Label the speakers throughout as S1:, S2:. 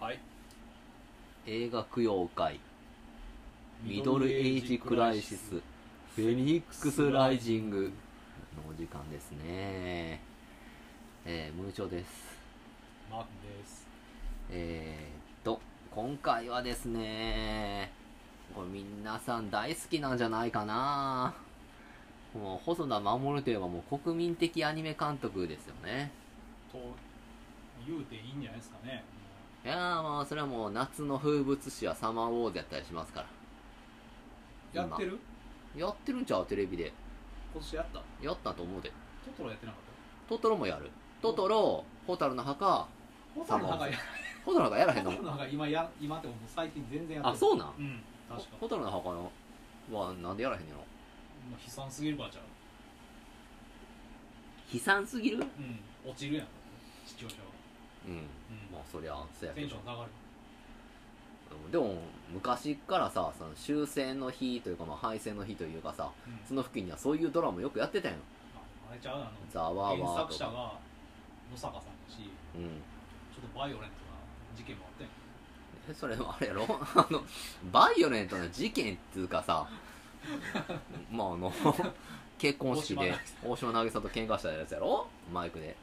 S1: はい
S2: 映画供養会ミドルエイジクライシスフェニックスライジングのお時間ですねえー、ムーチョです
S1: マークです
S2: えー、っと今回はですねこれ皆さん大好きなんじゃないかなもう細田守といえばもう国民的アニメ監督ですよね
S1: と言うていいんじゃないですかね
S2: いやーまあそれはもう夏の風物詩はサマーウォーズやったりしますから
S1: やってる
S2: やってるんちゃうテレビで
S1: 今年やったト
S2: やったと思うで
S1: トロやってなかっ
S2: トトロもやるトトロ蛍の墓
S1: たホタルの墓や
S2: 蛍の墓やらへ
S1: ホタ
S2: んの
S1: ルの墓今や 今ってもう最近全然やって
S2: あ
S1: ない
S2: そうなん
S1: うん確か
S2: 蛍の墓のはなんでやらへんのやろ
S1: まあ悲惨すぎるばあちゃん
S2: 悲惨すぎるうん
S1: うん落ちるやん視聴者はうん
S2: まあそりゃそうや
S1: テ
S2: け
S1: ン
S2: ど
S1: ション上がる
S2: でも昔からさその終戦の日というかまあ敗戦の日というかさ
S1: うん
S2: その付近にはそういうドラマよくやってたやん
S1: ああれちゃうあの
S2: ザワ
S1: 原
S2: ワ
S1: 作
S2: と
S1: 者
S2: か
S1: が野坂さんだしちょ
S2: うん
S1: っとバイオレントな事件もあってん
S2: えそれあれやろあのバイオレントな事件っつうかさまああ の結婚式で大島渚と喧嘩したやつやろマイクで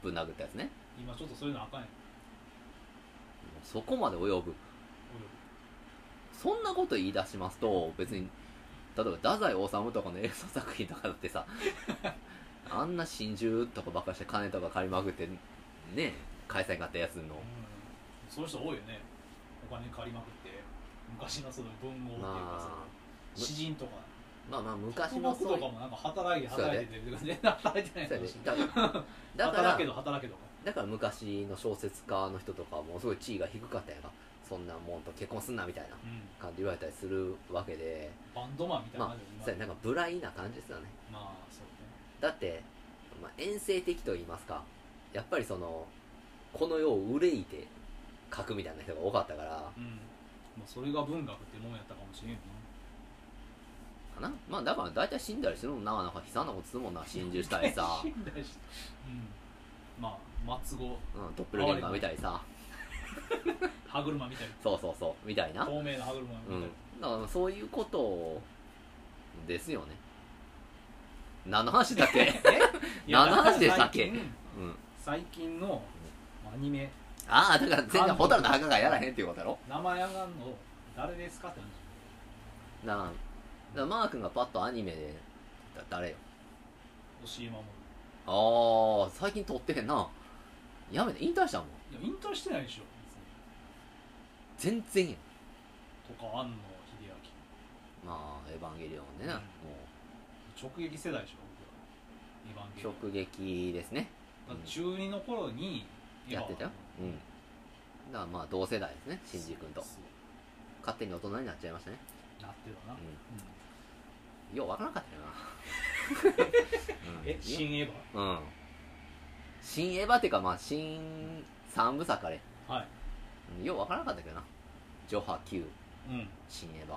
S1: う
S2: ぶん殴ったやつね
S1: ん今ちょっとそういうのあかんやん
S2: そこまで及ぶそんなこと言い出しますと別に例えば太宰治とかの映像作品とかだっ てさあんな心中とかばっかして金とか借りまくってね返せんかったやつの
S1: うん、そういう人多いよねお金借りまくって昔のその文豪っていうかさ、
S2: まあ
S1: 詩人とか
S2: まあまあ昔の
S1: 僕
S2: そ
S1: と
S2: ういう
S1: かもなんか働いて働いてて全然 働いてない
S2: そう
S1: か
S2: や
S1: も
S2: で
S1: しれない
S2: だだか
S1: 働
S2: ら
S1: けど働けどか
S2: だから昔の小説家の人とかはもうすごい地位が低かったやんかそんなもんと結婚すんなみたいな
S1: うん
S2: 感じで言われたりするわけで
S1: バンドマンみたいな
S2: ま
S1: 感
S2: あ
S1: じ
S2: そ
S1: で
S2: うやなんか無頼な感じですよね
S1: まあそうね
S2: だって、まあ、遠征的と言いますかやっぱりそのこの世を憂いて書くみたいな人が多かったから
S1: うんまあそれが文学ってもんやったかもしれんよね、
S2: かなまあだから大体死んだりしてるもんななんか悲惨なことするもんな心中したり さ
S1: 信頼してうんまあ松子
S2: うん、ドッペルゲンガー見たりさ
S1: 歯車みたい
S2: そうそうそうみたい
S1: な
S2: な
S1: 透明な歯車みたいな、
S2: うんだからそういうことですよね何の 話だっけ、
S1: いや
S2: 何の話でしたっ
S1: 最
S2: け
S1: 近
S2: うん、
S1: 最近のアニメ
S2: ああだから全然蛍の墓がやらへんっていうことやろ
S1: 名前あがんの誰ですかって話
S2: なあだからマー君がパッとアニメでだ誰よ
S1: 押井守
S2: ああ最近撮ってへんなやめて引退したもん
S1: いや引退してないでしょ
S2: 全然やん
S1: 別にとか庵野秀
S2: まあエヴァンゲリオンでな、
S1: うん明直撃世代でしょ僕はエヴァンゲリオ
S2: も
S1: ン
S2: う直撃ですね
S1: だって中二の頃に
S2: やってたようんだからまあ同世代ですね新次君と
S1: そう
S2: 勝手に大人になっちゃいましたね
S1: なってたな、、
S2: うんようわからなかったよな
S1: え
S2: 新
S1: 新エヴ
S2: うん新エヴァっていうかまあ新三部作あれ
S1: ァはい
S2: うんようわからなかったけどなジョハ Q
S1: うん、
S2: 新エヴァ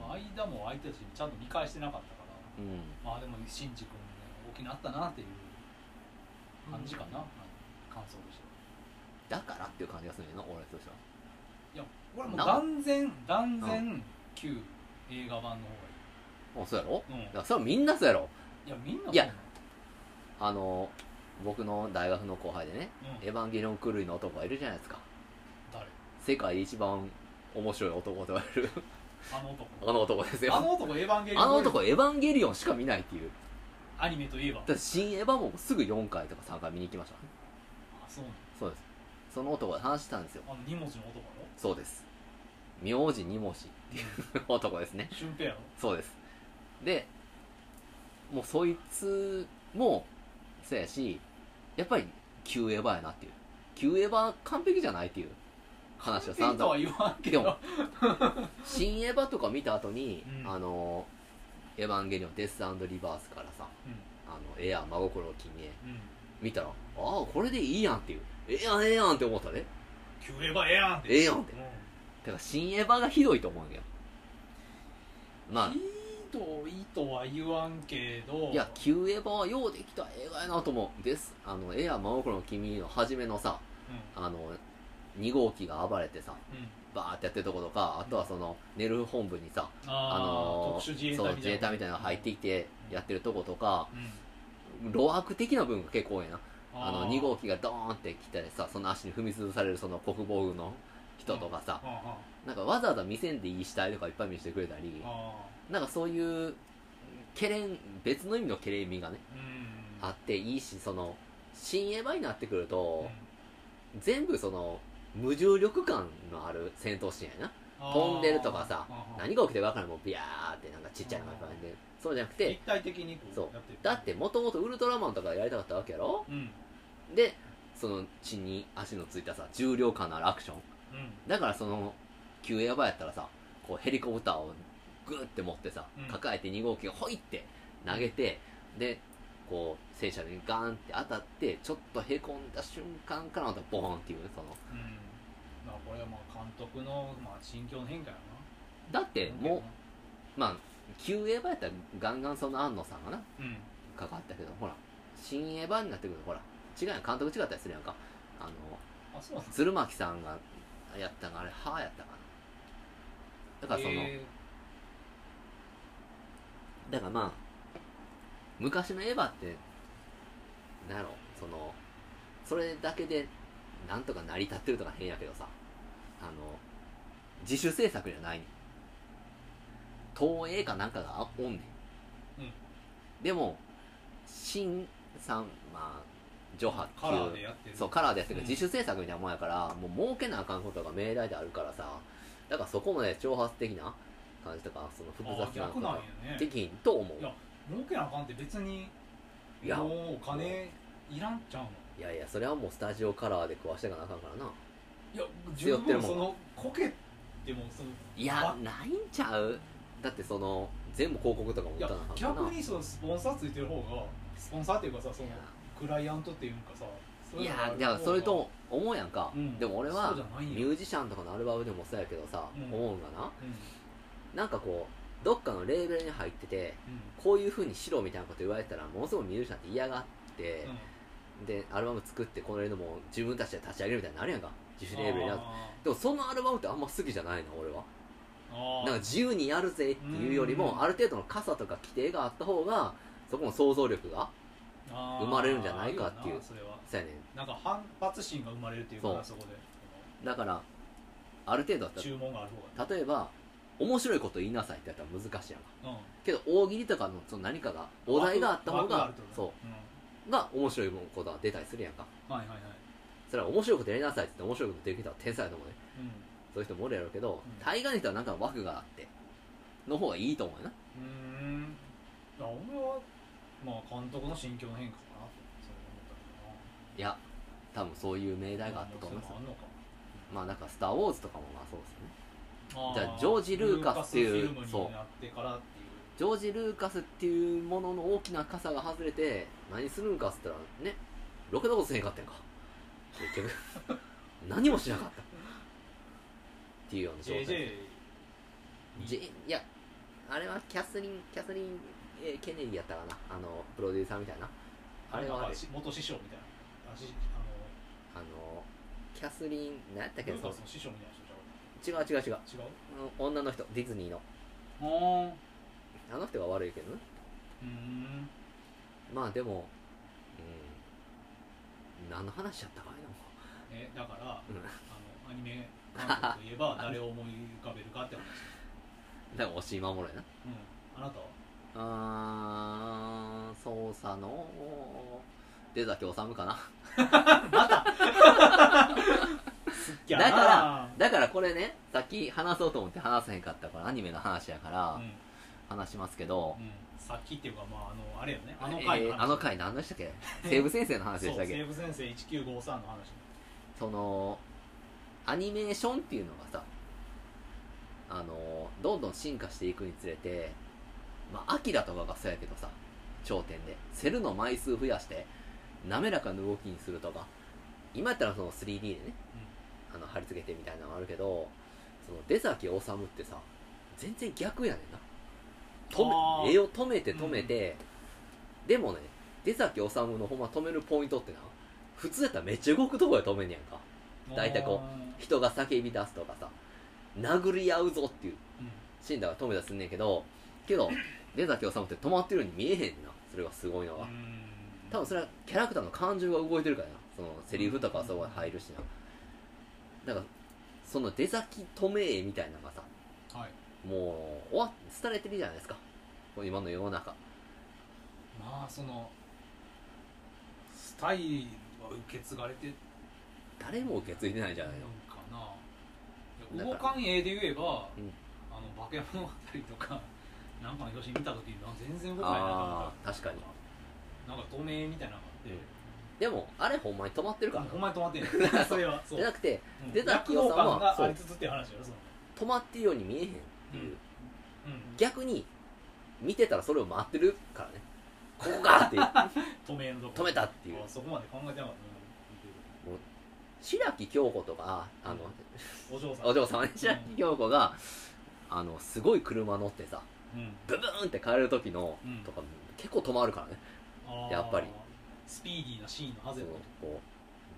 S1: まあ、間も空いてたしちゃんと見返してなかったから
S2: うん
S1: まあでも新次君ね大きなったなっていう感じかな、はい感想としては
S2: だからっていう感じがするよな俺としてはい
S1: やこれはもう
S2: な
S1: 断然断
S2: う
S1: 然旧映画版の
S2: あそうやろ
S1: 方がいい、うん
S2: だからそれはみんなそうやろ
S1: いやみんなそう
S2: いやあの僕の大学の後輩でね
S1: なのう
S2: 「
S1: ん
S2: エヴァンゲリオン狂い」の男がいるじゃないですか
S1: 誰
S2: 世界で一番面白い男と言われる
S1: あの男
S2: あの男ですよ
S1: あ
S2: あの
S1: の男エヴァンゲリオン
S2: 男エヴァンゲリオンしか見ないっていう
S1: アニメといえば
S2: だから新エヴァもすぐ4回とか3回見に行きましたね
S1: あそうなの
S2: そうですその男が話したんですよ
S1: あの二文字の男
S2: そうです名字二文字
S1: やろ
S2: 男ですね
S1: 俊平やろ
S2: そうですでもうそいつもそうやしやっぱり旧エヴァやなっていう旧エヴァ完璧じゃないっていう話を
S1: ピ
S2: 散
S1: ンと
S2: 々
S1: は言わんけ
S2: でも
S1: ど
S2: 新エヴァとか見た後に、
S1: うん
S2: あのエヴァンゲリオンデスリバースからさあのエア真心を君へ
S1: うんうん
S2: 見たらああこれでいいやんっていうええやんええやんって思ったね
S1: 旧エヴァええやんって
S2: ええやんって
S1: うん
S2: だから新エヴァがひどいと思うんやま
S1: ひどいとは言わんけ
S2: あ
S1: ど
S2: いや旧エヴァはようできた映画やなと思うですあのエア真心の君の初めのさ
S1: う
S2: あの2号機が暴れてさ
S1: うん
S2: バーってやってるとことかあとはそのネルフ本部にさ
S1: ああ
S2: あのー
S1: 特殊自衛
S2: そう
S1: 隊み
S2: 自
S1: たい
S2: 衛
S1: な
S2: 隊みたいなのが入ってきてやってるとことか
S1: うん
S2: 路悪的な部分が結構多いなあ
S1: ー
S2: の2号機がドーンって来てさその足に踏み潰されるその国防軍の人とかさ
S1: ああ
S2: なんかわざわざ見せんでいい死体とかいっぱい見せてくれたり
S1: ああ
S2: なんかそういうケレン別の意味のケレン味がね
S1: うん
S2: あっていいしその新エヴァになってくる
S1: うん
S2: と全部その無重力感のある戦闘シーンや
S1: あー
S2: 飛んでるとかさ
S1: あー
S2: な何が起きてるか分からんもうビャーってなんかちっちゃいのがいっぱいでそうじゃなくて
S1: 立体的にこ
S2: そう
S1: やってる
S2: だってもともとウルトラマンとかやりたかったわけやろ
S1: うんうん
S2: でその血に足のついたさ重量感のあるアクションだからその旧エヴァやったらさこうヘリコプターをグーって持ってさ
S1: うん
S2: 抱えて2号機をホイって投げてでこう戦車にガーンって当たってちょっとへこんだ瞬間からまたボーンっていうねその
S1: うんまあこれはまあ監督のまあ心境の変化や
S2: だって
S1: な
S2: もうまあ旧エヴァやったらガンガンその安野さんがな
S1: うん
S2: 関わったけどほら新エヴァになってくるとほら違うやん監督違ったりするやんかあの
S1: あそうなんだ
S2: 鶴巻さんがやったんがあれ「は」やったかなだからその、
S1: え
S2: だからまあ昔のエヴァってなんやろそのそれだけでなんとか成り立ってるとか変やけどさあの自主制作じゃないねん東映かなんかがおんね
S1: う
S2: ん、
S1: ん
S2: でも新さんまあジョハ
S1: ーカラーでやってる
S2: そうカラーですけど
S1: うん
S2: 自主制作みたいなもんやから、もう儲けなあかんことが命題であるからさだからそこもね挑発的な感じとかその複
S1: あー
S2: 雑なこ
S1: 逆
S2: と
S1: なん
S2: が
S1: やね
S2: できひんと思う
S1: いや儲けなあかんって別に
S2: いや
S1: もうお金いらんちゃうの
S2: いやいやそれはもうスタジオカラーで食わしてかなあかんからない
S1: や
S2: 強
S1: 十
S2: ってる
S1: 分
S2: もん
S1: そのこけてもその
S2: いやないんちゃうだってその全部広告とかも
S1: い
S2: 打
S1: や
S2: たなあかんからな
S1: 逆にそのスポンサーついてる方がスポンサーっていうかさそのクライアントっていうかさそう
S2: いうや
S1: のがある
S2: いやそれと思うやんか、
S1: うん
S2: でも俺
S1: そ
S2: は
S1: うじゃない
S2: ミ
S1: よ
S2: ュージシャンとかのアルバムでもそうやけどさ、
S1: うん
S2: 思うんが
S1: う
S2: な
S1: ん
S2: なんかこうどっかのレーベルに入っててこういう風にしろみたいなこと言われたらものすごくミュージシャンって嫌がって
S1: うん、
S2: でアルバム作ってこれのも自分たちで立ち上げるみたいになるやんか自主レーベルになる
S1: あ
S2: でもそのアルバムってあんま好きじゃないな俺は
S1: ーあー
S2: なんか自由にやるぜっていうより
S1: う
S2: も
S1: ん
S2: ある程度の傘とか規定があった方がそこの想像力が
S1: あー
S2: 生まれるんじゃないかっていう
S1: あるよなそれは
S2: そうやね
S1: なんか反発心が生まれるっていうかなそ
S2: そ
S1: こ
S2: んだからある程度だ
S1: で
S2: っ
S1: 注文がある方
S2: たら例えば面白いこと言いなさいってやったら難しいやんか
S1: が、うん、
S2: けど大喜利とかのその何かがお題があった方
S1: 枠あ
S2: が
S1: るってこと
S2: そ
S1: ねうん
S2: うが面白いことが出たりするやんか
S1: はいはいはい、
S2: それは面白いことやりなさいって言って面白いことできる人は天才だと思うね
S1: うん
S2: そういう人もおるやろうけど、
S1: うん
S2: 大概の人はなんか枠があっての方がいいと思うよな
S1: うーんいや俺はまあ監督の心境の変化かなとそれ思っ
S2: いや多分そういう命
S1: たけどな
S2: 題があったと思いますよ
S1: あんのか
S2: まあなんか「スター・ウォーズ」とかもまあそうですよね
S1: あ
S2: じゃあジョージルーカスっていう
S1: ルーカスフィルムになってからっていう
S2: ジョージ・ルーカスっていうものの大きな傘が外れて何するんかっつったらねろくなことせへんかったやんか結局 何もしなかったっていうような状態
S1: JJ に
S2: J- いやあれはキャスリンキャスリン、えーケネディやったかなあのプロデューサーみたいなあれは
S1: なん
S2: あ
S1: か
S2: れ
S1: し元師匠みたいなあしあ
S2: あのキャスリン何やった
S1: の
S2: っけ
S1: ルー
S2: そ
S1: カ
S2: の
S1: スの師匠みたいな人
S2: 違う違う違う
S1: ちゃう違う
S2: うん女の人ディズニーの
S1: あ
S2: あの人が悪いけどね
S1: うーん
S2: まあでもうん何の話やったかいな
S1: えだから、あ
S2: うん
S1: のアニメ監督といえ ば誰を思い浮かべるかって話、
S2: だから押井守やな
S1: うん、あなたは
S2: あー操作の出崎治かなだからだからこれねさっき話そうと思って話せへんかったからアニメの話やから
S1: うんうん、
S2: 話しますけど、
S1: さっきっていうかまああのあれよねあの
S2: え
S1: 回
S2: ーあの
S1: 回
S2: 回何でした っけ西武先生の話
S1: そ
S2: で
S1: う
S2: したっけ
S1: 西武先生1953の話
S2: そのアニメーションっていうのがさあのどんどん進化していくにつれてまあアキラとかがそうやけどさ頂点でセルの枚数増やして滑らかな動きにするとか今やったらその 3D でね、あの貼り付けてみたいなのがあるけどその出崎治ってさ全然逆やねんな
S1: あ
S2: 止
S1: ー
S2: め絵を止めて止めて、でもね出崎治のほんま止めるポイントってな普通やったらめっちゃ動くとこや止めんねやんか大体こ人が叫び出すとかさ殴り合うぞっていう
S1: う、うん、
S2: シーンだから止めたりすんねんけどけど出崎治って止まってるように見えへんねんなそれがすごいのが多分それはキャラクターの感情が動いてるからなそのセリフとかはそこに入るしなだからその出先止め絵みたいなのがさ
S1: 分はい
S2: もう終わっ廃れてるじゃないですかこう今の世の中
S1: まあそのスタイルは受け継がれてる
S2: 誰も受け継いでないじゃないの
S1: か
S2: だ
S1: な
S2: から
S1: 動かん絵で言えば、
S2: うん
S1: あの化け物語とか なんかの表紙見た時になんか全然動かないなと思
S2: あ
S1: っ
S2: あ確かに
S1: たなんか透明みたいなのがあって、
S2: でもあれほんまに止まってるから
S1: お
S2: な
S1: 前止まってん のそれはそう
S2: じゃなくて
S1: うん
S2: 出た
S1: 躍動
S2: 清さんは
S1: 感が
S2: そう
S1: ありつつっていう話よその
S2: 止まってるように見えへんってい
S1: う
S2: う、
S1: ん
S2: 逆に見てたらそれを待ってるからねここ かっていう
S1: 止めのとこ
S2: 止めたっていう
S1: あそこまで考えてなかっ
S2: 白木京子とかあの
S1: たなお嬢さん
S2: お嬢様ね白木京子があのすごい車乗ってさ
S1: うん
S2: ブブーンって帰る時の、
S1: うん
S2: とか結構止まるからね
S1: あー
S2: やっぱり
S1: スピーディーなシーンのはず
S2: その
S1: やと
S2: こ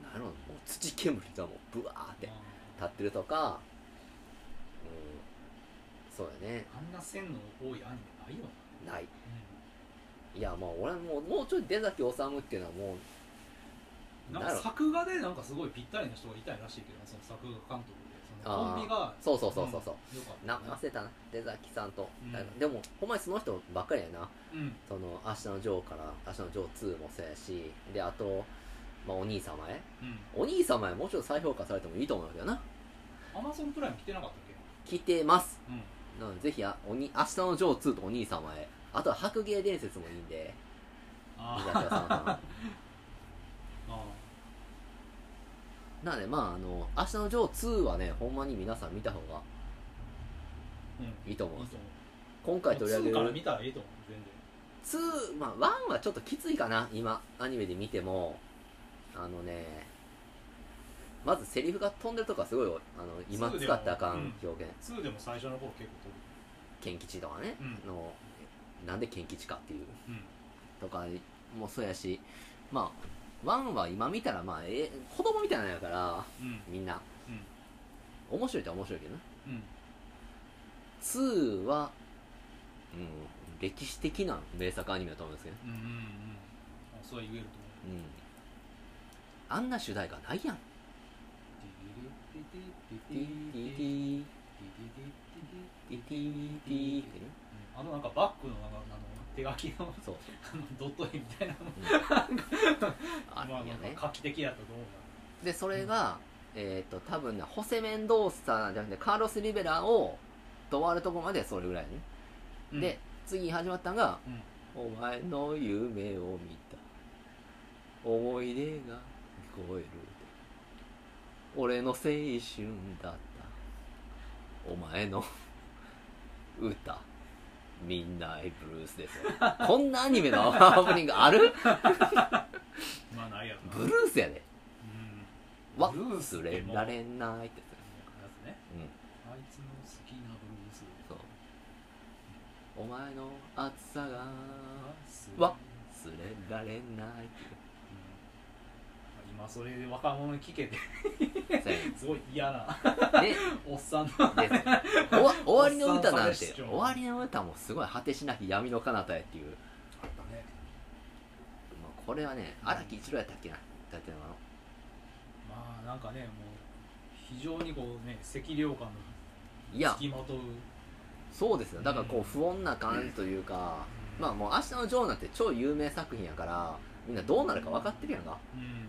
S2: うなるほどもう土煙がもうブワーって
S1: あ
S2: 立ってるとか、うん、そうだね
S1: ーあんな線の多いアニメないよ
S2: な
S1: な、
S2: いいやまあ俺はもうもうちょい出崎治っていうのはもう
S1: なん
S2: な
S1: か
S2: る
S1: 作画でなんかすごいぴったりな人がいたいらしいけどなその作画監督でそ
S2: あー
S1: のコンビが
S2: そうそうそうそうそう、
S1: んよかった
S2: 名前忘れたな出崎さんと、
S1: うん
S2: でもほんまにその人ばっかりやな
S1: うん
S2: その「明日のジョー」から「明日のジョー2」もそうやしであと、まあ、お兄様へ
S1: うん
S2: お兄様へもうちょっと再評価されてもいいと思うんだけどな
S1: アマゾンプライム来てなかったっけ
S2: 来てます
S1: うん
S2: なのでぜひあおに「明日のジョー2」と「お兄様へ」あとは「白芸伝説」もいいんで
S1: あ
S2: 出
S1: ー
S2: 崎治さんの
S1: あ
S2: なのでまああの「明日のジョー2」はねほんまに皆さん見た方が
S1: ーうん
S2: いいと思
S1: い
S2: うん
S1: い
S2: です
S1: と
S2: よ
S1: 思 う
S2: 今回取り上げ
S1: 2から
S2: る
S1: 見たらいいと思う全然
S2: 2まあ1はちょっときついかな今アニメで見てもあのねまずセリフが飛んでるとかすごいあの今使ったらあかん表現
S1: 2でも最初の頃結構飛
S2: 賢吉とかね、
S1: うん
S2: のなんで賢吉かっていう
S1: ぶうん
S2: とかもそうやしまあ1は今見たらまあ、え子供みたいなんやから
S1: うん
S2: みんな
S1: うん
S2: 面白いって面白いけどな
S1: うん
S2: 2は、うん、歴史的な名作アニメだと思うんですけどね
S1: うんうんうんあそうは言えると思う
S2: うんあんな主題歌ないやん
S1: あのなんかバックのなんかあの手書きの
S2: そう
S1: あのドット絵みたいなの
S2: あ
S1: まあ
S2: るよ
S1: なん
S2: ね
S1: か画期的やったと思う
S2: でそれが、えっ、と多分ねホセ・メンドーサじゃなくてカーロス・リベラをとわるとこまでそれぐらいね、
S1: な
S2: で、次始まったのが
S1: うん
S2: 「お前の夢を見た思い出が聞こえる」俺の青春だったお前の歌みんなイブルースですよこんなアニメのオープニングある
S1: まあないやろな
S2: ブルースやで
S1: うん
S2: ワ
S1: ブルース
S2: 忘
S1: で
S2: れ
S1: も
S2: られないってや
S1: やつね
S2: つうん
S1: あいつの好きなブルース
S2: そうお前の暑さが
S1: わ
S2: わ忘れられないっ
S1: 今それで若者に聞けて
S2: ていうそうやね
S1: すごい嫌な
S2: で
S1: おっさんの
S2: でおわ 終わりの歌な
S1: おっさんサジェ
S2: んて
S1: スチ
S2: 終
S1: ョン
S2: わりの歌もすごい果てしなき闇の彼方やっていう、
S1: あったね
S2: まあ、これはね荒木一郎やったっけなだってあ
S1: まあなんかねもう非常にこうね赤涼感
S2: のい
S1: の
S2: や
S1: 付きまとう
S2: そうですよだからこ
S1: う
S2: うん不穏な感じというか、
S1: うん
S2: まあもう「明日のジョー」なんて超有名作品やからみんなどうなるか分かってるやんか
S1: うん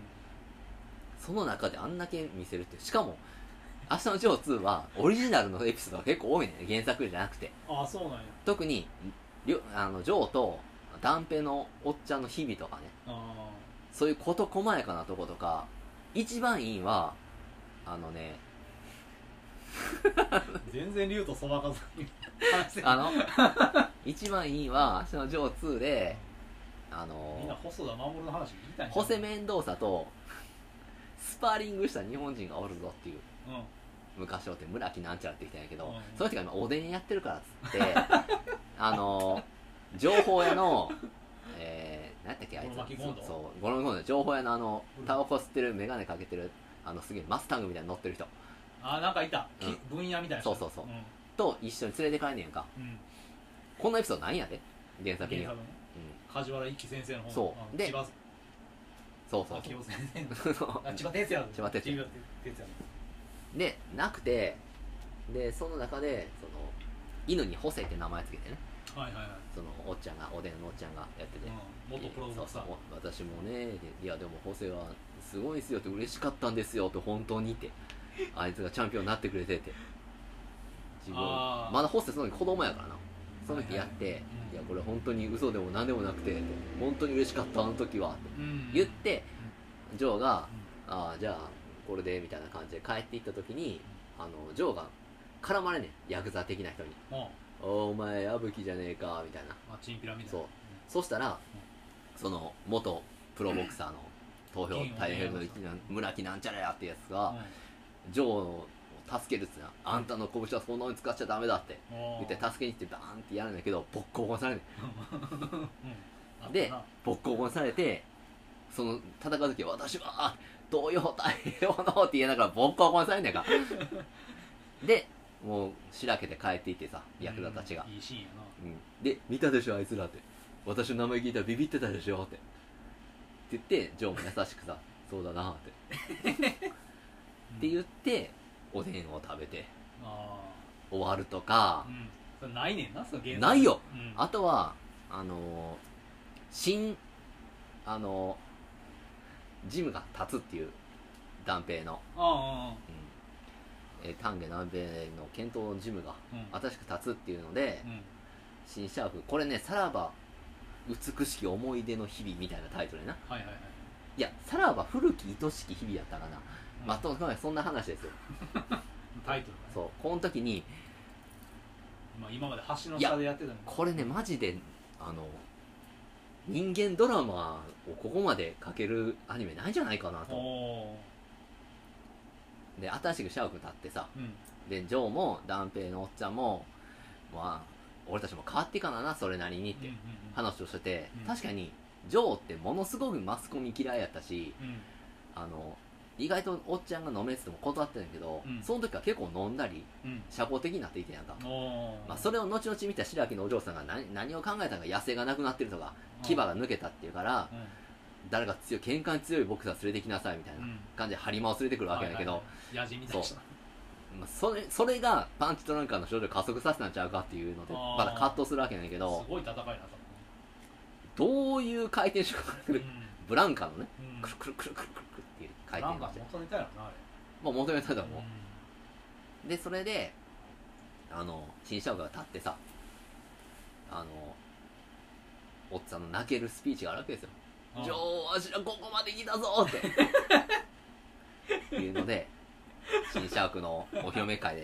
S2: その中であんだけ見せるっていうしかも「明日のジョー2」はオリジナルのエピソードが結構多いね原作じゃなくて
S1: ああそうなんや
S2: 特にりょあのジョーと断平のおっちゃんの日々とかね
S1: あ
S2: そういう事細やかなとことか一番いいんはあのね
S1: あ 全然竜とそばかずに話せ
S2: あの一番いいんは「明日のジョー2」であ
S1: みんな
S2: の
S1: 細田守の話聞きたいんちゃう
S2: ホセ・メンドーサとスパーリングした日本人がおるぞっていう
S1: うん
S2: 昔おって村木なんちゃらってきたんやけど、
S1: うん
S2: その人が今おでんやってるからっ つってあの情報屋のえー、何やったっけあいつ
S1: ゴロ巻きゴンドウ
S2: そうゴロ巻きゴンドウ情報屋のあのタバコ吸ってる眼鏡かけてるあのすげえマスタングみたいに乗ってる人
S1: あなんかいた、き
S2: うん
S1: 分野みたいな人
S2: そうそうそうと一緒に連れて帰んねやんか
S1: うん、うん、
S2: こんなエピソードないんやで原作に
S1: 原
S2: は、う
S1: 作
S2: ん
S1: のね、梶原一騎先生の本
S2: そう
S1: あ
S2: で
S1: 千葉
S2: そうそう
S1: 明夫先生の
S2: そう
S1: あ千葉哲也の
S2: 千葉哲也
S1: 哲也の
S2: でなくてでその中でその犬にホセって名前つけてね
S1: はいはいはい、
S2: そのおっちゃんがおでんのおっちゃんがやってて、
S1: うん、元プロボクサー
S2: そうそう私もねいやでもホセはすごいですよって嬉しかったんですよって本当にってあいつがチャンピオンになってくれてって自分
S1: あー
S2: まだホセその時子供やからなその時やって、
S1: はい
S2: い
S1: はいうん
S2: やこれ本当に嘘でも何でもなくてって本当に嬉しかったあの時はって
S1: うん
S2: 言って、ジョーが「ああじゃあこれで」みたいな感じで帰っていった時にあのジョーが絡まれんねんヤクザ的な人に
S1: うんも
S2: 「おお前矢吹じゃねえか」みたいな
S1: うまあチンピラみたいな
S2: そうそしたら、その元プロボクサーの投票大変の一年村木なんちゃらやってやつが、ジョーを助けるっつうなあんたの拳はそんなに使っちゃダメだって
S1: うんおー
S2: 言って助けに行ってバーンってやるんだけどボッコボコにされる
S1: うん
S2: で
S1: あっ
S2: ボッコボコにされてその戦う時私は東洋太平洋のって言いながらボッコボコにされんねんかでもうしらけて帰っていってさ
S1: たな
S2: ヤクザたちが
S1: うん、いいシーンやな
S2: うん、で見たでしょあいつらって私の名前聞いたらビビってたでしょってって言ってジョーも優しくさそうだなって、って
S1: うん
S2: 言っておでんを食べて
S1: あ
S2: 終わると
S1: あ
S2: か
S1: う、んそれないねんなその原作
S2: ないよ、
S1: うん、
S2: あとはあのー新あのージムが立つっていう断平の、
S1: あ
S2: うんえー丹下南平の検討のジムが
S1: あうんうん
S2: 新しく立つっていうので、
S1: うん
S2: 新シャーフこれねさらば美しき思い出の日々みたいなタイトルやな
S1: はいはいはい
S2: いや、さらば古き愛しき日々やったかな。まあ、とにかくそんな話ですよ。
S1: タイトルがね
S2: そう、この時に、
S1: まあ、今まで橋の下でやってたのに
S2: これね、マジで、あの、人間ドラマをここまでかけるアニメないんじゃないかなと。
S1: おー
S2: で、新しくシャーク立ってさ、
S1: うん
S2: で、ジョーも、ダンペイのおっちゃんも、まあ、俺たちも変わっていかなな、それなりにっ
S1: うん
S2: て
S1: うん
S2: 話をしてて、
S1: うん
S2: 確かに、ジョーってものすごくマスコミ嫌いやったし、
S1: うんうん
S2: あの、意外とおっちゃんが飲めってても断ってんだけど、
S1: うん
S2: その時は結構飲んだり、
S1: うん
S2: 社交的になっていてなんか、
S1: おー
S2: まあ、それを後々見た白木のお嬢さんが何何を考えたのか野生がなくなってるとか牙が抜けたっていうから
S1: うん
S2: 誰か強い喧嘩に強いボクサー連れてきなさいみたいな
S1: うん
S2: 感じで張馬を連れてくるわけだけど、
S1: はいはいはい野人みたいな人
S2: まあ、それそれがパンチトランカーの少女を加速させたんちゃうかっていうので
S1: あー
S2: まだ葛藤するわけだけど
S1: すごい戦いなさ
S2: どういう回転手が来るブランカのね
S1: うん
S2: くるくるくるくるくるくるっていう
S1: な
S2: 回
S1: んか
S2: 転がして
S1: 元ネタやろなあれ
S2: もう求めたと
S1: うん
S2: 思うでそれであの新社会が立ってさあのおっさんの泣けるスピーチがあるわけですよ
S1: うん
S2: 女王わしらここまで来たぞっていうので新シャークのお披露目会で、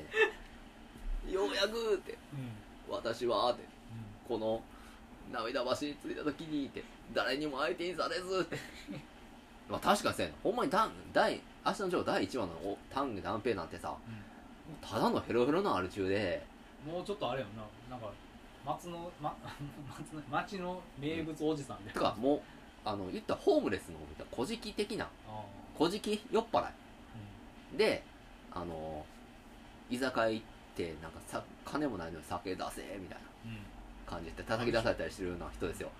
S2: ようやくって
S1: うんうん
S2: 私はってこの涙橋に着いた時にって誰にも相手にされずってまあ確かにせんほんまにダン第明日の女王第1話のお丹下断平なんてさもうただのヘロヘロのアル中で
S1: うんもうちょっとあれやんななんか松の、ま、 松の町の名物おじさんみ
S2: て
S1: たいな
S2: かもうあの言ったらホームレスの小じき的な
S1: あ
S2: 小じき酔っ払いであの居酒屋行ってなんかさ金もないのに酒出せみたいな
S1: ーうんうん
S2: 感じで叩き出されたりしてるような人ですよ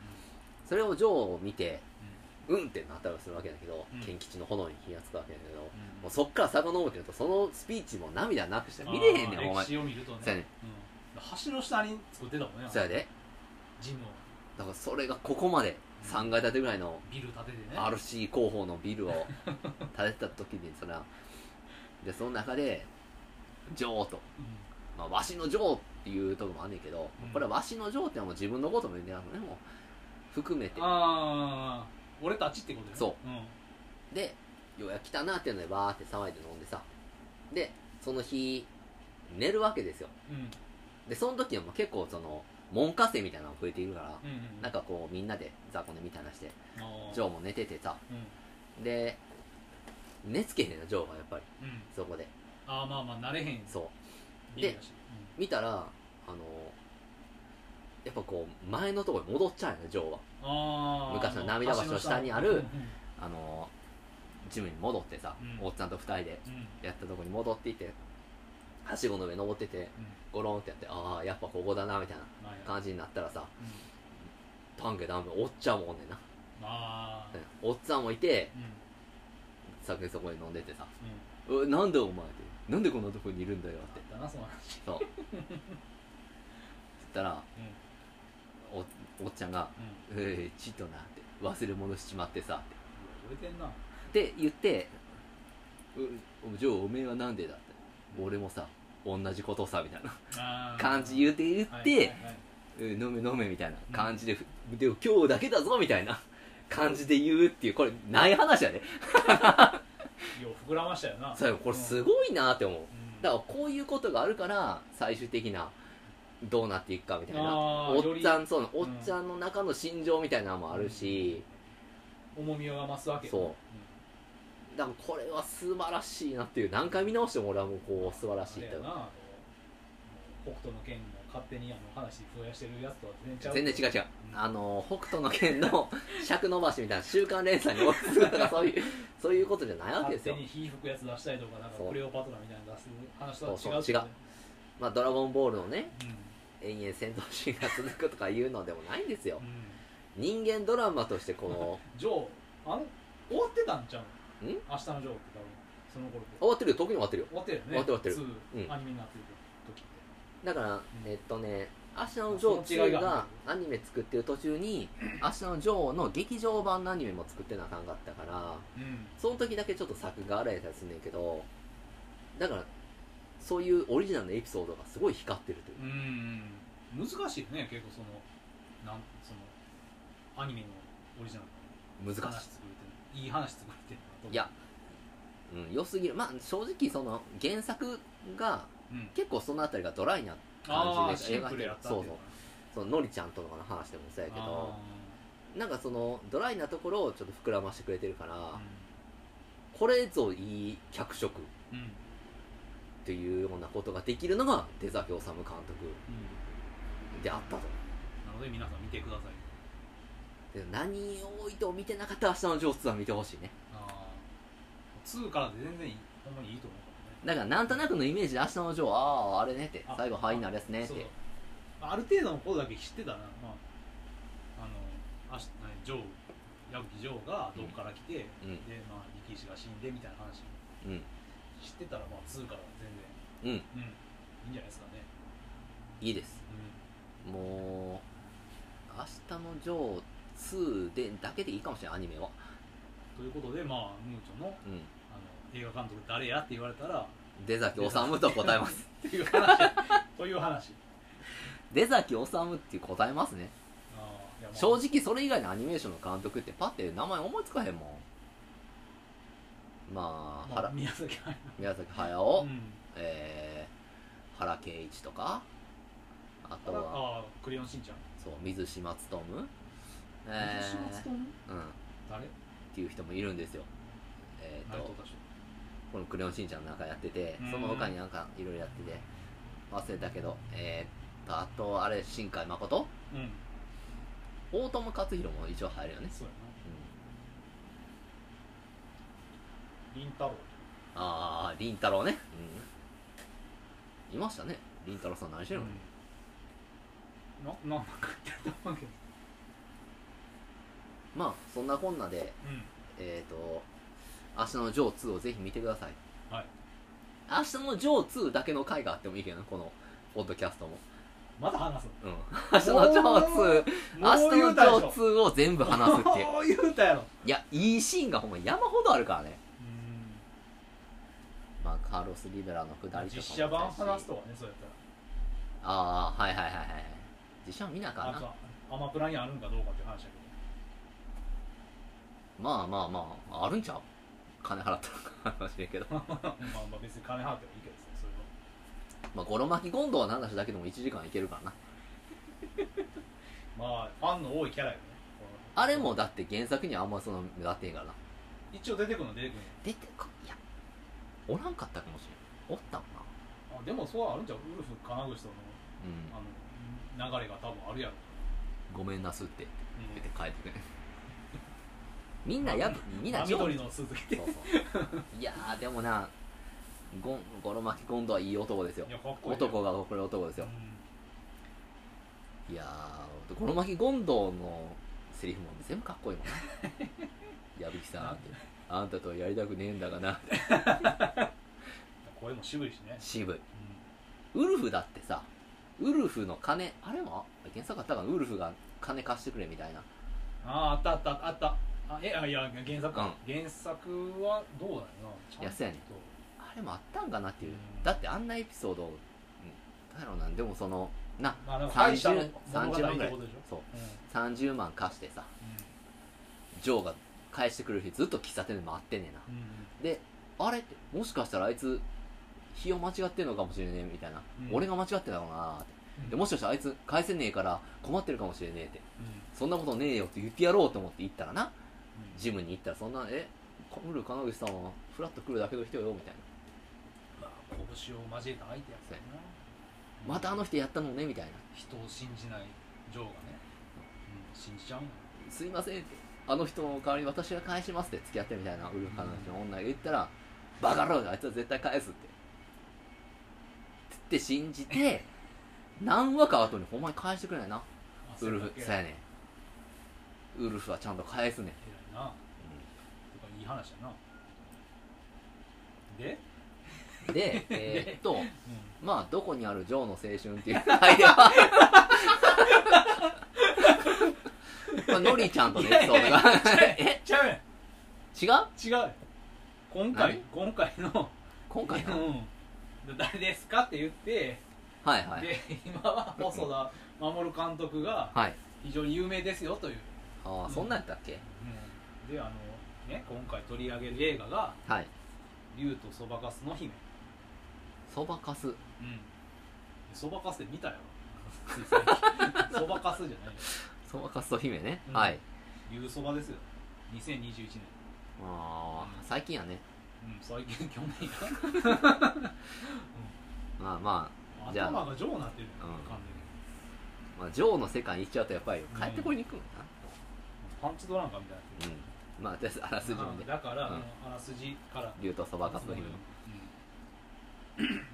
S2: それをジョーを見てうんってなったりするわけだけど、
S1: うん
S2: 賢吉の炎に火がつくわけだけど、
S1: うんうん
S2: もうそっから遡ってるとそのスピーチも涙なくして見れへんね
S1: あ
S2: ん
S1: ー
S2: お前
S1: 歴史を見るとね
S2: そうやね
S1: う
S2: ん
S1: ん橋の下に作ってたもんね
S2: そやで
S1: ジムを
S2: だからそれがここまで3階建てぐらいの
S1: ビル建ててね
S2: RC 広報のビルを建てた時にそらでその中でジョー
S1: う
S2: と
S1: ん
S2: まあ、わしの嬢っていうとこもあんねんけど、
S1: うん
S2: これはわしの嬢ってのはもう自分のことも言ってなのねもう含めて
S1: ああ俺たちってことね、
S2: そう
S1: ん、
S2: でようやく来たなっていうのでバーって騒いで飲んでさでその日寝るわけですよ
S1: うん
S2: でその時はもう結構その門下生みたいなのが増えているから、
S1: うんうん
S2: なんかこうみんなで雑魚寝みたいなして
S1: あー
S2: ジョーも寝ててさ
S1: うん
S2: で寝つけへんなジョーがやっぱり
S1: うん
S2: そこで
S1: ああまあまあ慣れへん
S2: そう
S1: ビルやし
S2: 見たらあのやっぱこう前のところに戻っちゃうよねジョーは
S1: うんああ
S2: 昔の涙橋の下にあるあのジムに戻ってさ、
S1: うん
S2: おっちゃんと二人で
S1: うん
S2: やったとこに戻っていってはしごの上登っててゴロンってやってああやっぱここだなみたいな
S1: まあや
S2: 感じになったらさ
S1: うん
S2: パンケダンおっちゃんもおんねんな、
S1: まあ
S2: うんおっちゃんもいて
S1: うん
S2: 酒そこに飲んでてさ
S1: うん
S2: 「うなんでお前」って「なんでこんなとこにいるんだよ」って
S1: あったなその話
S2: そうそしたら
S1: うん
S2: おおっちゃんが
S1: うん
S2: 「えー、ちっとな」って「忘れ物しちまってさ」って
S1: 覚えてんな
S2: って言って「うじゃあおめえはなんでだ」って「俺もさ同じことさ」みたいな
S1: あー
S2: 感じ言うて言っ
S1: はいはい
S2: て
S1: はい
S2: 「うん飲め飲め」みたいな感じで「でも今日だけだぞ」みたいな 感じで言うっていうこれない話やね
S1: よう膨らましたよな
S2: そうよこれ
S1: う
S2: す
S1: ん
S2: ごいなって思う
S1: うん
S2: だからこういうことがあるから最終的などうなっていくかみたいな
S1: あ
S2: お
S1: ー
S2: っ
S1: より
S2: ちゃんそうおっちゃんの中の心情みたいなのもあるし、
S1: 重みが増すわけよ
S2: そうだからこれは素晴らしいなっていう何回見直しても俺はもうこう素晴らしい
S1: あれ
S2: と
S1: やなあの北斗の剣の勝手にあの話増やしてるやつとは全然違う
S2: 全然違う違う
S1: うん
S2: あの北斗の拳の 尺伸ばしみたいな 週刊連載に追いつくとかそういうそういうことじゃないわけ
S1: 勝
S2: です
S1: 手
S2: よ
S1: に火吹くやつ出したりとかなんか
S2: そう
S1: クレオパトラみたいなの出す話とは違う
S2: そうそう違うまあドラゴンボールのね
S1: う
S2: 延々戦闘シーンが続くとかいうのでもないんですよ
S1: んうん
S2: 人間ドラマとしてこの
S1: ジョーあの終わってたんちゃうん明日のジョーって多分その頃って
S2: 終わってるよ特に終わってるよ
S1: 終わってるよね
S2: 終わってる終
S1: 普通
S2: うん
S1: アニメになってる時って
S2: だから
S1: うん
S2: えっとね「明日のジョー2」がアニメ作ってる途中に「明日のジョー」の劇場版のアニメも作ってなあかんかったから
S1: うん
S2: その時だけちょっと作が荒れたりすんねんけどだからそういうオリジナルのエピソードがすごい光ってるという
S1: うん難しいよね結構そのなんそのアニメのオリジナル
S2: 難しい
S1: 話作れてるいい話作れてるなと思う
S2: いやうん、良すぎるまあ正直その原作が
S1: うん
S2: 結構そのあたりがドライな
S1: あ
S2: 感
S1: あ
S2: じ
S1: シ
S2: で
S1: ンプ
S2: 描い
S1: ル
S2: てる
S1: やったってい
S2: そうう
S1: か
S2: そうそののりちゃんとの話でもそうやけど
S1: あ
S2: なんかそのドライなところをちょっと膨らましてくれてるから、
S1: ー
S2: これぞいい脚色
S1: うんうん
S2: というようなことができるのが出崎治監督
S1: うん
S2: であったと
S1: なので皆さん見てください
S2: で何をいても見てなかった明日の上手は見てほしいね
S1: ああ2からで全然いいほんまにいいと思うからね
S2: だからなんとなくのイメージで明日のジョーあああれねって
S1: あ
S2: 最後灰になるやつねっ
S1: そう
S2: て
S1: だある程度のことだけ知ってたな、まあ、あのあし何ジョー矢吹ジョーがどこから来て、で
S2: うん
S1: まあ力士が死んでみたいな話
S2: うん
S1: 知ってたらまあ2から全
S2: うんい
S1: 然、うん、いいんじゃないですかね、
S2: いですもう明日のジョー2でだけでいいかもしれないアニメは
S1: うん、ということでまあムーチョの
S2: うん
S1: あの映画監督誰やって言われた ら
S2: 出崎治と答えます
S1: っていう話という話
S2: 出崎治って答えますね
S1: あーいやまあ
S2: 正直それ以外のアニメーションの監督ってパッて名前思いつかへんもんまあ
S1: まあ
S2: 原
S1: 宮崎駿
S2: 宮崎駿、
S1: うん、
S2: えー原敬一とかあ
S1: あ
S2: とは
S1: あークレヨンしんちゃん
S2: そう水島努え
S1: 水島
S2: ー
S1: 努
S2: うん、っ
S1: 誰
S2: ていう人もいるんですよえっ、
S1: 内
S2: と
S1: 藤多少
S2: この「クレヨンしんちゃん」の中やってて
S1: うん
S2: その他になんかいろいろやってて忘れたけどえー、っとあとあれ新海誠
S1: うん
S2: 大友克洋も一応入るよね、
S1: そうやな
S2: うん、
S1: 凛太郎
S2: ああ凛太郎ね、うん、いましたね凛太郎さん何してるの、
S1: うん、ななんか言ってたわけ
S2: まあそんなこんなで
S1: う
S2: えー、と、明日のジョー2をぜひ見てください。
S1: んはい
S2: 明日のジョー2だけの回があってもいいけどな、この、ポッドキャストも。
S1: まだ話す
S2: うん。明日のジョー2、明日のジョー
S1: つ
S2: 2を全部話すっていう。
S1: もう言うたやろ
S2: いや、いいシーンがほんま山ほどあるからね。
S1: う
S2: まあ、カーロス・リベラの下りとか
S1: ん
S2: も
S1: 実写版話すと
S2: そうやし
S1: かねそうやった
S2: ああ、はいはいはいはい。実写版見なあからん
S1: なん
S2: な。
S1: かアマプラにあるんかどうかっていう話 だ
S2: まあまあまあ、あるんちゃう金払ったのかもしれんけど。
S1: けどまあまあ別に金払ってもいいけどさそれは
S2: まあ、ゴロ巻きゴンドウの話だけでも1時間いけるからな。
S1: まあファンの多いキャラよねこの
S2: あれもだって原作にはあんまその目立ってへんからな。
S1: 一応出てくるの出てくる
S2: 出てこいやおらんかったかもしれんおったもんな
S1: のあでもそうあるんじゃうウルフ金具との
S2: う
S1: あの流れが多分あるやろ
S2: んごめんなすって
S1: う
S2: 出
S1: ん
S2: て帰ってくれ みんなやぶみんな
S1: あ
S2: 上
S1: 緑の鈴木ってい
S2: そうそういやーでもなゴンゴロ巻き今度はいい男ですよ
S1: やかっこいいね
S2: 男がこれ男です
S1: う
S2: よ
S1: ん、
S2: いやーゴロ巻きゴンドウのセリフも全部かっこいいもんな 矢吹さん ってあんたとはやりたくねえんだがな
S1: 声も渋いしね、
S2: 渋い
S1: うん
S2: ウルフだってさウルフの金あれも原作あったかなウルフが金貸してくれみたいな
S1: あああったあったあったあえあいや原作か、原作はどうだよなちゃんと
S2: いやそうやねんあれもあったんかなっていう、
S1: うん
S2: だってあんなエピソードうんなんやろうなでもそのな
S1: まあでも大した
S2: 30
S1: 物語っ
S2: 30万ぐ
S1: て
S2: らい
S1: ことでしょ
S2: そう
S1: うん
S2: 30万貸してさジョーが返してくれる日ずっと喫茶店で待ってんねんな
S1: うん
S2: であれってもしかしたらあいつ日を間違ってんのかもしれねえみたいな、
S1: うん
S2: 俺が間違ってたのかなって
S1: うん
S2: でもしかしたらあいつ返せねえから困ってるかもしれねえって
S1: うん
S2: そんなことねえよって言ってやろうと思って行ったらな
S1: うん
S2: ジムに行ったらそんなえカムル金口さんはフラッと来るだけの人よみたい
S1: ま
S2: な
S1: あ拳を交えた相手やったよな
S2: またあの人やったのねみたいな
S1: 人を信じないジョーがね、うん、信じちゃうんや
S2: すいませんってあの人の代わりに私が返しますって付き合ってみたいなウルフ彼女の女が言ったら、バカ野郎だあいつは絶対返すってつって信じて何話か後にほんまに返してくれないな
S1: あ
S2: ウルフ
S1: それ
S2: さ
S1: だ
S2: やねんウルフはちゃんと返すねん、
S1: け偉いなてかいい話やなで、
S2: でえーっと
S1: う
S2: まあどこにあるジョーの青春っていうアイデア はまあのりちゃんとのエピソードがえ
S1: ん、ちゃうやん
S2: 違う
S1: 違うよ今回
S2: 何
S1: 今回の
S2: 今回
S1: う
S2: の
S1: ん、誰ですかって言って、
S2: はいはい
S1: で今は細田守監督が
S2: はい
S1: 非常に有名ですよという、
S2: ああそんなんやったっけ
S1: であのね今回取り上げる映画が
S2: はい
S1: 「竜とそばかすの姫」
S2: そばかす
S1: うんそばかすで見たやろ つい最近そばかすじゃないよ
S2: そばかすと姫ね、
S1: うん
S2: はい
S1: 竜そばですよ2021年
S2: あー最近やね
S1: うん最近去年か
S2: まあまじゃあ
S1: 頭が上になってるよ、
S2: うん
S1: 完全に
S2: あ、まあ、ジョーの世界に行っちゃうとやっぱり帰ってこいに行くんだな
S1: パンチドランカーみたいになってる
S2: うん、まあとりあえずあらすじもね
S1: うんだから、
S2: うん
S1: もうあらすじから
S2: 竜とそばかすの姫
S1: うん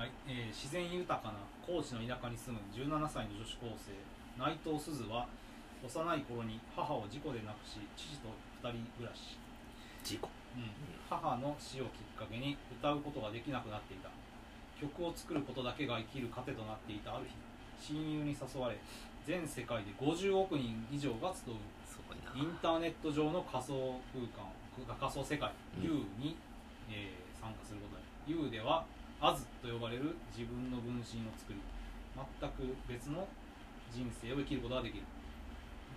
S1: はいえー自然豊かな高知の田舎に住む17歳の女子高生内藤すずは幼い頃に母を事故で亡くし父と2人暮らし、
S2: 事故
S1: うん母の死をきっかけに歌うことができなくなっていた曲を作ることだけが生きる糧となっていたある日親友に誘われ全世界で50億人以上が集う
S2: すごい
S1: イン
S2: な
S1: ターネット上の仮想空間く仮想世界
S2: うん
S1: U に、えー参加することに U では「アズと呼ばれる自分の分身を作り全く別の人生を生きることができる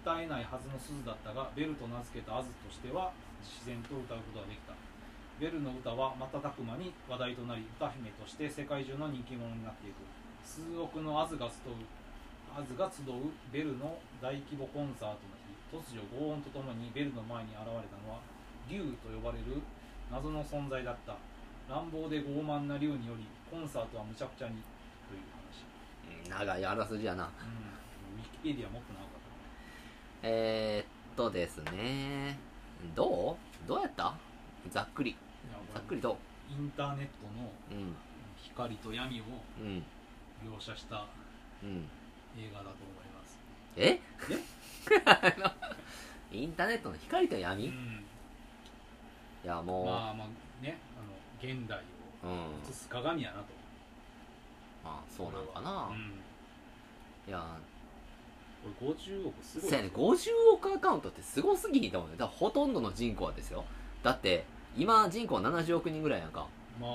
S1: 歌えないはずの鈴だったがベルと名付けたアズとしては自然と歌うことができたベルの歌は瞬く間に話題となり歌姫として世界中の人気者になっていく数億のアズが集うアズが集うベルの大規模コンサートの日突如轟音とともにベルの前に現れたのは竜と呼ばれる謎の存在だった乱暴で傲慢な竜によりコンサートはむちゃくちゃにという話、
S2: うん長いあらすじやな
S1: うん、ウィキペディアもっと長かったね
S2: えー、っとですねどうどうやったざっくり
S1: いや
S2: ざっくりと
S1: インターネットの
S2: うん
S1: 光と闇を
S2: うん
S1: 描写した
S2: うん
S1: 映画だと思います、
S2: え インターネットの光と闇、
S1: う
S2: い
S1: ん、
S2: やもう、
S1: まあまあねあの現代を
S2: うん
S1: 映す鏡やなと、
S2: まあそうなのか
S1: う
S2: な、
S1: ん、
S2: いや
S1: これ50億すごい
S2: そうやね50億アカウントってすごすぎひんと思うねだからほとんどの人口はですよだって今人口70億人ぐらいやんか
S1: ま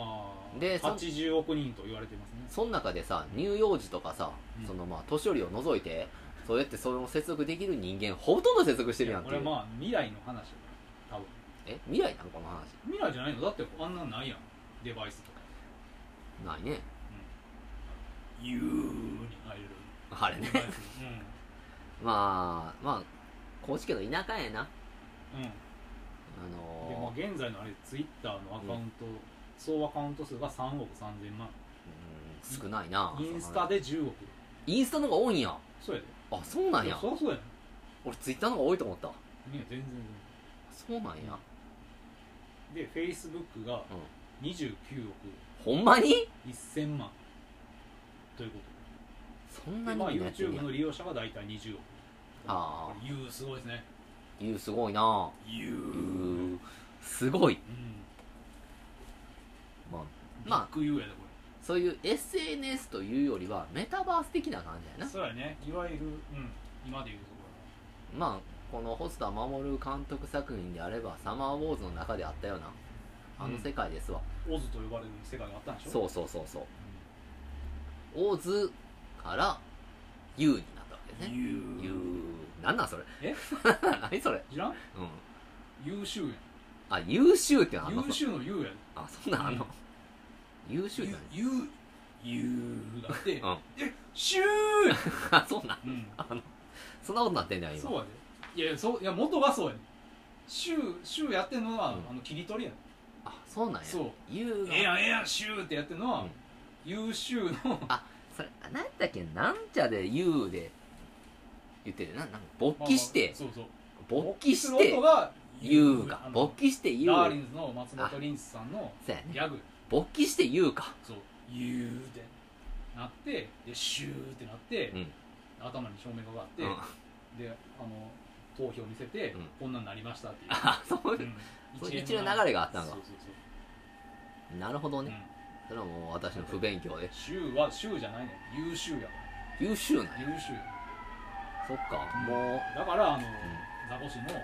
S1: あ
S2: でそ
S1: 80億人と言われてますね
S2: その中でさ乳幼児とかさ、
S1: うん
S2: そのまあ年寄りを除いてそうやってそれを接続できる人間ほとんど接続してるやんっ
S1: い
S2: て
S1: こ
S2: い
S1: れ
S2: う
S1: まあ未来の話だよ多分
S2: え未来なんこの話
S1: 未来じゃないのだってあんなんないやんデバイスとか
S2: ないね
S1: うんユーに入れる
S2: あれね
S1: デ バイス
S2: まあまあ高知県の田舎やな
S1: うん、うん
S2: あ
S1: で
S2: の
S1: ま
S2: ー
S1: あ、現在のあれツイッターのアカウント、総アカウント数が3億3000万
S2: うん少ないな
S1: インスタで10億
S2: インスタの方が多いんや
S1: そうやで
S2: あそうなん
S1: い
S2: や
S1: そりゃそうや
S2: 俺ツイッターの方が多いと思った
S1: ねいや全然
S2: そうなんや
S1: でフェイスブックが
S2: うん
S1: 29億
S2: ほんまに
S1: 1000万ということ
S2: そんな
S1: で、
S2: に
S1: まあ、
S2: みんなやってん
S1: YouTube
S2: や
S1: の利用者が大体20億
S2: あ
S1: ユーすごいですね
S2: ユーすごいな
S1: ユー
S2: ユーすごいまあまあ
S1: ビッグユーやでこ
S2: そういう SNS というよりはメタバース的な感じや
S1: れ
S2: な
S1: そうやねいわゆる、うん、今でいうところ
S2: まあこの細田守監督作品であればサマーウォーズの中であったようなあの世界ですわ、
S1: のオズと呼ばれる世界があったんでしょ
S2: そうそうそうそうオーズからユーになったわけですね
S1: ユ
S2: ユーなんなんそれ
S1: え
S2: 何それ
S1: 知らん
S2: うん
S1: 優秀
S2: あ優秀っての
S1: や
S2: あん
S1: ん
S2: の
S1: 優秀の優やで
S2: あそんなんあんの優秀って
S1: 優優だって、
S2: うん
S1: えシュ
S2: 何あそんなん
S1: ー、うん
S2: そんなことなってんねや
S1: そう
S2: 今
S1: やでいやいやそういや元がそうやねシューシューやってんのは、
S2: うん
S1: あの切り取りやね
S2: あそうなんや
S1: そう
S2: ユーが
S1: ええやんええやんシューってやってんのは、
S2: うん
S1: 優秀の
S2: それ何だっけなんちゃで言うで言ってるななんか勃起して、
S1: そうそう
S2: 勃起し
S1: する
S2: て
S1: 音が
S2: 言うが
S1: あの
S2: 勃起して言う
S1: ダーリンズの松本リンスさんの
S2: そうや
S1: ギ
S2: ね
S1: ャグ
S2: 勃起して言うか
S1: そう言うってなってでシューってなって、
S2: うん
S1: 頭に照明がかかって、
S2: うん
S1: であの投票見せて、
S2: うん
S1: こんなんなりましたっていう
S2: あそういう
S1: うん
S2: そう
S1: 連
S2: 一連の流れがあったのか
S1: そうそうそ
S2: なるほど
S1: う、
S2: ねそれはもう私の不勉強で
S1: シューはシューじゃないね優秀や
S2: 優秀なんや
S1: 優秀や
S2: そっかも
S1: だからあの、ザコシの
S2: ううん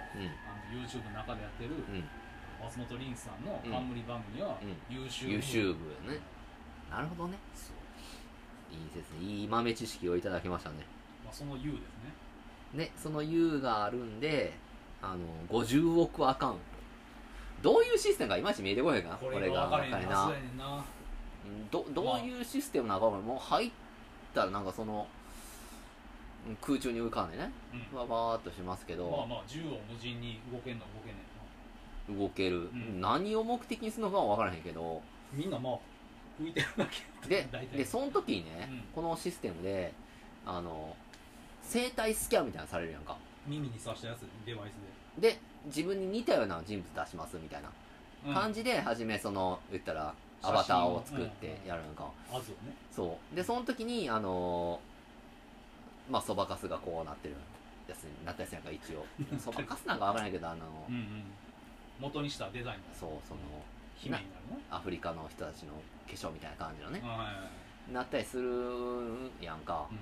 S1: あの YouTube の中でやってる
S2: うん
S1: 松本凛さんの
S2: うん
S1: 冠番組は
S2: うん
S1: 優秀、
S2: 優秀部やねなるほどね
S1: そう
S2: いいですねいい豆知識をいただきましたね
S1: まあ、その U ですね
S2: ねその U があるんであの50億アカウントどういうシステムかいまいち見えてこないかなこれが
S1: 分か
S2: 分
S1: れ
S2: か
S1: へ
S2: れ
S1: ん
S2: な
S1: そうやねんな
S2: うんどどういうシステムなのかももう入ったらなんかそのうん空中に浮かんでね
S1: うん
S2: わわーっとしますけ
S1: まあ
S2: ど
S1: まあ縦横無尽に動けんのは動けね
S2: 動ける、
S1: ん
S2: 何を目的にするのかは分からへんけど
S1: えなみんなまあ浮いてるだけ
S2: で
S1: 大体
S2: でその時にね、
S1: うん
S2: このシステムであの生体スキャンみたいなのされるやんか
S1: 耳に刺したやつデバイス
S2: で自分に似たような人物出しますみたいな
S1: で、うん、
S2: 感じで初めその言ったら
S1: 写
S2: ア
S1: 真
S2: バターを作っ
S1: うん
S2: て
S1: うん
S2: やるやんか、
S1: アズをね
S2: そうでその時にあのーまあそばかすがこうなってるやつになったやつやんか一 応そばかすなんかわからないけどあの
S1: うんうん元にしたデザインが
S2: そうその
S1: 姫になる
S2: アフリカの人たちの化粧みたいな感じのね
S1: なはいはいはい
S2: なったりするやんか
S1: うん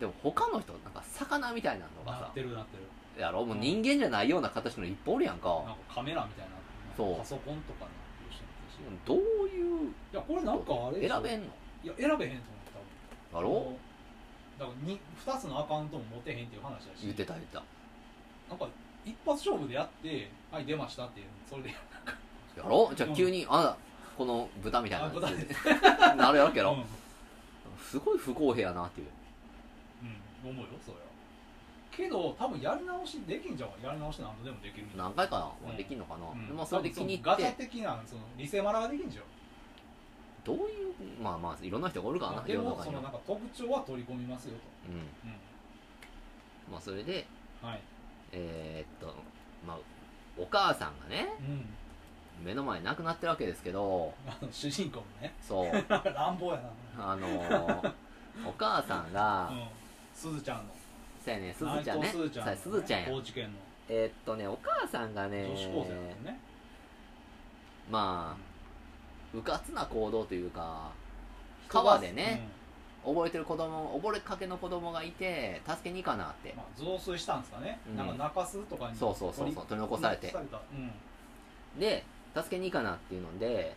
S2: でも他の人なんか魚みたいなのが
S1: なっ
S2: さ
S1: てるなってる
S2: やろもう人間じゃないような形の一方おるやん
S1: なん
S2: か
S1: かカメラみたいな
S2: そう
S1: パソコンとかなってる人もいたし
S2: どういう
S1: いやこれなんかあれでしょ
S2: 選べんの
S1: いや選べへんと思った
S2: だ
S1: 多
S2: ろ
S1: 分だからに2つのアカウントも持てへんっていう話だし
S2: 言ってた言ってたい
S1: なんか一発勝負でやってはい出ましたっていうそれで
S2: やろじゃ
S1: う
S2: あ
S1: ん
S2: 急にあらこの豚みたいな
S1: あ
S2: や
S1: 答え
S2: つ
S1: て
S2: なるやろけ
S1: うん、う、
S2: どすごい不公平やなっていうん
S1: 思うよそれはけど多分やり直しできんじゃんやり直し何度でもできるみたいな
S2: 何回かはできんのかな、
S1: うん
S2: でまあそれで気に入
S1: 多
S2: っ
S1: 分そのガチャ
S2: て
S1: 的なそのリセマラができんじゃん
S2: どういうまあまあいろんな人がおるからな
S1: で
S2: 世の
S1: も
S2: 中
S1: そ
S2: に
S1: のな
S2: は
S1: んか特徴は取り込みますよ
S2: うん
S1: と、
S2: まあそれで
S1: うん、はい、
S2: えーっとまあお母さんがね
S1: うん、
S2: 目の前に亡くなってるわけですけど
S1: あの主人公もね
S2: そう
S1: 乱暴やな
S2: あのーお母さんが、
S1: うんすずちゃんの
S2: そうやねすずちゃんね
S1: 内藤すずちゃんの
S2: そうすずちゃんや
S1: 高知県の
S2: えーっとねお母さんがね
S1: 女子高生なんだよね、
S2: まあうかつな行動というか川でね、溺れてる子供溺れかけの子供がいて助けに行かなって
S1: うんまあ、増水したんですかね、
S2: うん
S1: なんか中洲とかに
S2: そうそうそうそう取り残されて
S1: 取り残されたうん
S2: で助けに行かなっていうので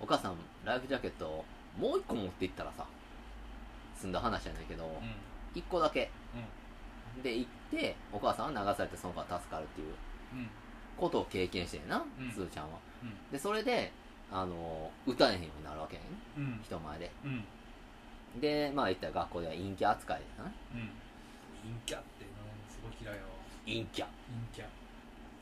S2: お母さんライフジャケットをもう一個持って行ったらさ済んだ話じゃないけど
S1: うん
S2: 一個だけで行ってお母さんは流されてその子が助かるっていう
S1: うん
S2: ことを経験してんな
S1: うん
S2: すずちゃんはでそれであの歌えへんようになるわけやね
S1: うんうん
S2: 人前で
S1: うんうん
S2: でまあ言ったら学校では陰キャ扱いでな
S1: 陰キャってうんすごい嫌いよ
S2: 陰キャ
S1: 陰キャ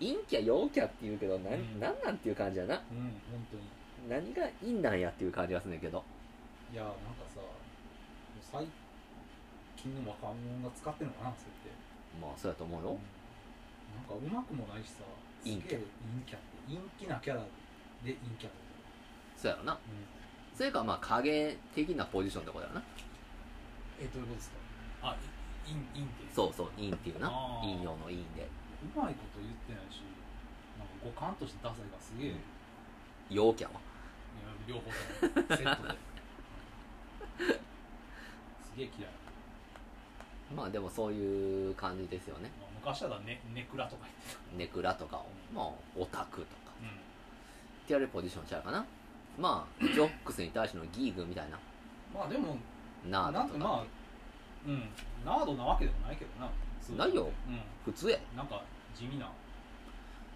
S2: 陰キャ陽キャって言うけどなん,、
S1: うん
S2: なんなんっていう感じやな
S1: うん本当に
S2: 何が陰なんやっていう感じがするんだけど
S1: いやなんかさ最近の若者が使ってんのかなそれって
S2: まあそうやと思う
S1: うん
S2: よ
S1: なんかうまくもないしさ
S2: 陰キャ
S1: すげえ陰キャって陰気なキャラで陰キャって
S2: そうやろな
S1: こと、うん
S2: それかまあ影的なポジションってことやろな
S1: えどういうことですかあい陰陰って
S2: そうそう陰っていうな
S1: あー
S2: 陰陽の陰で
S1: うまいこと言ってないしなんか五感としてダサいがすげえ、
S2: うん陽キャは
S1: 両方ともセッ トですげえ嫌い、
S2: まあでもそういう感じですよね
S1: まあ、昔はだねネクラとか言ってた
S2: ネクラとかを
S1: うん
S2: まあオタクとか
S1: うん
S2: ってやるポジションちゃうかなまあジョックスに対してのギーグみたいな
S1: まあでも
S2: ナー
S1: なん
S2: ド
S1: か
S2: とか
S1: まあうんナードなわけでもないけどな普通
S2: ないよ
S1: う
S2: 普通や
S1: んなんか地味な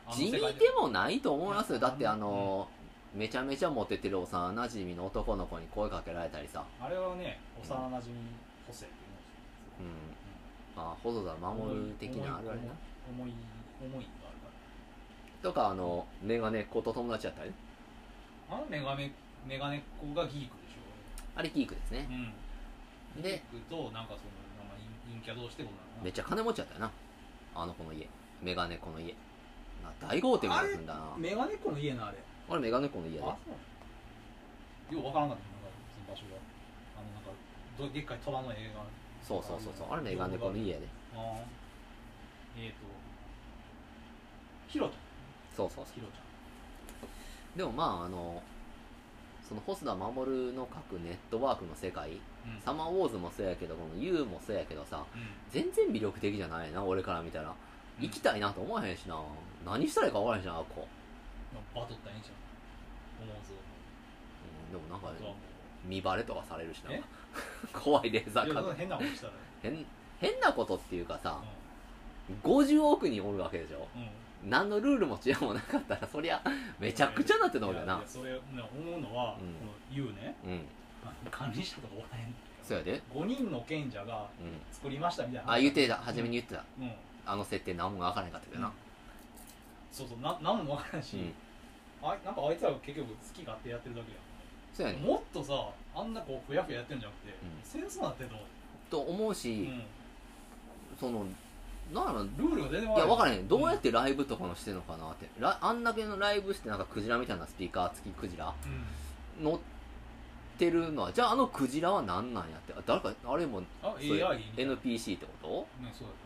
S1: あの
S2: 地味で
S1: 世界
S2: もないと思いますよ
S1: うん
S2: だってあのめちゃめちゃモテてる幼なじみの男の子に声かけられたりさ、
S1: あれはね幼なじみ補正っていうの
S2: うん
S1: うん、
S2: まあ、細田守る的なあれやな
S1: 思い思いがあるから
S2: とかあのメガネっ子と友達やったりね
S1: あのメガネメガネっ子がギークでしょ
S2: あれギークですね
S1: うん
S2: で
S1: ギークとなんかそのまあ陰陰キャ同士ってことな
S2: め
S1: の
S2: っちゃ金持ちやったよなあの子の家メガネっ子の家な大豪邸みたいなの住んだな
S1: かなメガネっ子の家なあれ
S2: 俺メガネっ子の家で
S1: あそうようわからんかったなんかその場所があのなんかどでっかい虎の映画
S2: そうそうそうそうあれメガネっ子の家で
S1: あーえっ、ー、とヒロちゃ
S2: そうそうそ
S1: んヒロちゃん
S2: うでもまああのその細田守の各ネットワークの世界
S1: うん
S2: サマーウォーズもそうやけどこの U もそうやけどさ
S1: うん
S2: 全然魅力的じゃないな俺から見たら行きたいなと思わへんしな何したらいいか分からへんしなあの子、
S1: バトったらええんちゃう思うぞ
S2: うん、でもなんか
S1: 僕はも
S2: 見バレとかされるしな
S1: え
S2: 怖いレーザ
S1: うい
S2: ー
S1: や
S2: カ
S1: そ
S2: ッ
S1: んな変
S2: ト
S1: なことしたら
S2: 変変なことっていうかさ
S1: う
S2: 50億人おるわけでしょ
S1: んうん
S2: 何のルールも違うもなかったらそりゃめちゃくちゃなっての俺
S1: い
S2: や
S1: やい
S2: な
S1: やそれね思うのは、
S2: うん
S1: この言うね
S2: うん
S1: 管理者とかおらへん
S2: そうやで
S1: 5人の賢者が
S2: うん
S1: 作りましたみたいな
S2: あ言ってた初めに言ってた
S1: うん、うん
S2: あの設定何も分からへんかったけどな
S1: そうそうな何も分からんし、
S2: うん
S1: あなんかあいつらが結局好き勝手やってるだけや
S2: そうや
S1: ん
S2: ね
S1: もっとさあんなこうふやふややってるんじゃなくて、
S2: うん
S1: 戦争なってんの、
S2: と思う
S1: う
S2: し
S1: ん、
S2: そのなんやろ
S1: ルールが全然
S2: いや分
S1: わ
S2: か
S1: ん
S2: らへんどうやってライブとかのしてんのかなってラあんだけのライブしてなんかクジラみたいなスピーカー付きクジラ
S1: うん
S2: 乗ってるのはじゃああのクジラは何なんやってあ誰かあれも
S1: あ
S2: そ
S1: AI み
S2: れ
S1: たいな、
S2: NPC ってこと
S1: ね、そうだっ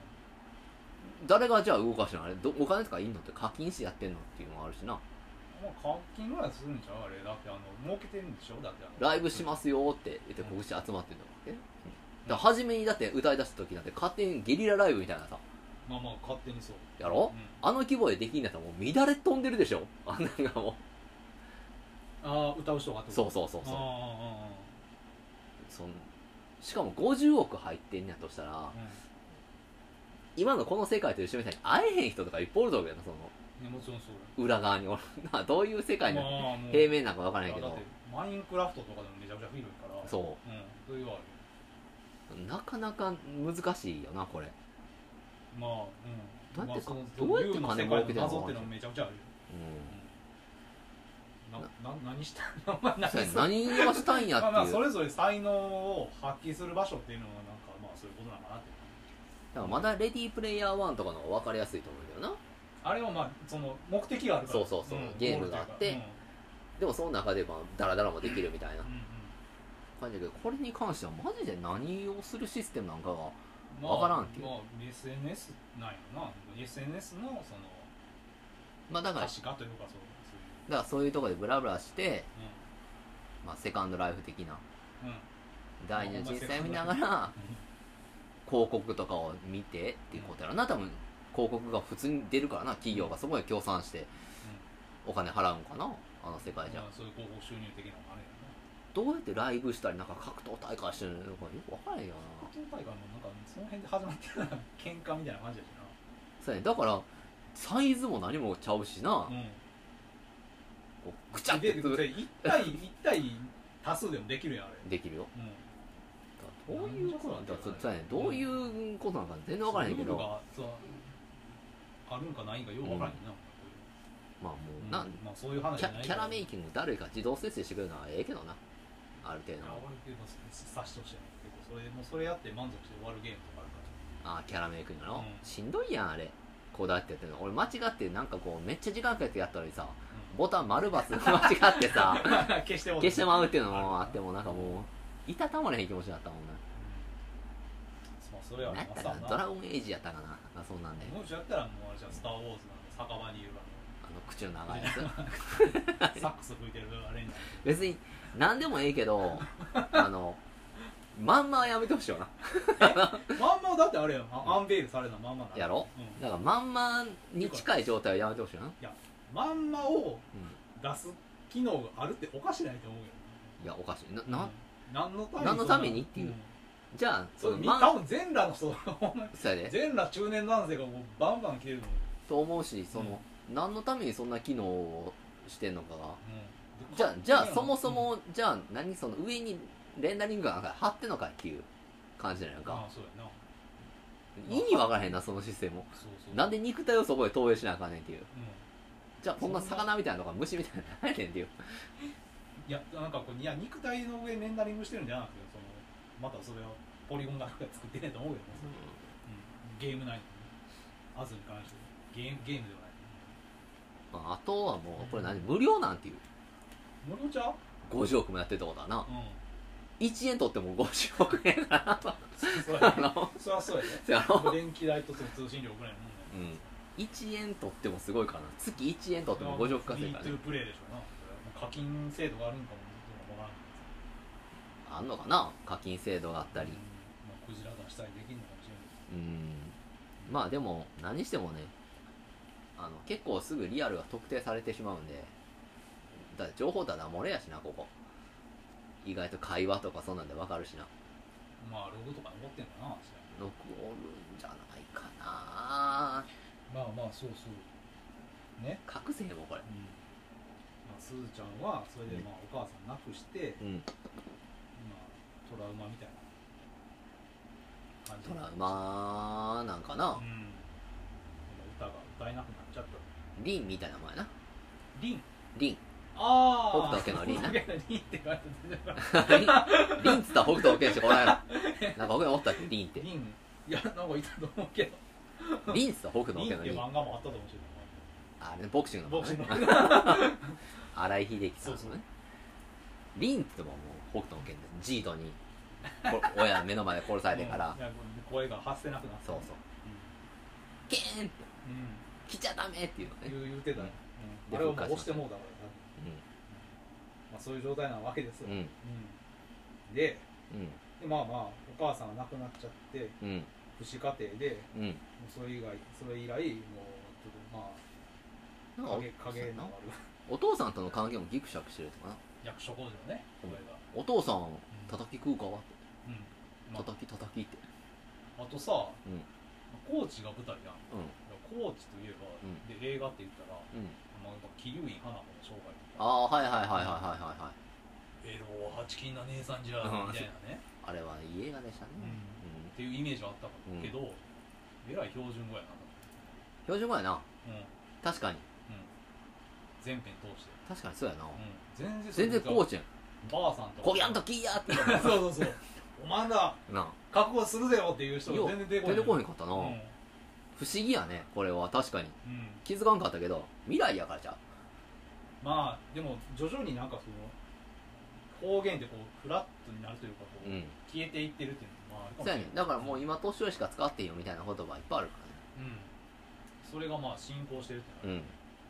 S2: 誰がじゃあ動かしてんのあれどお金とかいんのって課金してやってんのっていうのもあるしな
S1: たまあ課金ぐらいするんちゃうあれだってあの儲けてるんでしょだってあの
S2: ライブしますすよって言って告知集まってんのえだから初めにだって歌い出した時なんて勝手にゲリラライブみたいなさ
S1: まあまあ勝手にそう
S2: やろ、
S1: うん
S2: あの規模でできんだったらもう乱れ飛んでるでしょあんなんがも
S1: ああ歌う人がって
S2: う
S1: こと
S2: そうそうそ
S1: あー
S2: うそう
S1: あ
S2: そんしかも50億入ってんねやとしたら
S1: ーあーうん
S2: 今のこの世界と一緒みたいに会えへん人とかいっぱいおると思うけどなそ
S1: ね、もちろんそう
S2: の裏側におる などういう世界
S1: ま
S2: の
S1: あもう
S2: 平面なんかわからないけ
S1: だっ
S2: ど
S1: てマインクラフトとかでもめちゃくちゃ広いからう、
S2: そ
S1: ん、それはある
S2: うなかなか難しいよなこれ
S1: まあうん
S2: だってか
S1: まあ、そ
S2: ど
S1: の
S2: うやって
S1: 竜の世界
S2: 金儲けてん
S1: の
S2: の
S1: 謎ってのもめちゃくちゃあるよ
S2: う
S1: なな何した 名前何
S2: んそうやね
S1: する
S2: 何がしたいんやって
S1: まあ
S2: いう、
S1: まあそれぞれ才能を発揮する場所っていうのはなんかまあそういうことなのかなって
S2: だからまだレディープレイヤー1とかの方が分かりやすいと思うけどな
S1: あれはまあその目的があるから
S2: そうそうそうゲームがあって
S1: ゴールというか
S2: でもその中でまあダラダラもできるみたいな
S1: うんうん
S2: 感じだけどこれに関してはマジで何をするシステムなんかが
S1: うんまあ
S2: わからんっていう
S1: まあ SNS なんやろな SNS のその
S2: まあだから
S1: 可
S2: だか
S1: 視化というかそうそういう
S2: らそういうところでブラブラして、まあ、セカンドライフ的な
S1: うんうん
S2: 第二の人生を見ながら広告とかを見てっていうことやろな多分広告が普通に出るからな企業がそこへ協賛してお金払うんかなあの世界じゃ
S1: まあそういう広告収入的なのもあれやな
S2: どうやってライブしたりなんか格闘大会してるのかよく分からへんよな
S1: 東大会もなんかその辺で始まってるような喧嘩みたいな感じだし
S2: そうやねだからサイズも何もちゃうしな、
S1: なうん
S2: こうぐちゃって
S1: でで一対一対多数でもできるやんあれ
S2: できるよ
S1: うん
S2: どういうことなんだ
S1: なんじゃそれ
S2: そうやねどういうことなんか全然分からへんけど
S1: ルールがそうあるんかないんかよう分からへんな、
S2: まあも
S1: うん
S2: うな、
S1: まあそういう話
S2: キ
S1: じゃな
S2: ャ
S1: い
S2: キャラメ
S1: イ
S2: イキング誰か自動生成してくれるのはええけどなある程度
S1: あ
S2: の
S1: 俺けどさしとしてね結構それもうそれやって満足して終わるゲームとかあるから
S2: あキャラメイキングなの、
S1: うん
S2: しんどいやんあれこうだってやってるの俺間違ってなんかこうめっちゃ時間かけてやったのにさボタン丸バス 間違って さ
S1: 消しても
S2: 消してまうっていうのもあってもなんかもういたたまれへん気持ちだったもんな
S1: まあそれは
S2: 何や
S1: ま
S2: った
S1: さ
S2: かな
S1: な
S2: ドラゴンエイジやったかななんかそんなんで
S1: もしやったらもうあれじゃんスター・ウォーズなんで酒場にいるあ
S2: あの口の長いやつ
S1: のサックス吹いてるあれにな る
S2: 別に何でもええけ どあのまんまはやめてほしいよな
S1: まんまだってあれやんあアンベールされたまんまだ
S2: やろ
S1: うん
S2: だからまんまに近い状態はやめてほしいよな、
S1: まんまを
S2: うん、
S1: 出す機能があるっておかしないと思うよ
S2: いやおかしいなな、
S1: うん何のために
S2: 何のためにっていうじゃあ
S1: そ
S2: そ
S1: れ
S2: の
S1: み
S2: ま
S1: 多
S2: ん
S1: 分全裸の 人ほんまに
S2: そうやで
S1: 全裸中年男性がもうバンバン着てるの、うん
S2: と思うしその、何のためにそんな機能をしてんのかが
S1: で
S2: じゃあじゃあ
S1: 勝手に
S2: そもそも、じゃあ何その上にレンダリングが貼ってんのかっていう感じなの
S1: うんあ
S2: か
S1: あそうやな
S2: 意味わからへんなそのシステムも
S1: そうそう
S2: なんで肉体をそこで投影しなあかんねんっていう
S1: う
S2: じゃあこんな魚みたいなのとか虫みたいなの何やねんっていう
S1: い
S2: ん
S1: やなんかこういや肉体の上レンダリングしてるんじゃなくてそのまたそれをポリゴンだけ作ってねえと思うよ、ねうん、ゲーム内のアズに関してゲームゲームではない
S2: まあ、あとはもうこれ何無料なんていう
S1: 無料ちゃう
S2: 50億もやってるってことはな
S1: う
S2: 1円取っても50億円だなん
S1: そう
S2: あ
S1: やね
S2: の
S1: そりゃそうやね
S2: そやろ
S1: 電気代とその通信料ぐらいのもんだよ
S2: うん1円取ってもすごいからな月1円取っても50億稼いから
S1: フリー
S2: ね
S1: トゥープレイでしょうな課金制度があるんかもどうかわからん
S2: あんのかな課金制度があった
S1: う
S2: り
S1: んまあ、クジラ出したりできるのかもしれない
S2: うんまあでも何してもねあの結構すぐリアルが特定されてしまうんでだって情報だだ漏れやしなここ意外と会話とかそんなんでわかるしな
S1: まあログとか残ってんのかな知らん
S2: 録おるんじゃないかな
S1: まあまあそうそうね
S2: 隠せへんもんこれ
S1: うんまあ、すずちゃんはそれでまあお母さん亡くして、
S2: うん
S1: まあ、トラウマみたいな感じ
S2: トラウマなんかな
S1: うん、歌が歌えなくなっちゃった
S2: リンみたいなもんやな
S1: リン
S2: リン
S1: ああ
S2: 北斗家のリンな
S1: 北斗家のリンって書いてた
S2: リンリンっつったら北斗健しこないななんか僕におったっけリンって
S1: リンいやなんかいたと思うけ
S2: リンっつったら北
S1: ど
S2: 斗
S1: リン
S2: 健
S1: っ
S2: の
S1: て
S2: リン
S1: 漫画もあったと思うし
S2: あれねボクシングの
S1: ボ
S2: も
S1: ク
S2: の
S1: シン
S2: ね
S1: グ
S2: 荒井秀樹さんの
S1: そうそう
S2: ねリンっつってももう北斗の拳でジードにこ親目の前で殺されてから
S1: うん声が発せなくなった
S2: そうそう「ケーン!」
S1: う
S2: って「来ちゃダメ!」っていうの
S1: ん、
S2: ね
S1: うん、言うてた、
S2: うん
S1: うん
S2: で
S1: あれをもう押してもうだから、まあ、そういう状態なわけですよ
S2: うんうん
S1: うんででまあまあお母さんは亡くなっちゃって
S2: うんうん
S1: 不死家庭で
S2: うん
S1: もうそれ以外それ以来もうちょっとま
S2: なんか
S1: あ
S2: お
S1: 影影のある
S2: お父さんとの関係もギクシャクしてるとかな
S1: 役所工事のねこれが、
S2: お父さん叩き食うかって
S1: うんま
S2: 叩き叩きって
S1: あ、あとさ、
S2: うん
S1: コーチが舞台やん
S2: うん
S1: コーチといえば、
S2: うん
S1: で映画って言ったら、
S2: うん
S1: まあ、やっぱ桐生院花子の生涯と
S2: あ
S1: か
S2: あはいはいはいはいはいはいはい
S1: エロは八金な姉さんじゃみたいなね、
S2: あれはいい映画でしたね
S1: うん
S2: うん
S1: っていうイメージはあったけど、えらい標準語やな
S2: 標準語やな
S1: うんうん
S2: 確かに
S1: 全編通して、
S2: 確かにそうやな
S1: うん、全然
S2: 全然コー
S1: チ
S2: チやん
S1: ばあさんと
S2: 「
S1: か
S2: こぎゃんときや!」って言
S1: そ
S2: う
S1: うそうそうお前ら
S2: なあ
S1: 覚悟するぜよっていう人
S2: よ
S1: が全然出てこ
S2: 出てこへ
S1: ない
S2: んかったな、
S1: うん
S2: 不思議やねこれは確かに
S1: うん
S2: 気づかんかったけど未来やからじゃう
S1: まあでも徐々になんかその方言ってこうフラットになるというかこう、
S2: うん
S1: 消えていってるっていうのもまああるかも
S2: そう
S1: しれ
S2: や
S1: ない
S2: ねだからもう今年寄りしか使ってんよみたいな言葉いっぱいあるか
S1: うんそれがまあ進行してるって
S2: ら
S1: な
S2: ね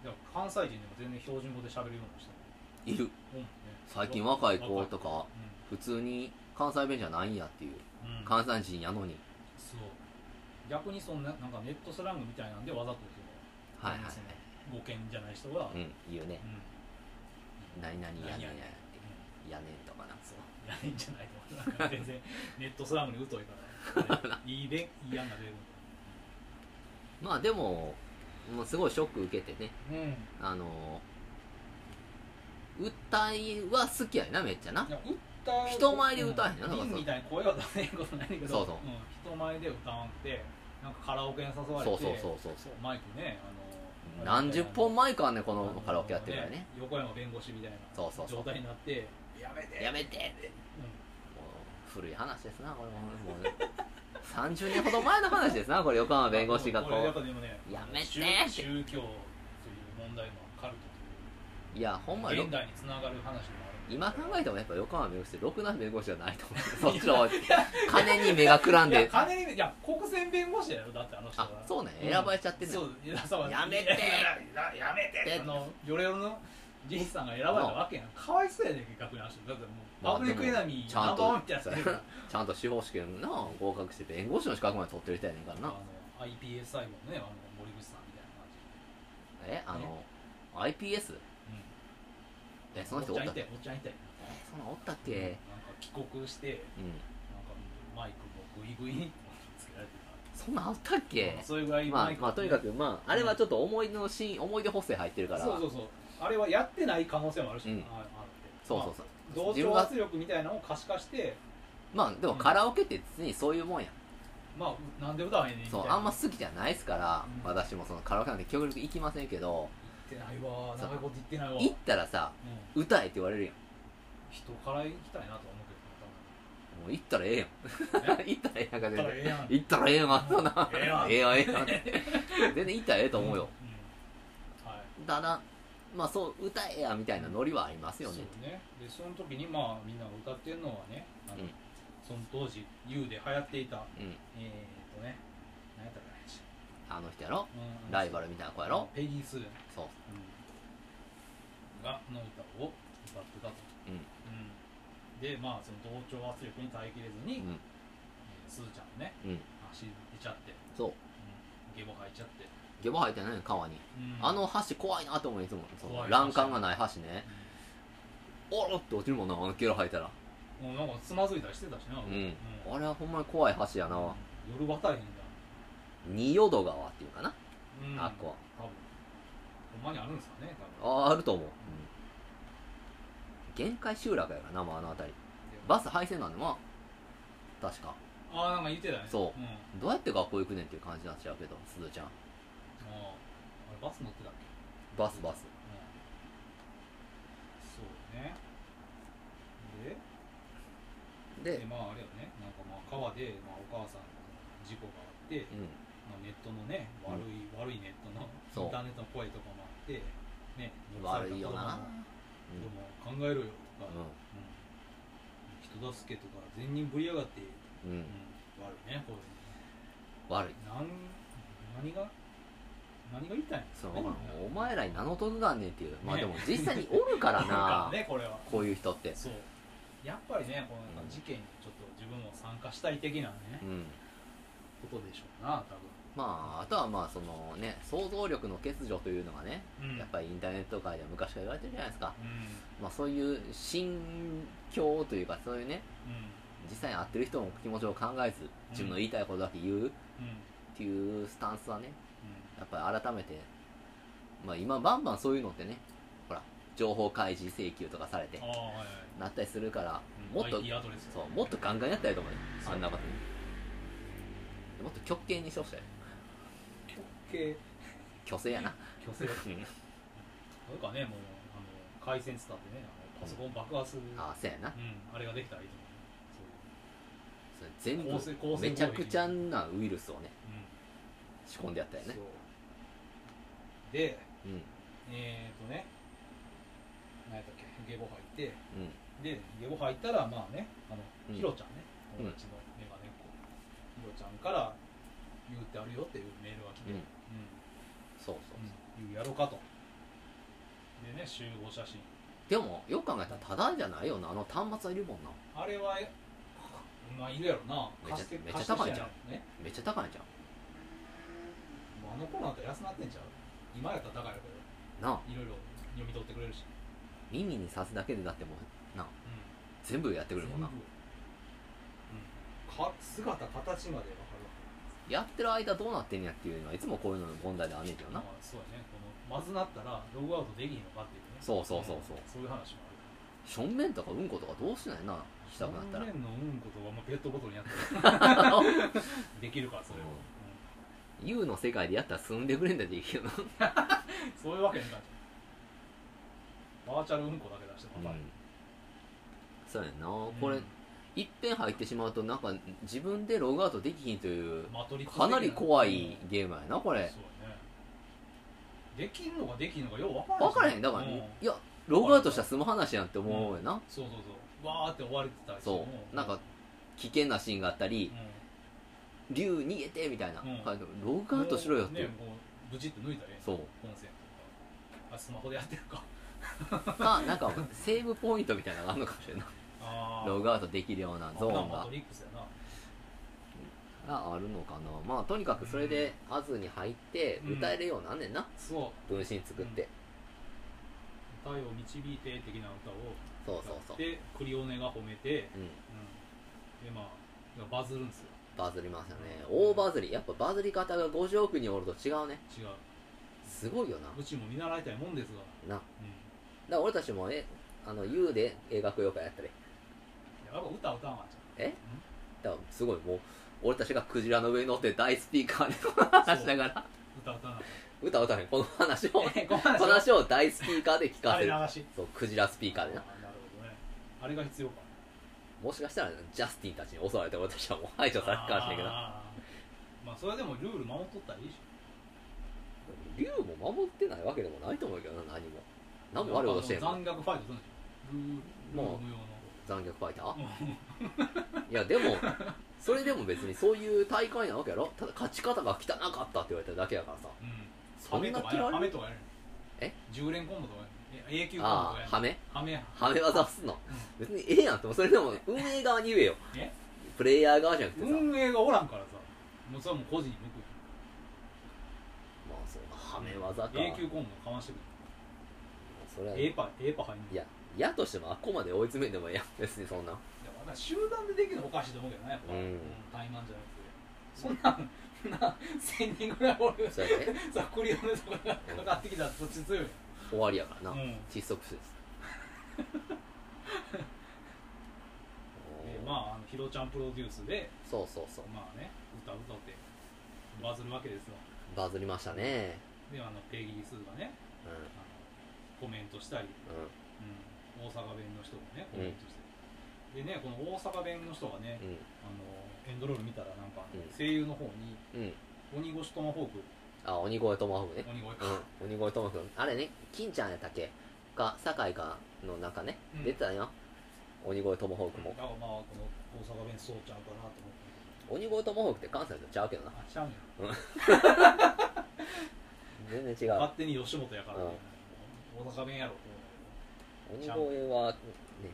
S1: る、だから関西人でも全然標準語で喋るようにして
S2: うんいる
S1: る、うんね、
S2: 最近若い子とか
S1: う、
S2: 普通に関西弁じゃないんやっていうん
S1: うん
S2: 関西人やのに
S1: そう逆にそんななんかネットスラングみたいなんでわざとその
S2: はいはい
S1: その語圏じゃない人が、
S2: う
S1: うん
S2: ん言うね何々やねんやねんってやねんとかな
S1: そういやいいんじゃないと思うなんか全然 ネットスラングに疎いからいいでいい案が出る
S2: まあでももうすごいショック受けてね
S1: うんい
S2: あの歌いは好きやなめっちゃな
S1: や歌う
S2: 人前で歌えへんよな
S1: うんん
S2: かそう
S1: 銀みたいな声は出せへんことないけど
S2: そうそうん
S1: 人前で歌わんくてなんかカラオケに誘われて
S2: そうそうそうそう
S1: そうマイクねあの
S2: 何十本前かんねこ
S1: あの
S2: のカラオケやってるからね
S1: 横山弁護士みたいな
S2: そうそうそう
S1: 状態になってやめて
S2: やめてもう古い話ですなこれももう30年ほど前の話ですなこれ横浜弁護士学
S1: これや
S2: 校
S1: っぱでもね
S2: やめて
S1: 宗宗教という問題のカルト
S2: いやほんま
S1: という
S2: よ
S1: 現代につながる話でもある
S2: 今考えてもやっぱ横浜弁護士ってろくな弁護士じゃないと思うそっちの方金に目がくらん
S1: いや
S2: で
S1: 金にいや国選弁護士だよだってあの人は
S2: あそうね
S1: うん
S2: 選ばれちゃってる
S1: そ
S2: の
S1: う偉さは
S2: やめて
S1: いややめて
S2: で
S1: あのヨレヨレのジンさんが選ばれたわけやんかわいそうやねん逆にあの人だってもう
S2: まあ
S1: パブリックエナミー
S2: ちゃ
S1: ナンバ
S2: ん
S1: ー
S2: と
S1: ワンってやつやねんから
S2: ちゃんと司法試験な合格して弁護士の資格まで取ってる人やねんから
S1: あ
S2: な
S1: の iPS 細胞のねあの森口さんみたいな感じ
S2: えあの IPS
S1: で
S2: えその人お
S1: おっ
S2: っ
S1: ちゃん
S2: た
S1: い
S2: ったけ
S1: よおっちゃんいたよ
S2: そんなんおったっ
S1: なん
S2: け
S1: か帰国して
S2: うん
S1: なんかマイクもグイグイにつけられて、
S2: そんなんあったったけ
S1: まあそれぐらい
S2: ま
S1: マ
S2: あ
S1: イク、
S2: まあとにかくまああれはちょっと思い出のシーン思い出補正入ってるから
S1: そうそうそうあれはやってない可能性もあるし、
S2: うん
S1: ああるんで
S2: そうそう
S1: ま
S2: そう
S1: あ同
S2: 自
S1: 調
S2: 分が
S1: 圧力みたいなのを可視化して
S2: まあでもカラオケって常にそういうもんや
S1: まあなんで歌わへんねんみたい
S2: そう
S1: な
S2: あんま好きじゃないですから
S1: うん
S2: 私もそのカラオケなんて極力行きませんけど
S1: 言ってないわ長いこと言ってないわ、うん
S2: 行っ、たらさ歌えって言われるやん
S1: 人から行きたいなと思う
S2: もう行ったらええやん
S1: けどね
S2: 行ったらええやんか
S1: 行
S2: 全
S1: ったら
S2: 然
S1: ええやん
S2: 行ったらええやんあんな
S1: ええやん
S2: ええやんえ えやん全然行ったらええと思うよ、
S1: んうんはい
S2: ただまあそう歌えやみたいなノリはありますよね
S1: そうねでその時にまあみんなが歌ってるのはねあの、
S2: うん
S1: その当時 U で流行っていた
S2: うん
S1: えー、っとね何やったか
S2: あの人やろ
S1: な、うん
S2: ライバルみたいな子やろ
S1: ペギースー、うん、
S2: そう
S1: がの歌を歌ってたと、
S2: うん
S1: うんでまあその同調圧力に耐えきれず
S2: う
S1: に、え
S2: ん
S1: ーすずちゃんもね
S2: うん
S1: 足出ちゃって、
S2: そう
S1: うん、ゲボ吐いちゃって、
S2: ゲボ吐いてないの川に
S1: うん
S2: あの橋怖いなと思ういつもその
S1: 怖い
S2: 欄干がない橋ね
S1: うん
S2: おろって落ちるもんなあのゲロ吐いたら
S1: もうなんかつまずいたりしてたしな、
S2: う
S1: うん
S2: んあれはほんまに怖い橋やな
S1: 夜渡れへんだ、
S2: 仁淀川っていうかな
S1: うん
S2: あっこは
S1: 多分ほんまにあるんですかね多分
S2: あああると思う、うん限界集落やからなもうあの辺りバス廃線なんでまあ確か
S1: ああなんか言ってたね
S2: そ
S1: うん、あ
S2: どうやって学校行くねんっていう感じになっちゃうけどすずちゃん
S1: ああれバス乗ってたっけ、
S2: バスバ
S1: うん、
S2: ス
S1: そうねでで
S2: で
S1: まああれよねなんかまあ川で、まあ、お母さんの事故があって、
S2: うん
S1: まあ、ネットのね悪い、悪いネットのイン
S2: そう
S1: ターネットの声とかもあってね
S2: 悪いよな
S1: でも考えろよとか、
S2: う
S1: うん人助けとか善人ぶりやがって、
S2: んうん、
S1: うん、悪いねこれ
S2: 悪い
S1: なん何が何が言いたいんです
S2: そ
S1: か
S2: う
S1: ね
S2: お前らに名のとずだんねんっていうまあ
S1: ね
S2: でも実際におるから
S1: なんか
S2: な
S1: ねこれは
S2: こういう人って
S1: そうやっぱりねこのなん
S2: う
S1: か
S2: ん
S1: 事件にちょっと自分も参加したい的なね
S2: う、ん
S1: ことでしょうな多
S2: まああとはまあそのね想像力の欠如というのがね
S1: 分、うん、
S2: やっぱりインターネット界では昔から言われてるじゃないですか、
S1: うん
S2: まあ、そういう心境というかそういうね実際に会ってる人の気持ちを考えず自分の言いたいことだけ言うっ
S1: うんうん
S2: ていうスタンスはねやっぱり改めて、まあ、今バンバンそういうのってねほら情報開示請求とかされて
S1: うんああはいはい
S2: なったりするから
S1: うん
S2: もっと
S1: IT アドレス
S2: そうもっとガンガンやったらいいと思うよ
S1: そう
S2: あんなことにもっと極刑にしてほしいよ
S1: 虚
S2: 虚勢やな
S1: 勢とかねもうあの回線伝ってねあのパソコン爆破する、
S2: ああそうやな
S1: うん、あれができたらいいと思う
S2: それ全
S1: 構成構
S2: 部
S1: 成
S2: めちゃくちゃなウイルスをね
S1: そ
S2: 仕込んでやった
S1: う
S2: よ
S1: いう、うん、
S2: ね
S1: そうで
S2: うんうん
S1: えー、とね何やったっけゲボ入ってでゲボ入ったらまあねあの、
S2: うん
S1: ヒロちゃんね
S2: うん
S1: 友達のメガネっ子、ヒロちゃんから言うってあるよっていうメールが来て、
S2: う
S1: うんん
S2: そうそうそう、
S1: 言うやろかとでね集合写真
S2: でもよく考えたらただじゃないよなあの端末はいるもんな
S1: あれはえまあいるやろな
S2: めちゃ
S1: 貸して
S2: めちゃ
S1: 貸して
S2: 高い
S1: しや
S2: じゃん
S1: ろねもうあの
S2: めっちゃ高いじゃ
S1: 頃なんか安なってんちゃう今やったら高いやろ
S2: んなあ
S1: けどいろいろ読み取ってくれるし、う
S2: 耳に刺すだけでだってもうなあ
S1: ん
S2: 全部やってくれるもんな
S1: 全部うん、か姿形まで分かるわ
S2: やってる間どうなってんやっていうのはいつもこういうのの問題であんねんけど
S1: まあ、
S2: な
S1: そうやねこのまずなったらログアウトできひんのかっていうね
S2: そうそうそうそう
S1: そういう話もある
S2: 正面とかうんことかどうしないなしたくなったら
S1: 正面のうんことはまあペットボトルにやったら できるからそれを、
S2: うん
S1: う
S2: U の世界でやったら住んでくれんだっていいけどな、
S1: んそういうわけにいかんじゃんバーチャルうんこだけ出しても分かる、
S2: そうやんなこれ、
S1: うん
S2: 一遍入ってしまうとなんか自分でログアウトできひんという
S1: マトリックス的
S2: かなり怖い
S1: うん
S2: ゲームやなこれ
S1: そうやねできんのかできんのかよう分から
S2: 分からへんだから、
S1: うん
S2: いやログアウトしたら済む話やんって思うよな、
S1: そうそうそうわーって追われてたりして
S2: そう
S1: も
S2: なんか危険なシーンがあったり
S1: う
S2: 竜逃げてみたいな、
S1: うん
S2: 感じでログアウトしろよっていう、
S1: もうねもうブチって抜いたらええ
S2: そう
S1: コンセントとかあスマホでやってるか
S2: かなんかセーブポイントみたいなのがあるのかもしれんない
S1: あー
S2: ログアウトできるようなゾー
S1: あ
S2: ン
S1: マ
S2: が
S1: トリックスやな
S2: があるのかなまあとにかくそれでアズに入って
S1: うん
S2: 歌えるようになんねんな、
S1: そう
S2: 分身作って、
S1: 歌を導いて的な歌を
S2: そう
S1: 歌
S2: そう
S1: っ
S2: そう、
S1: てクリオネが褒めて、
S2: うん、
S1: うん、でまあバズるんですよ
S2: バズりましたね大バズりやっぱバズり方が50億人おると違うね
S1: 違う
S2: すごいよな
S1: うちも見習いたいもんですが、
S2: なだか
S1: うん、
S2: ら俺たちもえあの U で映画供養会やったり
S1: やっぱ歌歌わんかっちゃ
S2: だからすごいもう俺たちがクジラの上に乗って大スピーカーで 話しながら
S1: う歌歌わなかっ
S2: 歌歌うねこの話 を
S1: たえご
S2: この
S1: 話
S2: 話を大スピーカーで聞か
S1: あ
S2: せ
S1: れ流
S2: る
S1: し
S2: そうクジラスピーカーでな
S1: あーなるほどねあれが必要か
S2: もしかしたらジャスティンたちに襲われて俺たちはもう排除されるかもしれんけど
S1: あーまあそれでもルール守っとったらいいでし
S2: 竜も守ってないわけでもないと思うけどな何も
S1: ょ
S2: 何も悪いことしてん
S1: あの
S2: の
S1: 残虐ファイトするんでしょルールルール
S2: も
S1: 無用の
S2: 残虐ファイター
S1: うん
S2: いやでもそれでも別にそういう大会なわけやろただ勝ち方が汚かったって言われただけやからさそ
S1: うんん雨
S2: な
S1: とか
S2: 嫌
S1: や
S2: わ
S1: る
S2: れ
S1: 雨
S2: る
S1: とかやる
S2: え
S1: 10連コンボとかやる A 級コンボと
S2: あ
S1: かや
S2: あは
S1: る
S2: め
S1: はめや
S2: はめ技すんの別にええやんってもうそれでも運営側に言えよ
S1: え
S2: プレイヤー側じゃなくてさ、まあ
S1: 運営がおらんからさもうそれはもう個人に向くよ
S2: そうかはめ技か
S1: A 級コンボかましてく
S2: それは
S1: る A パ A パ入んの
S2: いややとしてもあっこまで追い詰めんでもええやん別にそんない
S1: やまだ集団でできるのおかしいと思うけどねやっぱ、
S2: うん
S1: 怠慢じゃなくてそんなん そんな1000人ぐらいおる
S2: それで
S1: さクリオネとかがかかってきたらそっち強いよ
S2: 終わりやから
S1: う
S2: な、
S1: ん
S2: 窒息 死です
S1: でまああのヒロちゃんプロデュースで
S2: そうそうそう
S1: まあね歌歌ってバズるわけですよ
S2: バズりましたね
S1: であのペギー・スーがねあのコメントしたり、
S2: うんう
S1: うん、
S2: ん
S1: 大阪弁の人がねコメントして、でねこの大阪弁の人がね、あのエンドロール見たらなんか、
S2: うん
S1: 声優の方に
S2: うんうん
S1: 鬼越トマホーク
S2: あ鬼越トマホークね
S1: 鬼越か、
S2: うん鬼越トマホークあれね金ちゃんやったっけか酒井かの中ね、
S1: うん
S2: 出てたよ鬼越トマホーク
S1: だ
S2: も
S1: からまあこの大阪弁そうちゃうかなと思って
S2: 鬼越トマホークって関西とちゃうけどな
S1: あちゃうねん
S2: 全然違う
S1: 勝手に吉本やから、ね大阪弁やろと思
S2: 鬼越は、ね、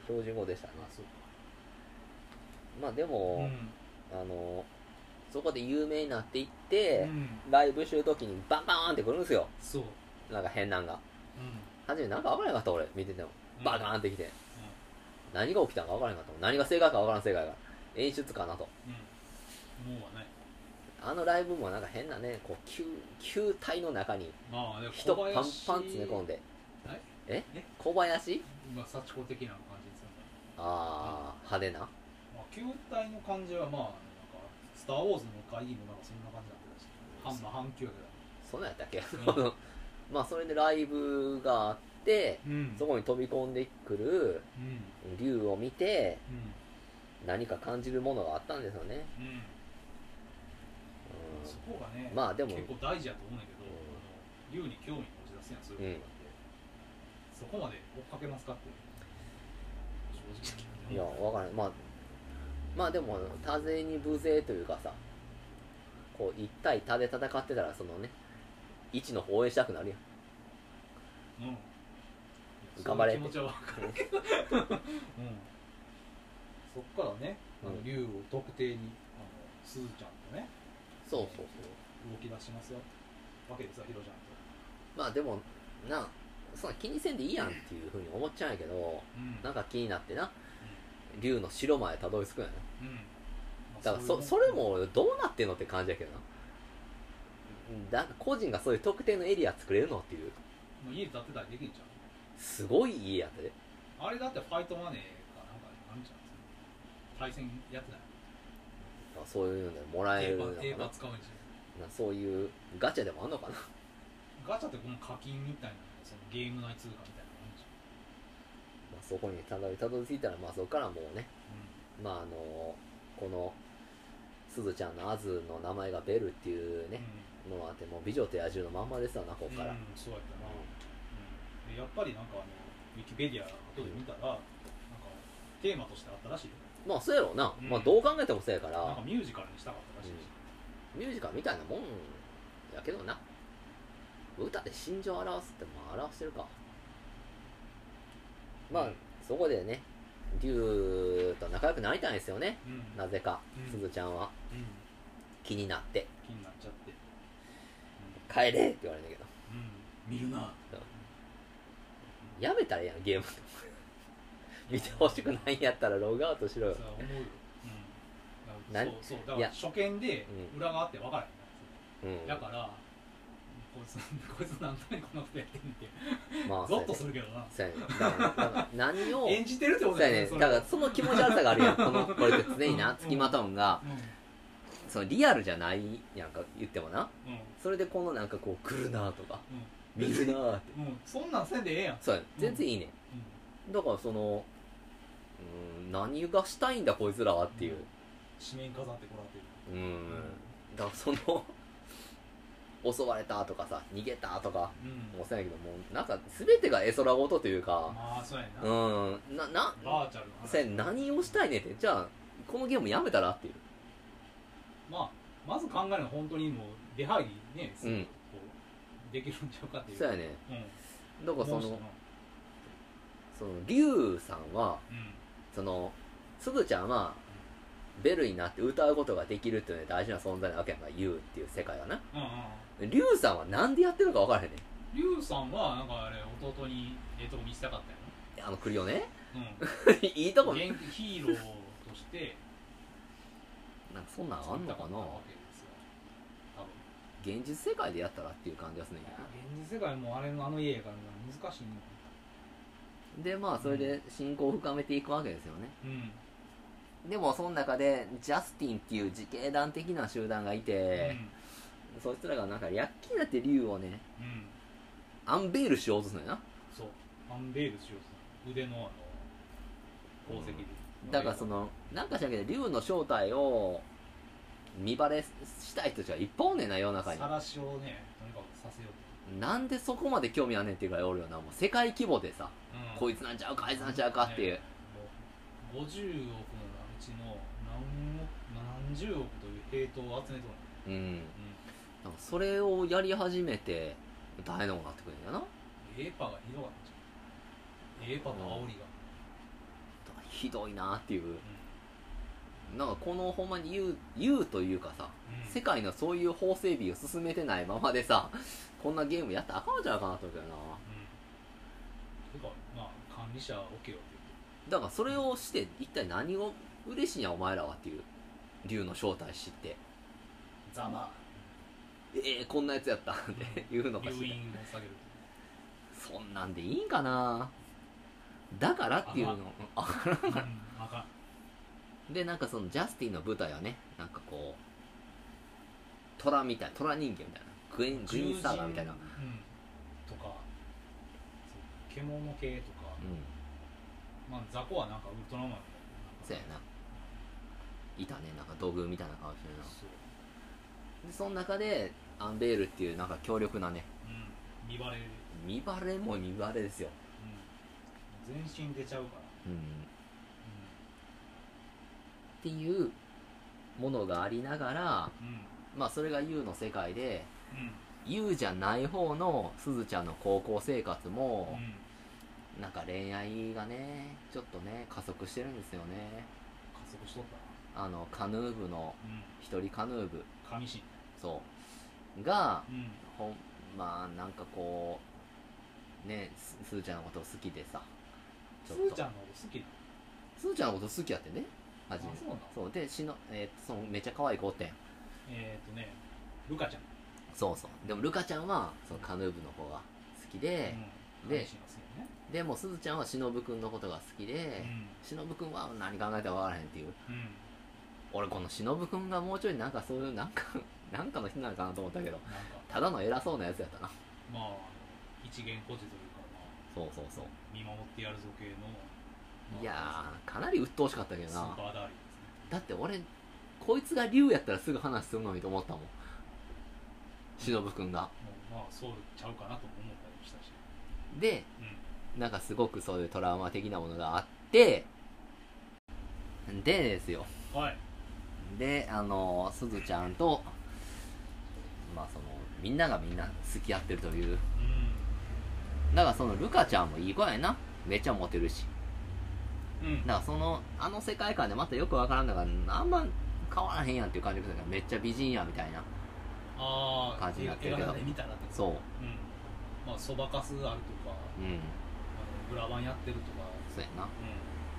S2: 標準語でしたね
S1: うあそう
S2: まあで
S1: か
S2: も、
S1: ん、
S2: あのそこで有名になっていっ
S1: う
S2: て、
S1: ん、
S2: ライブしてる時にバンバーンってくるんですよ
S1: そう、うん、
S2: なんか変なんが初めなんか分からなかった俺見てても
S1: うん
S2: バカーンってきて、何が起きたのか分からなかったもん何が正解か分からん正解が演出かなと
S1: うん、もうはない
S2: あのライブもなんか変なねこう球球体の中に
S1: まあでも
S2: 人
S1: 小
S2: パンパン
S1: 林
S2: 詰め込んで
S1: はい
S2: え
S1: え
S2: 小林
S1: まあ幸子的な感じですよね
S2: ああ派手な
S1: まあ球体の感じはまあなんかスター・ウォーズの会議もなんかそんな感じだったし半馬半球やけ
S2: そんなんやったっけ、
S1: う
S2: まあそれでライブがあって
S1: どうん
S2: そこに飛び込んでくる
S1: うん
S2: 竜を見て
S1: うん
S2: 何か感じるものがあったんですよね、
S1: うんそこがね、
S2: うん、まあでも
S1: 結構大事やと思うんだけど、
S2: うん
S1: あの竜に興味持ち出すやん、そういうことだって、そこまで追っかけますかって、正直、
S2: いや分からないまあまあでも多勢に無勢というかさこう一対多で戦ってたらそのね位置の方応援したくなるよ
S1: うん、いや
S2: 頑張れ
S1: その気持ちは分かるけ ど、うん、そこからね、あ
S2: う
S1: の
S2: ん
S1: 竜を特定に、あのすずちゃんとね、
S2: そうそう
S1: 動き出しますよわけですよ、ひろちゃんと。
S2: まあでもなそんな気にせんでいいやんっていうふうに思っちゃうんやけど
S1: うん
S2: なんか気になってな竜の城までたどり着くんやな
S1: うん
S2: だからそそれ、も俺どうなってんのって感じやけどなだから個人がそういう特定のエリア作れるのっていう
S1: もう家建てたりできんじゃん。
S2: すごい家やったで
S1: あれだってファイトマネーかなんかあるんじゃん対戦やってない
S2: そういうのでもらえるのか
S1: 定
S2: な
S1: 番使うんじ
S2: なそういうガチャでもあんのかな
S1: ゃんガチャってこの課金みたいなそのゲーム内通貨みたいなのあるんじゃん
S2: まあ、そこにたどりたどり着いたら、まあ、そこからもうね
S1: う
S2: まああのこのすずちゃんのアズの名前がベルっていうね、のもあってもう美女と野獣のまんまですわなこ
S1: うん
S2: っから、
S1: うんそうやったな、うんでやっぱりなんかあのウィキペディア後で見たら、なんかテーマとしてあったらしいよ
S2: まあそうやろうな、
S1: うん
S2: まあどう考えてもそうやか
S1: なん
S2: ら
S1: かミュージカルにしたかったらしいし、
S2: ミュージカルみたいなもんやけどな歌で心情を表すってまあ表してるかまあそこでね竜と仲良くなりたいんですよね
S1: うんうん
S2: なぜか
S1: うん
S2: すずちゃんは
S1: うん
S2: 気になって
S1: 気になっちゃって、
S2: 「帰れ!」って言われるんだけど
S1: うん、見るな
S2: やめたらええやんゲーム 見てほしくないんやったらログアウトしろよ
S1: そう思うよ、うんだから、
S2: なん
S1: そうそうだ
S2: い
S1: か
S2: や
S1: ら初見で
S2: うん
S1: 裏があって分からへん、
S2: うん
S1: だからこいつこいつ何回こんなことやってんねんって
S2: まあ
S1: ゾ
S2: そう
S1: ッ
S2: や
S1: と
S2: ね
S1: するけどな
S2: そうやねだからだから 何を
S1: 演じてるってこ
S2: そ
S1: と
S2: うや
S1: だよ
S2: ね
S1: ねそれ
S2: だからその気持ち悪さがあるやんこのこれって常に
S1: う
S2: なんつきまとうんが
S1: うん
S2: そのリアルじゃないやんか言ってもな
S1: うん
S2: それでこのなんかこう来るなとか
S1: うん
S2: 見るなって
S1: うん、そんなんせんでええやん、
S2: そうやね全然いいねだからそのうん何がしたいんだこいつらはっていう
S1: 紙面飾ってこらってる
S2: うんだからその 襲われたとかさ逃げたとか
S1: うん
S2: もうそうやけどもうなんか全てが絵空事というか
S1: まあそうやな、
S2: うんなな
S1: バーチャルの話
S2: そうやね何をしたいねってじゃあこのゲームやめたらっていう
S1: まあまず考えるのは本当にもう出入りねすぐ
S2: うん
S1: こうできるんちゃうかっていう
S2: そうやね
S1: うん
S2: だからそ
S1: も
S2: の
S1: う一人
S2: その竜さんは
S1: うん
S2: そのすずちゃんはベルになって歌うことができるっていうのは大事な存在なわけやんか竜っていう世界はな
S1: うんうんうん
S2: 竜さんはなんでやってるのか分からへんねん
S1: リュウさんはなんかあれ弟にええとこ見せたかったよ
S2: あのクリオね
S1: な、
S2: いいと
S1: う
S2: こ
S1: ん、
S2: なんか
S1: 元気ヒーローとして
S2: そんなんあ
S1: 作
S2: ん
S1: りた
S2: の
S1: か
S2: か
S1: った
S2: な
S1: わけですよ多分
S2: 現実世界でやったらっていう感じがするん
S1: い
S2: や
S1: や現実世界もあれのあの家やから難しいのか
S2: けどでまあそれで信仰を深めていくわけですよね
S1: なうん
S2: でもその中でジャスティンっていう自警団的な集団がいて、そいつらがなんか躍起になって竜をね
S1: うん、うん、
S2: アンベールしようとするのよな
S1: そうアンベールしようと腕のあの功績で、
S2: だからそ
S1: の
S2: のなんかしらんけど竜の正体を見バレしたい人たちがいっぱいおんねんな世の中
S1: さ
S2: に
S1: らしをねとにかくさせよう
S2: なんでそこまで興味あんねんっていうぐらいおるよなもう世界規模でさ、
S1: と、うん
S2: こいつなんちゃうかあいつなんちゃうかっていう、
S1: ねもう50億のうちの何億何十億というヘイトを集めとる
S2: うん
S1: うん
S2: なんかそれをやり始めて大変なことになってくるんだよなだか
S1: エーパーがひどかったじゃんエーパーと煽りが、
S2: らひどいなっていう
S1: う
S2: なんかこのほんまに言う言うというかさ
S1: んうん
S2: 世界のそういう法整備を進めてないままでさこんなゲームやったらあかんのじゃないかなと思うけどな
S1: うんてかまあ管理者は OK よって
S2: だからそれをして一体何を嬉しいんやお前らはっていう竜の正体知って
S1: ざま
S2: ええー、こんなやつやった っていうのか
S1: 留
S2: しら
S1: 飲を下げる
S2: そんなんでいいんかなだからっていうのあ
S1: うんあかん
S2: でなんかそのジャスティンの舞台はねなんかこう虎みたい虎人間みたいなグイーングイーンサーガーみたいな、う
S1: 獣人う
S2: ん、
S1: んとかそう獣系とか、まあ雑魚はなんかウルトラマンみた
S2: そう
S1: い
S2: や
S1: な
S2: ないたねなんか土偶みたいな顔してるな
S1: そう
S2: でその中でアンベールっていうなんか強力なね
S1: うん見バレる、
S2: 見バレも見バレですよ
S1: うん、全身出ちゃうから、
S2: うん
S1: う
S2: っていうものがありながら、
S1: んうん
S2: まあ、それが U の世界で
S1: うん
S2: U じゃない方のすずちゃんの高校生活も
S1: う、ん
S2: なんか恋愛がねちょっとね加速してるんですよね
S1: 加速しとったな
S2: あのカヌー部の
S1: うん
S2: 一人カヌー部
S1: 神神
S2: そうが
S1: うん
S2: ほんまあなんかこうねすすずちゃんのこと好きでさ
S1: すーちゃんのこと好きな
S2: すずちゃんのこと好きやってね初め
S1: あそうなの
S2: そうでしの、えーそのめっちゃ可愛い子おってん
S1: えー、っとねルカちゃん、
S2: そうそうでもルカちゃんはそのカヌー部の子が好きで、
S1: うん、
S2: で
S1: 神神が好
S2: でもすずちゃんはしのぶくんのことが好きで
S1: きよね、
S2: しのぶくんは何考えても分からへんっていう
S1: うんうん
S2: 俺このしのぶくんがもうちょいなんかそういうなんか なんかの人なのかなと思ったけど
S1: なんか
S2: ただの偉そうなやつやったな
S1: まあ一元孤児というかまあ
S2: そうそうそう
S1: 見守ってやるぞ系の、まあ
S2: いやーかなり鬱陶しかったけど
S1: スー
S2: な
S1: パーダーリン
S2: だって俺こいつが竜やったらすぐ話するのにと思ったもん忍君が
S1: もうまあそうちゃうかなとも思ったりもしたし
S2: で
S1: うん
S2: なんかすごくそういうトラウマ的なものがあってでですよ
S1: はい
S2: であのすずちゃんとまあそのみんながみんな付き合ってるというだからそのルカちゃんもいい子やなめっちゃモテるし
S1: うんうん
S2: だからそのあの世界観でまたよくわからんだからあんま変わらへんやんっていう感じがするからめっちゃ美人やみたいな
S1: ああ
S2: 感じになってるけ
S1: 映
S2: ど
S1: 画で見たらって
S2: そう
S1: うんまあそばかすあるとか
S2: うん
S1: あのブラバンやってるとか
S2: そうやな
S1: う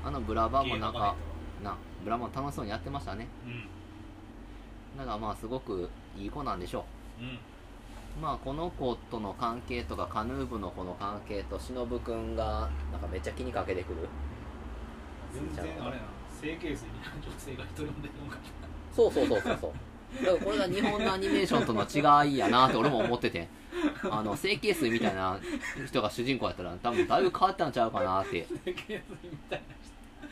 S2: あのブラバ
S1: ん
S2: ーもなん
S1: ゲーム
S2: かなブラバーも楽しそうにやってましたねだからまあすごくいい子なんでしょ
S1: うんうん
S2: うまあこの子との関係とかカヌー部の子の関係と忍くんがなんかめっちゃ気にかけてくる
S1: 全然あれやな整形水に女性が人呼んでるのか
S2: そうそうそうそうそうだからこれが日本のアニメーションとの違いやなって俺も思っててあの整形水みたいな人が主人公やったら多分だいぶ変わったんちゃうかなって
S1: 整形水みたいな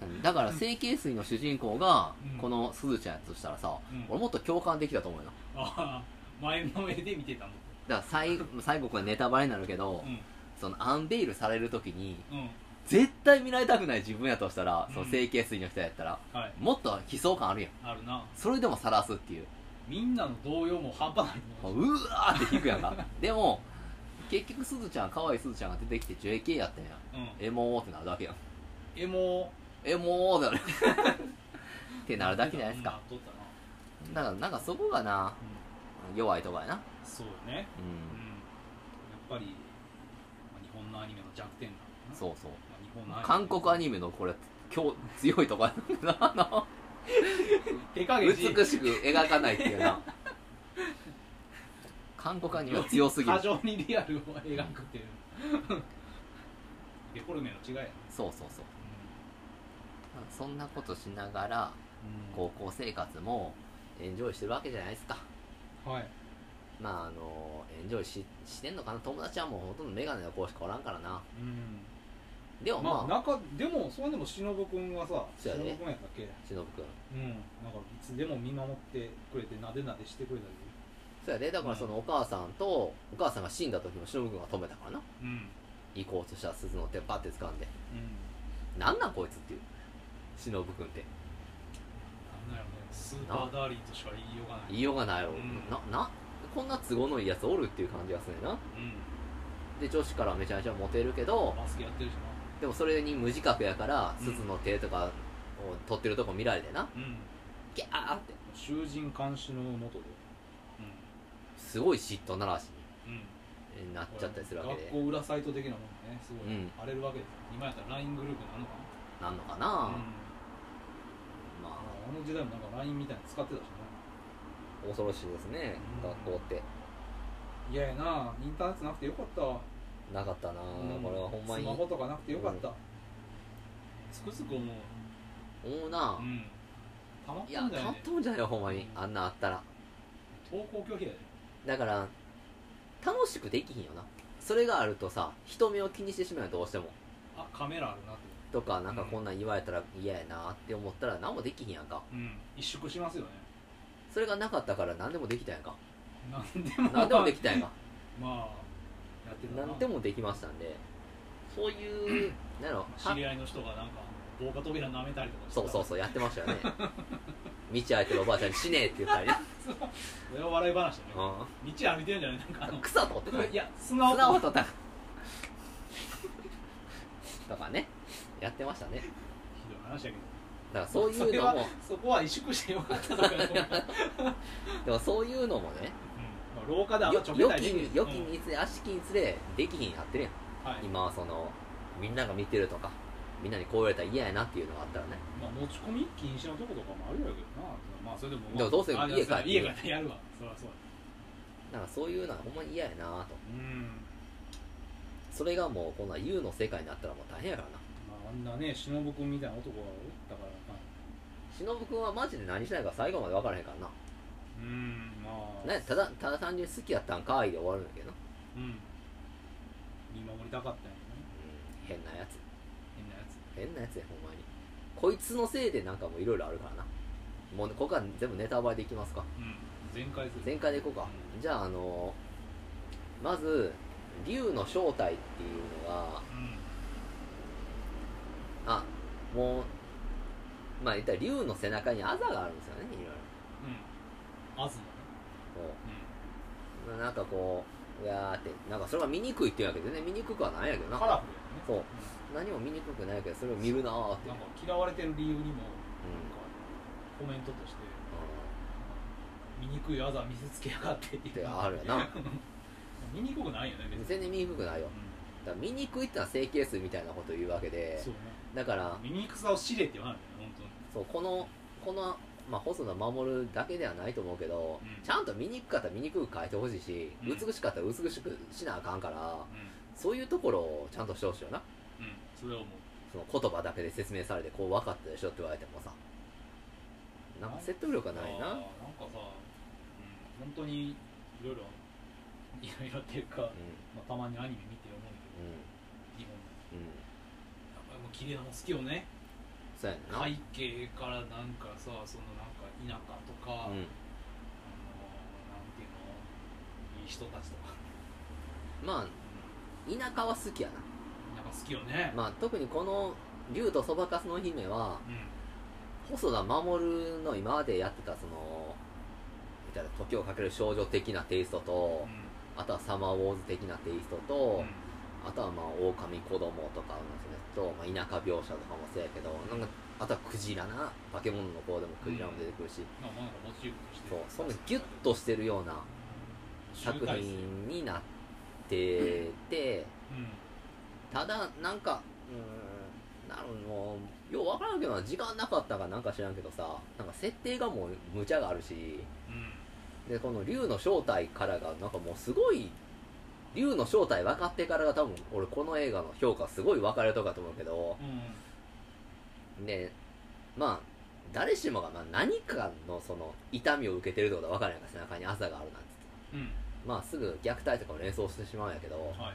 S1: 人
S2: だから整形水の主人公が
S1: うん
S2: このすずちゃんやとしたらさ、
S1: うん
S2: 俺もっと共感できたと思うよな
S1: ああ前の目で見てたもん
S2: だから最後最後これネタバレになるけど、
S1: うん
S2: そのアンベイルされる時に
S1: うん
S2: 絶対見られたくない自分やとしたら、
S1: うん
S2: その整形水の人やったら
S1: はい
S2: もっと悲壮感あるやん
S1: あるな
S2: それでも晒すっていう
S1: みんなの動揺も半端ないも
S2: うんわーって引くやん かでも結局すずちゃん可愛いすずちゃんが出てきて JK やったんや
S1: うん
S2: エモーってなるだけやん
S1: えも
S2: エモーってなる ってなるだけじゃないですか
S1: うんなっとったな
S2: だからなんかそこがな
S1: う
S2: 弱いとこやなん
S1: そうよねう
S2: う
S1: ん
S2: ん
S1: やっぱりまあ日本のアニメの弱点なんだな
S2: そうそう
S1: まあ日本のアニメ
S2: 韓国アニメのこれ今日強いとこやなあの
S1: 手加減し
S2: 美しく描かないっていう な韓国アニメは強すぎる
S1: 過剰にリアルを描くっていう デフォルメの違いやね
S2: そうそうそうそんなことしながら
S1: うん
S2: 高校生活もエンジョイしてるわけじゃないですか
S1: はい
S2: まああのエンジョイししてんのかな友達はもうほとんどメガネの子しかおらんからな
S1: うん
S2: でも
S1: ま
S2: ま
S1: あ
S2: あ
S1: 中でもそれでも忍君はさ
S2: そうや
S1: 忍
S2: ね
S1: 君やったっけ
S2: しのぶくん
S1: うんなんかいつでも見守ってくれてなでなでしてくれたり
S2: そうやでだからそのお母さんとお母さんが死んだ時もしのぶくんが止めたからな
S1: うん
S2: 行こうとしたら鈴の手パッて掴んで
S1: うん
S2: なんなんこいつっていうしのぶくんって
S1: なんだろうねスーパーダーリンとしか言いようがない
S2: 言いようがないよ、
S1: うん
S2: ななこんな都合のいいやつおるっていう感じがするねんな
S1: うん
S2: で女子からめちゃめちゃモテるけど
S1: バスケやってるし
S2: でもそれに無自覚やから
S1: うん
S2: 鈴の手とかを取ってるとこ見られてな
S1: なうん
S2: ギャーって
S1: 囚人監視のもとです
S2: ごい嫉妬ならし
S1: うんうん
S2: になっちゃったりするわけで
S1: 学校裏サイト的なものねすごい、
S2: うん
S1: 荒れるわけですよ今やったら LINE グループなのか
S2: なんのかな、
S1: な、うん、あ
S2: ま
S1: の時代もなんか LINE みたいなの使ってたしね
S2: あ恐ろしいですね、
S1: うん
S2: 学校って
S1: 嫌やなインターネットなくてよかったわ、
S2: なかったな、
S1: うん
S2: これはほんまに
S1: スマホとかなくてよかった、
S2: うん
S1: つくづく思う
S2: 思うな、
S1: うんたまっ
S2: いや
S1: たんだよ
S2: たっ
S1: ね
S2: とんじゃないよほんまに
S1: うん
S2: あんなあったら
S1: 登校拒否やで
S2: だから楽しくできひんよなそれがあるとさ人目を気にしてしまうよどうしても
S1: あカメラあるなって
S2: とかなんか
S1: うん
S2: こんなん言われたら嫌やなって思ったら何もできひんやんか
S1: うん一縮しますよね
S2: それがなかったから何でもできたやんか
S1: なんでも
S2: 何でもできたやんか
S1: まあやってたな
S2: 何でもできましたんでそういうなんやろ
S1: 知り合いの人がなんか防火扉舐めたりとかしてた
S2: そうそうそうやってましたよね道開いてるおばあちゃんに「死ねえ」って言ったりね、
S1: それは笑い話だね
S2: う
S1: 道歩いてるんじゃないなん かあの
S2: ん、草取って た
S1: いや砂
S2: 砂を
S1: を
S2: 取ったとかねやってましたね
S1: ひどい話だけど
S2: だからそう
S1: そ
S2: いう
S1: れ
S2: の
S1: は
S2: も
S1: そこは萎縮してよかったとかね、うんま
S2: でもそういうのもね
S1: あ、廊下であんま
S2: よ
S1: ちょ
S2: よ
S1: た
S2: き
S1: りでき
S2: によきにつれ悪しきにつれできひんやってるやん
S1: うんはい
S2: 今はそのみんなが見てるとかみんなにこう言われたら嫌やなっていうのがあったらね
S1: まあ、持ち込み禁止のとことかもあるやろうけどなまあそれでも、まあ、
S2: でもどうせ
S1: あ
S2: 家帰って
S1: 家帰ってやるわそりゃそうだ
S2: だからそういうのはほんまに嫌やなと
S1: うん
S2: それがもうこんな U の世界になったらもう大変やからな
S1: まああんなね忍君みたいな男がおったからまあ
S2: 忍君はマジで何しないか最後まで分からへんからな
S1: うんまあ
S2: ね、ただただ単純に好きやったんかいで終わるんだけどな、
S1: うん見守りたかったんやろね
S2: 変なやつ
S1: 変なやつ
S2: 変なやつやほんまにこいつのせいでなんかもういろいろあるからなもうここは全部ネタバレでいきますか
S1: うん全開する
S2: 全開でいこうかじゃああのまず竜の正体っていうのが
S1: うん
S2: あもうまあ言ったら竜の背中にあざがあるんですよねいろい
S1: うんあずのね
S2: ろこうまあなんかこううわーってなんかそれが見にくいっていうわけでね見にくくはないやけど
S1: うん
S2: な
S1: カラフルやね
S2: そうん何も見にくくないけどそれを見るなーって
S1: なんか嫌われてる理由にもなん
S2: う
S1: かコメントとして
S2: ん
S1: 醜いあざ見せつけやがってって
S2: っ
S1: い
S2: て
S1: う
S2: あるや な
S1: 醜くないよね別に、
S2: 全然見にくくないよ
S1: う
S2: だから見にくいってのは整形数みたいなことを言うわけ
S1: ん、
S2: で
S1: そうね
S2: だから
S1: 醜さを知れって言わないよね
S2: そうこのこの、まあ、細田守るだけではないと思うけど、
S1: うん
S2: ちゃんと見にくかったら見にくく書いてほしいし、
S1: うん
S2: 美しかったら美しくしなあかんから
S1: 本当に
S2: そういうところをちゃんとしてほしいよな
S1: うん、うん、それはもう
S2: その言葉だけで説明されてこう分かったでしょって言われてもさなんか説得力がない
S1: あー
S2: な
S1: なんかさ、うん、本当にいろいろいろいろっていうか、まあ、たまにアニメ見て思うけ
S2: うんうん
S1: ど日本の
S2: うん
S1: やっぱりもう綺麗なもん好きよね
S2: そうやねんな、
S1: 背景からなんかさそのなんか田舎とか、
S2: うん
S1: あのなんていうのいい人たちとか、
S2: まあ田舎は好きや
S1: なんか好きよね
S2: な、まあ特にこの「竜とそばかすの姫」は
S1: うん
S2: 細田守の今までやってたそのみたいな時をかける少女的なテイストと、あとはサマーウォーズ的なテイスト
S1: うん
S2: と
S1: うん、
S2: あとはまあ狼子供とかのやつと、まあ、田舎描写とかもそうやけどなんかあとはクジラな化け物の方でもクジラも出てくるし、
S1: まあ、なんかモチーフとして
S2: そうそのギュッとしてるような作
S1: 集大成うん
S2: 品になってて、ただなんかうーんなるもうよう分からんけどな時間なかったかなんか知らんけどさなんか設定がもう無茶があるし
S1: うん
S2: でこの竜の正体からがなんかもうすごい竜の正体分かってからが多分俺この映画の評価すごい分かれるとかと思うけど
S1: うん
S2: でまあ誰しもがまあ何かのその痛みを受けてるってことは分からんやんか背中に朝があるなんて
S1: うん
S2: まあすぐ虐待とかを連想してしまうんやけど
S1: はい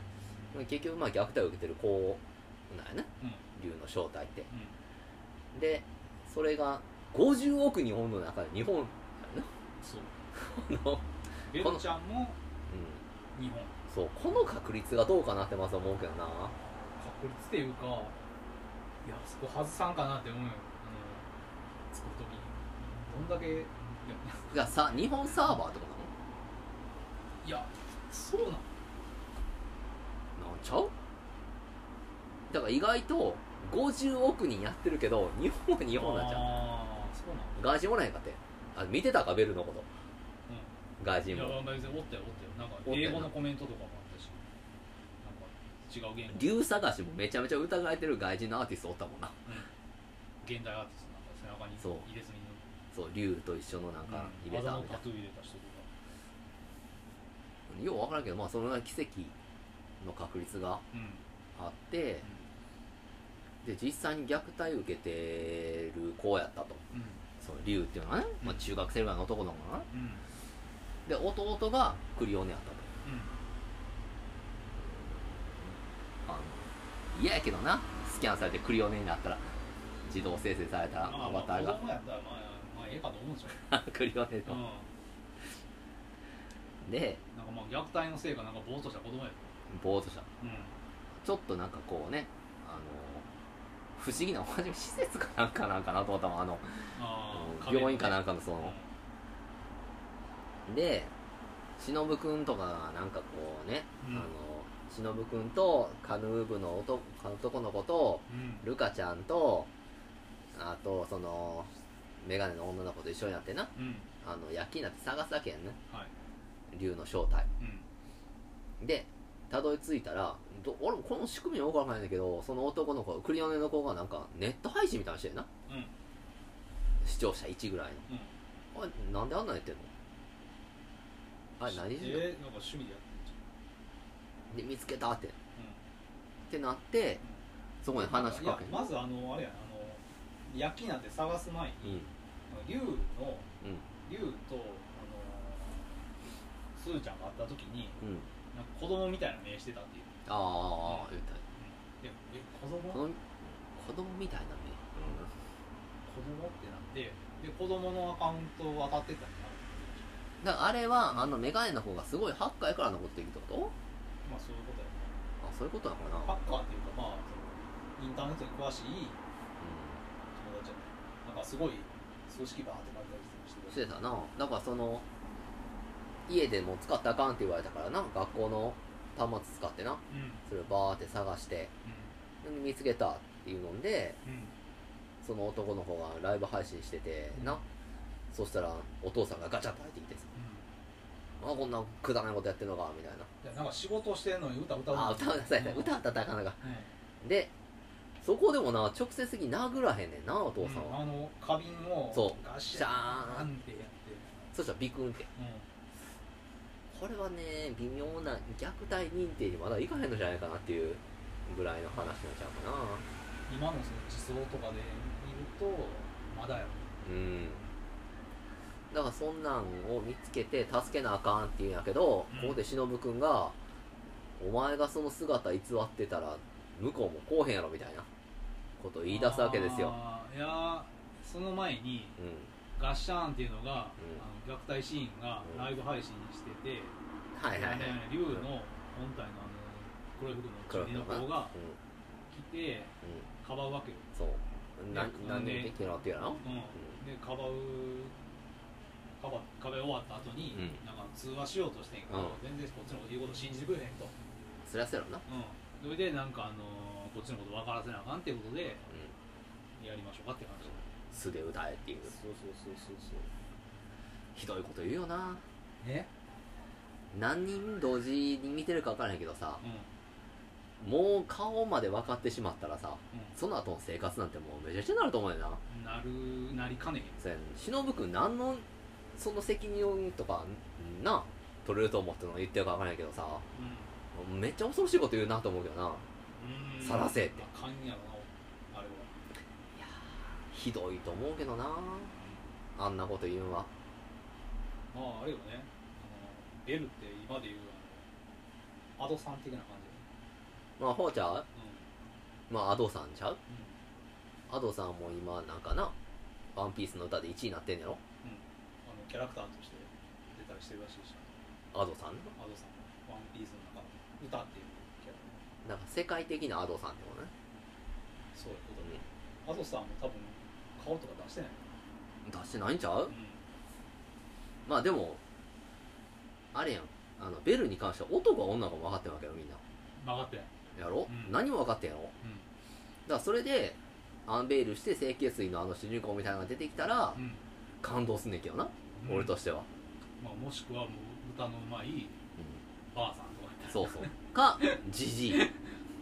S2: 結局まあ虐待を受けてる子なんやね
S1: うん
S2: 竜の正体って
S1: うん
S2: でそれが50億日本の 中で日本
S1: そう
S2: の、
S1: ベルちゃんも
S2: うん、
S1: 日本
S2: そうこの確率がどうかなってまず思うけどな
S1: 確率っていうかいやそこ外さんかなって思うよあの作る時にどんだけいや
S2: がさ日本サーバーってこ
S1: いやそうなの
S2: となのなんちゃうだから意外と50億人やってるけど日本は日本なんちゃう
S1: ああそうなの
S2: 外人もないんかってあ見てたかベルのこと
S1: うん
S2: 外
S1: い
S2: 人
S1: や
S2: も
S1: 別におったよおったよなんか
S2: おったよ
S1: 英
S2: な
S1: 語のコメントとかもあったしなんか違う言語
S2: 竜探しもめちゃめちゃ疑えてる外人のアーティストおったもんな
S1: 現代アーティストなんか背中に
S2: そう
S1: 入れ墨の
S2: そう竜と一緒のなんか入れ
S1: 技
S2: た
S1: の
S2: みたい
S1: タト
S2: な
S1: ゥー入れた人とか
S2: よう分からんけどまあそれが奇跡の確率が
S1: うん
S2: あってで実際に虐待受けてる子やったと
S1: うん
S2: その竜っていうのはね、まあ、中学生ぐらいの男の子かな
S1: うん
S2: で弟がクリオネやったとあの嫌やけどなスキャンされてクリオネになったら自動生成された
S1: うんま
S2: ア
S1: あ
S2: バ
S1: ま
S2: ター
S1: あ
S2: が
S1: 子供やったらまあまあええかと思うじゃん
S2: クリオネ
S1: う
S2: の
S1: ん
S2: で
S1: なんかまあ虐待のせいかなんかぼーっとした子供やった
S2: ボート車
S1: うん
S2: ちょっとなんかこうねあの不思議なおかしい施設かなんかなんかなと思ったもんあの
S1: ああ
S2: 病院かなんんかのそので忍くんとかがなんかこうね、
S1: うん
S2: あの忍くんとカヌー部の男男の子と
S1: うん
S2: ルカちゃんとあとそのメガネの女の子と一緒になってな
S1: うん
S2: あの焼きになって探すわけやんね
S1: はい
S2: 竜の正体
S1: うん
S2: でたどり着いたらど俺もこの仕組みはよくわかんないんだけどその男の子クリオネの子がなんかネット配信みたいなのしてんな
S1: うん
S2: 視聴者1ぐらい
S1: うん
S2: のあれなんであんなんやってんのあれ何してんの
S1: えーなんか趣味でやってんじ
S2: で見つけたってっ
S1: ゃんうん
S2: てなってそこに話し
S1: い
S2: か
S1: や
S2: けん
S1: まずあのあれやなあの焼きなんて探す前
S2: うん
S1: に、竜の
S2: うん
S1: 竜とあのすーちゃんが会った時に
S2: うん
S1: なんか子供みたいな目してたっていう
S2: ああああ言った
S1: でえ子供
S2: 子供子供みたいなね、
S1: 子供ってなってで子供のアカウントを当たってたりな
S2: だからあれはあのメガネの方がすごいハッカーやから残っているってこと
S1: まあそういうことやね
S2: あそういうことなの
S1: ハ
S2: かな、
S1: ッカーっていうかまあそのインターネットに詳しい
S2: う
S1: 友達やねなんかすごい数式バーって書いてありしてる
S2: ん、してたなだからその家でも使ったらあかんって言われたからな学校の端末使って
S1: う
S2: な
S1: んうん
S2: それをバーって探して見つけたっていうので
S1: うん
S2: その男の方がライブ配信しててな、
S1: うん
S2: そしたらお父さんがガチャって入ってきてさあこんなくだらないことやってんのかみたいな
S1: うんいやなんか仕事してんのに歌歌う
S2: あ歌うなさい
S1: うん
S2: 歌ったらあかんのか
S1: うん
S2: でそこでもな直接的に殴らへんねんなお父さん
S1: う
S2: は、
S1: んあの花瓶を
S2: そう
S1: ガシ
S2: シ
S1: ャ
S2: ャー
S1: ー
S2: ン
S1: ンってやって
S2: そしたらビクンって
S1: う
S2: これはね微妙な虐待認定にまだいかへんのじゃないかなっていうぐらいの話になっちゃうかなん
S1: 今のその地層とかで見るとまだやろ
S2: うんだからそんなんを見つけて助けなあかんって言うんやけど、
S1: うん
S2: ここで忍君が「お前がその姿偽ってたら向こうもこうへんやろ」みたいなことを言い出すわけですよ
S1: あーいやーその前に
S2: うん
S1: ガッシャーンっていうのが、
S2: う
S1: あの虐待シーンが
S2: うん
S1: ライブ配信してて、
S2: はいはいはい、
S1: 竜の本体のあの黒い服の
S2: 黒
S1: 中二の子が
S2: うん
S1: 来て
S2: う
S1: か
S2: ん
S1: ばうわけよ、
S2: そうな
S1: ね
S2: 何でできるのっていうの
S1: うんでかばうかば壁終わった後に、
S2: うん
S1: なんか通話しようとしてんけど、
S2: うん
S1: 全然こっちのこと言うこと信じてくれへんと、
S2: そりゃそうやろな、
S1: うん、それでなんかあのーこっちのこと分からせなあかんっていうことで
S2: うん、
S1: やりましょうかって感じ
S2: 素で歌えっていう
S1: そうそうそうそうそう
S2: ひどいこと言うよな
S1: ね
S2: 何人同時に見てるか分からへんけどさ
S1: うん
S2: もう顔まで分かってしまったらさ
S1: う
S2: その後の生活なんてもうめちゃくちゃになると思うよなん
S1: なるなりかねへん
S2: そうやね忍君何のその責任とかな取れると思っての言ってるか分からへんけどさめっちゃ恐ろしいこと言うなと思うけどな
S1: うん
S2: さらせって
S1: あかんやろなあれは
S2: ひどいと思うけどなあんなこと言うんは
S1: まああれよねあのベルって今で言うあのアドさん的な感じ
S2: まあほうちゃ
S1: だ
S2: ん
S1: よね
S2: まあアドさんちゃう
S1: うん
S2: アドさんも今なんかなワンピースの歌で1位になってんやろ
S1: うん、あのキャラクターとして出たりしてるらしいし
S2: アドさん
S1: アドさんのワンピースの中の歌っていうキャラね
S2: なんか世界的なアドさんってことね
S1: そういうことねアドさんも多分顔とか出してない
S2: 出してないんちゃ
S1: う
S2: う
S1: ん
S2: まあでもあれやんあのベルに関しては男か女かも分かってるわけよみんな
S1: 曲がってない
S2: やろ、
S1: うん
S2: 何も分かってんやろだ
S1: う
S2: からそれでアンベールして整形水のあの主人公みたいなのが出てきたら
S1: ん、
S2: 感動すんねんけどな、
S1: うん
S2: 俺としては、
S1: まあ、もしくはもう歌のうまいばあさんとかやったら
S2: そうそうかジジイ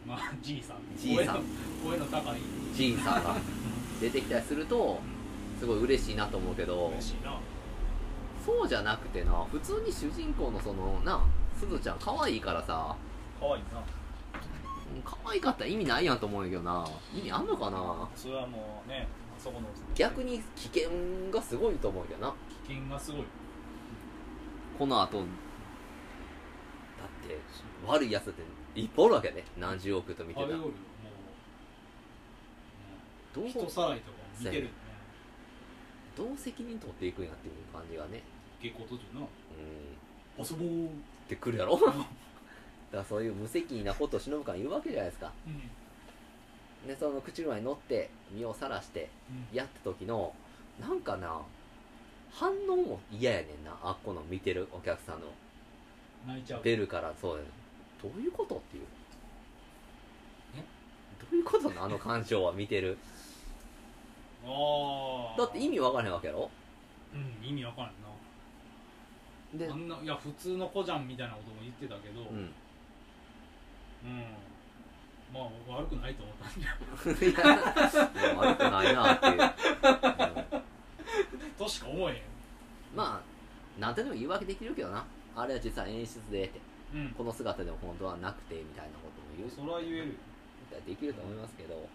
S1: まあじいさん
S2: じいさ
S1: 声
S2: ん
S1: の声の高い
S2: ジンさんが出てきたりするとすごい嬉しいなと思うけど
S1: 嬉しいな
S2: そうじゃなくてな普通に主人公のそのなすずちゃん可愛いからさ
S1: 可愛いな
S2: 可愛かったら意味ないやんと思うんやけどな意味あんのかな
S1: それはもうねあそこの
S2: 逆に危険がすごいと思うけどな
S1: 危険がすごい
S2: この後だって悪いやつだっていっぱいおるわけやで何十億と見て
S1: あ
S2: た
S1: れよりも
S2: ど
S1: もう
S2: う
S1: 人さらいとか見てるよね
S2: どう責任取っていくんやっていう感じがね
S1: 下校途中な
S2: うん
S1: 遊ぼううん
S2: ってくる やろだからそういう無責任なことを忍ぶから言うわけじゃないですかでその口車に乗って身をさらしてやった時のなんかな反応も嫌やねんなあっこの見てるお客さんの
S1: 泣いちゃう
S2: ベルからそうやねどういうことっていう
S1: え
S2: どういうことなあの感情は見てる
S1: ああ
S2: だって意味わからへんわけやろ
S1: うん意味わからん
S2: で
S1: なあんないや普通の子じゃんみたいなことも言ってたけど
S2: う
S1: うん、
S2: ん
S1: まあ悪くないと思ったんじゃ
S2: いや悪くないなっていう、うん
S1: としか思え
S2: まあ何とでも言い訳できるけどなあれは実は演出でって
S1: へんうん
S2: この姿でも本当はなくてみたいなことも言う
S1: それは言えるよ
S2: できると思いますけど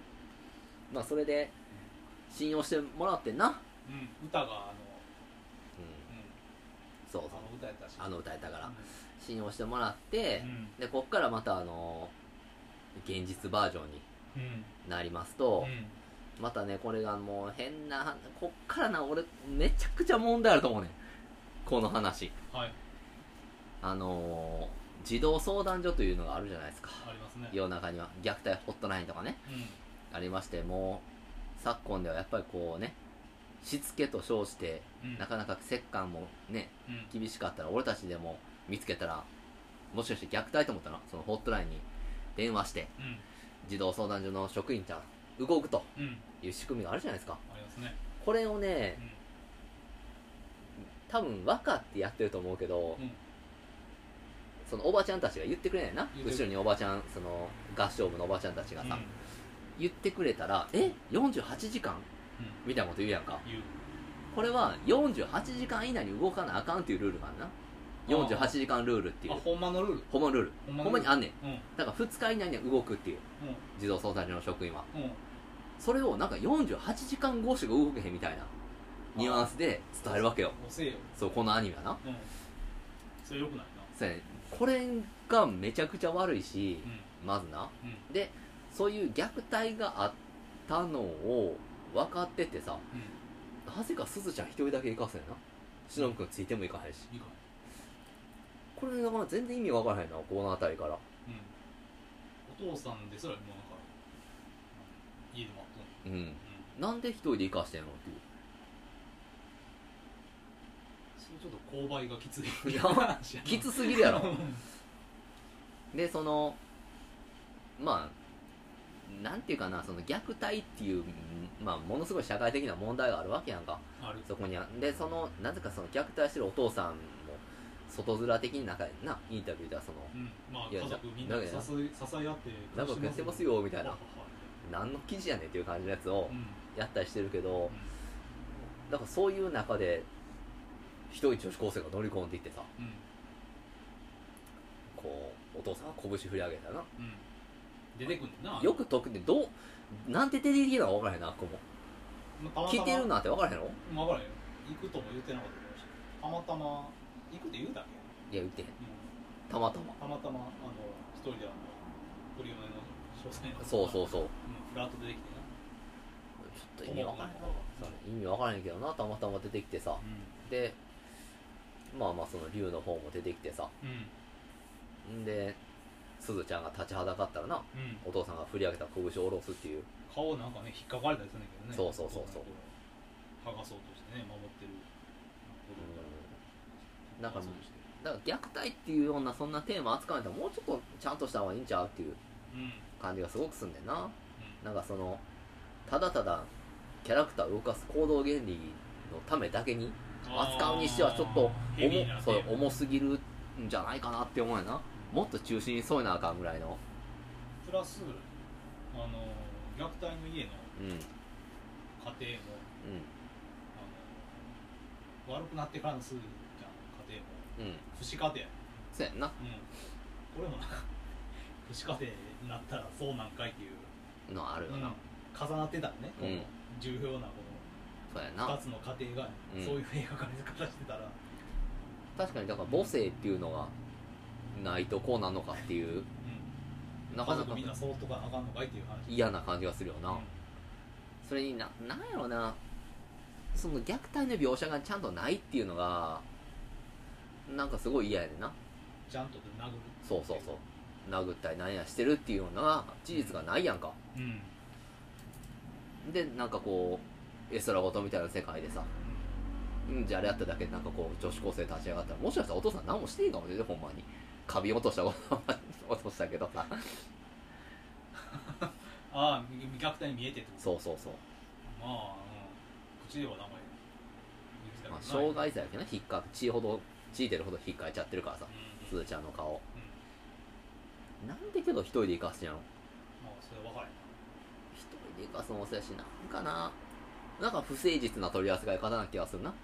S2: まあそれで信用してもらってんな、うん、
S1: うん歌があのう
S2: そうそうん
S1: あの歌やったし
S2: あの歌えたから
S1: う
S2: 信用してもらって
S1: ん、うん
S2: でこっからまたあの現実バージョンに
S1: うん
S2: なります
S1: う、
S2: と
S1: ん
S2: またねこれがもう変なこっからな俺めちゃくちゃ問題あると思うねんこの話
S1: はい
S2: あのー児童相談所というのがあるじゃないですか
S1: ありますね
S2: 世の中には虐待ホットラインとかね
S1: うん
S2: ありましてもう昨今ではやっぱりこうねしつけと称して
S1: うん
S2: なかなか折感もね
S1: うん
S2: 厳しかったら俺たちでも見つけたらもしかして虐待と思ったらそのホットラインに電話して
S1: うん
S2: 児童相談所の職員ちゃん動くと
S1: うん
S2: いう仕組みがあるじゃないですか
S1: ありますね
S2: これをね
S1: うん
S2: 多分分かってやってると思うけど、
S1: うん
S2: そのおばちゃんたちが言ってくれないな
S1: 言ってくれ
S2: 後ろにおばちゃんその合唱部のおばちゃんたちが
S1: うん
S2: さ、言ってくれたらえ48時間
S1: うん
S2: みたいなこと言うやんか
S1: 言う
S2: これは48時間以内に動かなあかんっていうルールがあるな48時間ルールっていう
S1: あほんまのルール
S2: ほんまのルール
S1: ほん
S2: ほんまにあんねん
S1: うん
S2: だから2日以内には動くっていう
S1: う
S2: 児童相談所の職員は
S1: んうん
S2: それをなんか48時間越しが動けへんみたいなニュアンスで伝えるわけよ
S1: 遅えよ
S2: そうこのアニメはな
S1: うんそれよくないな
S2: そうやねこれがめちゃくちゃ悪いし
S1: う
S2: まずなん
S1: うん
S2: でそういう虐待があったのを分かっててさ
S1: う
S2: なぜかすずちゃん一人だけ行かせんなしのぶくんついても行かへんし
S1: んいいか
S2: これだから全然意味分からへんなこの辺りから
S1: うんお父さんですらもうなんか家で待っとん
S2: うん
S1: うん
S2: なんで一人で行かしてんのっていう
S1: それちょっと勾配がきつい
S2: いや
S1: 話やな
S2: きつすぎるや
S1: う
S2: ろ
S1: ん
S2: でそのまあなんていうかなその虐待っていう、うんまあ、ものすごい社会的な問題があるわけやんか
S1: ある
S2: そこにはでそのなぜかその虐待してるお父さんも外面的に中でなインタビューではその
S1: うんまあ
S2: いや
S1: 家族みんな
S2: だ
S1: で支
S2: だ
S1: え支え合って
S2: 仲良くやってますよみたいな何の記事やねんっていう感じのやつを
S1: うんうん
S2: やったりしてるけどだからそういう中で一人女子高生が乗り込んでいってさ
S1: うん
S2: こうお父さんは拳振り上げたな
S1: うん出てくんねんな
S2: よく解くってどうなんて出てきたのか分からへんなあっこも
S1: まあたまた
S2: 聞
S1: ま
S2: いてるなんて分からへんの
S1: まあ分からへんよ行くとも言ってなかったかもしれないたまたま行くって言うだけ、
S2: いや言ってへん
S1: うん
S2: たまたま
S1: たまたまあの一人であの堀米の詳細の
S2: そうそうそう
S1: うんフラッと出てきてな
S2: ちょっと意味わからへん意味わからへんけどなたまたま出てきてさ
S1: う
S2: でまあまあその竜の方も出てきてさ
S1: んうん
S2: んですずちゃんが立ちはだかったらな
S1: うん
S2: お父さんが振り上げた拳を下ろすっていう
S1: 顔なんかね引っかかれたりするんだけどね
S2: そうそうそうそう
S1: 剥がそうとしてね守ってる子供から
S2: うんなんか
S1: 剥そうとして
S2: だから虐待っていうようなそんなテーマ扱うんやったらもうちょっとちゃんとした方がいいんちゃうっていう
S1: うんうん
S2: 感じがすごくすんねんななんかそのただただキャラクターを動かす行動原理のためだけに扱うにしてはちょっと
S1: ヘビーな
S2: 重
S1: ね
S2: そう重すぎるんじゃないかなって思うよなもっと中心に添えなあかんぐらいの
S1: プラスあの虐待の家の
S2: うんうん
S1: 家庭もあの悪くなってからのすぐじゃん家庭も
S2: うん
S1: 不死家庭や
S2: そうやんな
S1: うん俺もなんか不死家庭になったらそうなんかいっていう、
S2: のあるよな、
S1: 重なってたらね、この
S2: うん
S1: 重要なこの
S2: そうや
S1: 2
S2: な
S1: つの家庭が
S2: うん
S1: そういう映画から形してたら、
S2: 確かにだから母性っていうのがないとこうなんのかっていう
S1: うん
S2: なか
S1: 家
S2: な
S1: 族
S2: か
S1: みんなそうとかなあかんのかいっていう話
S2: 嫌な感じがするよな、
S1: うん
S2: それにななんやろなその虐待の描写がちゃんとないっていうのがなんかすごい嫌やねんな
S1: ちゃんとで殴る
S2: そうそうそう殴ったりなんやしてるっていうような事実がないやんか
S1: うん、うん
S2: でなんかこう絵空事みたいな世界でさうんじゃああれやっただけでなんかこう女子高生立ち上がったらもしかしたらお父さん何もしていいかもしれないほんまにカビ落としたこと落としたけどさ
S1: ああ虐待に見えてってこと
S2: そうそうそう、
S1: まあ、うん、口では名前言ってた
S2: まあ、
S1: けどな
S2: 障害者やけどな引っか血ほど血出るほど引っかいちゃってるからさす
S1: うんうん
S2: ずちゃんの顔なんでけど一人で行かすんやろ
S1: まあそれは分からへん
S2: 一人で行かすのもそうやしなんかななんか不誠実な取り扱い方な気がするな
S1: な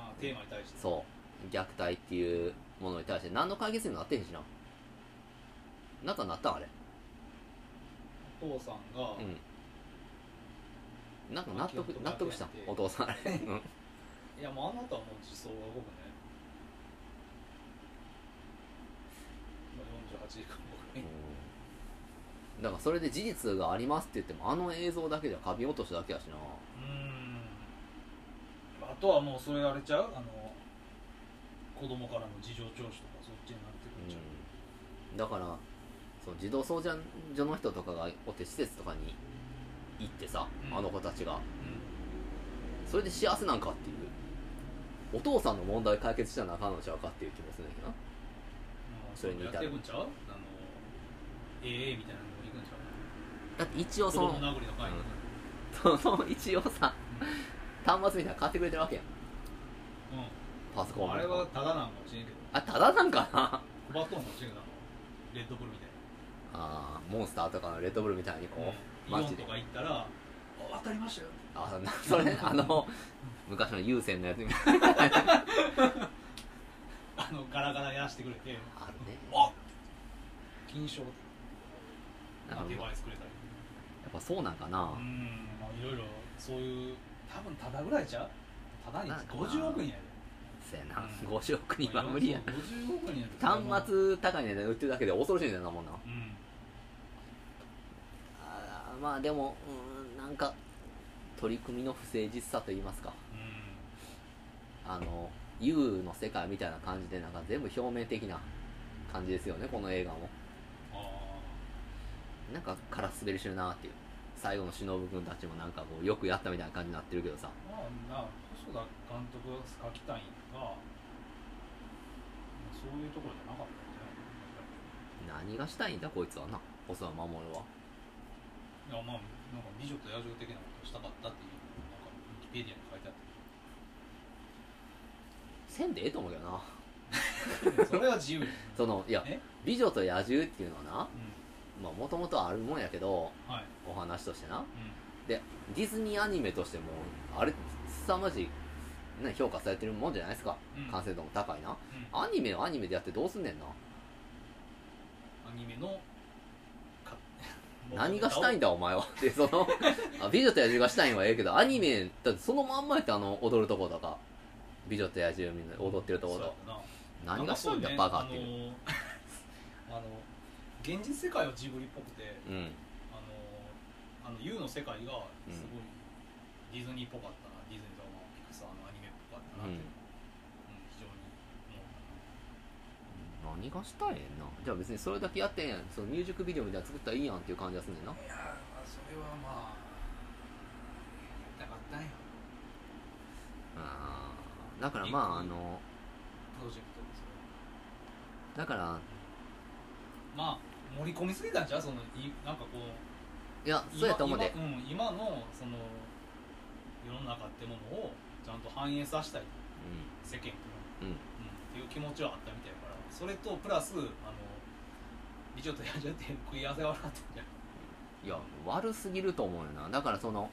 S1: ああテーマに対して
S2: そう虐待っていうものに対して何の解決にもなってへんしななんかなったんあれ
S1: お父さんが、
S2: うんなんか納
S1: まあ基本
S2: 得
S1: 的に
S2: 納得したお父さんあれうん
S1: いやもうあなたはもう自走が動くねまあ48時間後くらい
S2: だからそれで事実がありますって言ってもあの映像だけじゃカビ落としだけやしな
S1: うーんあとはもうそれあれちゃうあの子供からの事情聴取とかそっちになってくるんちゃう、
S2: うん、だからその児童相談所の人とかがお手施設とかに行ってさ、
S1: うん
S2: あの子たちがそれで幸せなんかっていうお父さんの問題解決したらあかんのちゃうかっていう気もするんやけどな
S1: まあ
S2: それに
S1: や
S2: 至る
S1: っていくんちゃうあのええみたいなのもいくんちゃう
S2: だって一応
S1: 子
S2: その
S1: 供殴りの会に、
S2: その一応さ端末みたいなの買ってくれてるわけやん
S1: うん
S2: パソコンも
S1: あれはただなんかもしれんけど
S2: あただなんかな
S1: コバトンかもしれんけどあのレッドブルみたいな
S2: あーモンスターとかのレッドブルみたいにこう
S1: イオ
S2: マ
S1: ン
S2: ジ
S1: と
S2: で
S1: か行ったら「あ当たりましたよ」
S2: あなそれあの昔の有線のやつみたいな
S1: あのガラガラやらしてくれて
S2: あるね
S1: 「あ金賞」
S2: なんか
S1: デ
S2: や
S1: バイスくれたり
S2: っぱそうなんかな、
S1: うんまあいろいろそういう多分ただぐらいちゃうただに
S2: なんかな
S1: 50億人やで
S2: そうや
S1: う、
S2: なん50億人は無理や。
S1: 50億人やで
S2: 端末高い値段売ってるだけで恐ろしい値段なもんな。
S1: うん
S2: あーまあでも、うーん、なんか、取り組みの不誠実さと言いますか。
S1: うん
S2: あの、U の世界みたいな感じで、なんか全部表面的な感じですよね、この映画も。
S1: ああ
S2: なんか、から滑りしてるなっていう。最後の忍君たちもなんかこう、よくやったみたいな感じになってるけどさ。
S1: まあな細田監督が書きたいんかそういうところじゃなかったんじゃない
S2: 何がしたいんだ、こいつはな。細田守
S1: い
S2: は。
S1: やまあなんか美女と野獣的なことをしたかったっていうなんかウィキペディアに書いてあっ
S2: せんでええと思うけどな。
S1: たそれは自由や
S2: その、いや
S1: え、
S2: 美女と野獣っていうのはな、
S1: う
S2: まあもともとあるもんやけど、
S1: んはい
S2: お話としてな
S1: う
S2: でディズニーアニメとしてもあれ凄まじい、ね、評価されてるもんじゃないですか
S1: んうん
S2: 完成度も高いな
S1: うん
S2: アニメはアニメでやってどうすんねんな
S1: アニメのか
S2: 何がしたいんだお前は ってそのあ美女と野獣がしたいんはええけどアニメだってそのまんまやってあの踊るとことか美女と野獣みんな踊ってるとこ
S1: そうや
S2: と
S1: な
S2: 何がしたいんだ、
S1: な
S2: バ
S1: か
S2: カ
S1: そ
S2: って
S1: う
S2: い
S1: ね
S2: う
S1: あの あの現実世界はジブリっぽくて
S2: うん
S1: あのあの U の世界が
S2: うん
S1: すごいディズニーっぽかったな、ディズニーとかまあピクサーのアニメっぽかったなって、
S2: うん
S1: うん非常に思う
S2: 何がしたいねんなじゃあ別にそれだけやってんやんそのミュージックビデオみたいなの作ったらいいやんっていう感じがすんねんない
S1: やーそれはまあやりたかったんや
S2: あーだからまああの
S1: プロジェクトでそれは
S2: だから
S1: まあ盛り込みすぎたんちゃうそのいなんかこう
S2: いやそうやと思うで
S1: 今今うん、今のその世の中ってものをちゃんと反映させたい世間って
S2: うんう
S1: いうの、うん、
S2: ん
S1: っていう気持ちはあったみたいだからそれとプラスあの美女と野獣って食い合わせ悪かったんじゃない
S2: いや悪すぎると思うよなだからその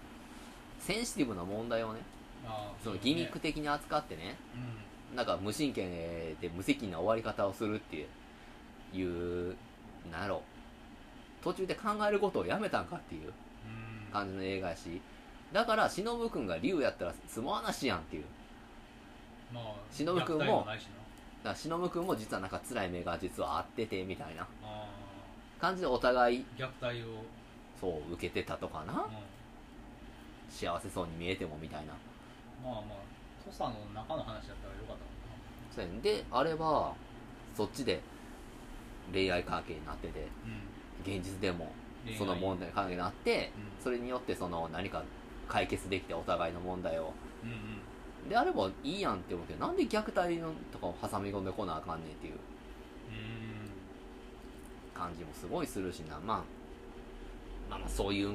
S2: センシティブな問題をね
S1: あ
S2: そのギミック的に扱ってね
S1: うん
S2: なんか無神経で無責任な終わり方をするっていういうなんやろ途中で考えることをやめたんかっていう
S1: うん
S2: 感じの映画やしだから忍君が竜やったらつまなしやんっていう
S1: まあ
S2: 忍君も
S1: 虐待ないしな
S2: だから忍君も実はなんか辛い目が実はあっててみたいな
S1: あ
S2: 感じでお互い
S1: ー虐待を、
S2: そう受けてたとかな
S1: うん
S2: 幸せそうに見えてもみたいな
S1: まあまあ土佐の中の話だったらよかったもんな
S2: そうやねであれはそっちで恋愛関係になってて
S1: うん
S2: 現実でも
S1: 恋愛
S2: その問題関係になって
S1: うん
S2: それによってその何か解決できてお互いの問題を
S1: うんうん
S2: であればいいやんって思うけどなんで虐待のとかを挟み込んでこなあかんねんっていう
S1: うん
S2: 感じもすごいするしなまあまあまあそういう、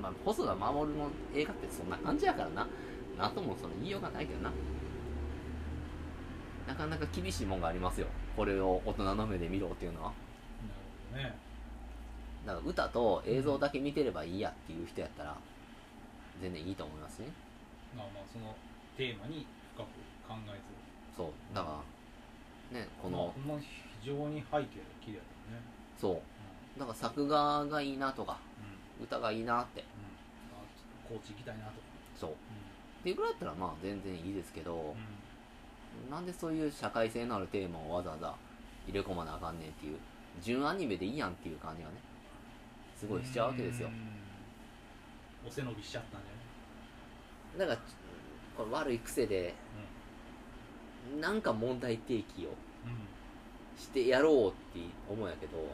S2: まあ、細田守の映画ってそんな感じやからななんともその言いようがないけどななかなか厳しいもんがありますよこれを大人の目で見ろっていうのは
S1: なるほどね
S2: だから歌と映像だけ見てればいいやっていう人やったら全然いいと思いますね
S1: まあまあそのテーマに深く考えず
S2: そうだからねこの
S1: まあ、ほんま非常に背景が綺麗だよね
S2: そうだから作画がいいなとか
S1: うんうん
S2: 歌がいいなって
S1: うんあちょっと高知行きたいなとか
S2: そうっ
S1: う
S2: ていうぐらいだったらまあ全然いいですけど
S1: ん、
S2: なんでそういう社会性のあるテーマをわざわざ入れ込まなあかんねんっていう純アニメでいいやんっていう感じがね
S1: う
S2: すごいしちゃうわけですよ
S1: うんお背伸びしちゃったんじ
S2: だからこれ悪い癖で
S1: ゃない
S2: なんか問題提起を
S1: うんうん
S2: してやろうって思うんやけど
S1: う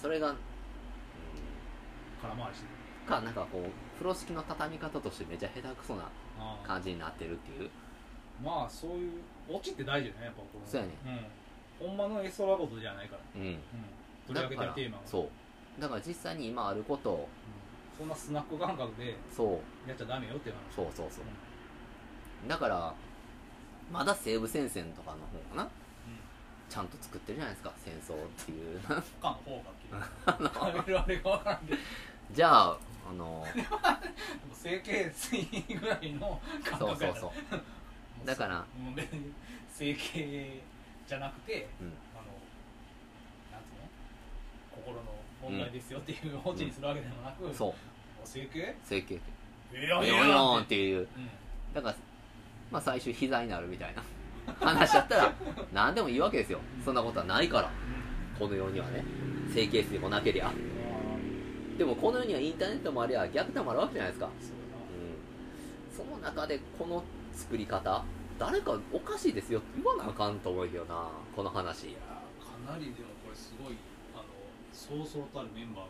S2: それが、うん
S1: ん空回りしてる
S2: かなんかこう風呂敷の畳み方としてめちゃ下手くそな
S1: ああ
S2: 感じになってるっていう
S1: まあそういうオチって大事よねやっぱこの
S2: そうやね
S1: うんほんまのエソラゴトじゃないから、
S2: うん
S1: うん、取り上げてるテーマはう、
S2: そうだから実際に今あることを
S1: ん、そんなスナック感覚で
S2: そう
S1: やっちゃダメよっていう話
S2: そうそうそうだからまだ西部戦線とかの方かなちゃんと作ってるじゃないですか戦争っていう
S1: 他の方が切れる食べるあれが分からんけど
S2: じゃああの
S1: 整形水ぐらいの感
S2: そう
S1: 覚
S2: そ
S1: や
S2: う
S1: から
S2: そう
S1: もう
S2: だから
S1: もう別に整形じゃなくて
S2: うん
S1: あのなんつうの心の問題ですよっていうオチにするわけでもなく、
S2: そう
S1: お整形
S2: 整形
S1: ええやんええ
S2: ヨ
S1: や
S2: ヨ
S1: んっ
S2: ーンってていう
S1: うん
S2: だからまあ最終膝になるみたいな話 だったら何でもいいわけですよそんなことはないからこの世にはね整形水もなけりゃでもこの世にはインターネットもありゃ虐待もあるわけじゃないですかうんその中でこの作り方誰かおかしいですよって言わなあかんと思うけどなこの話
S1: いやーかなりでもこれすごいあのそうそうたるメンバーが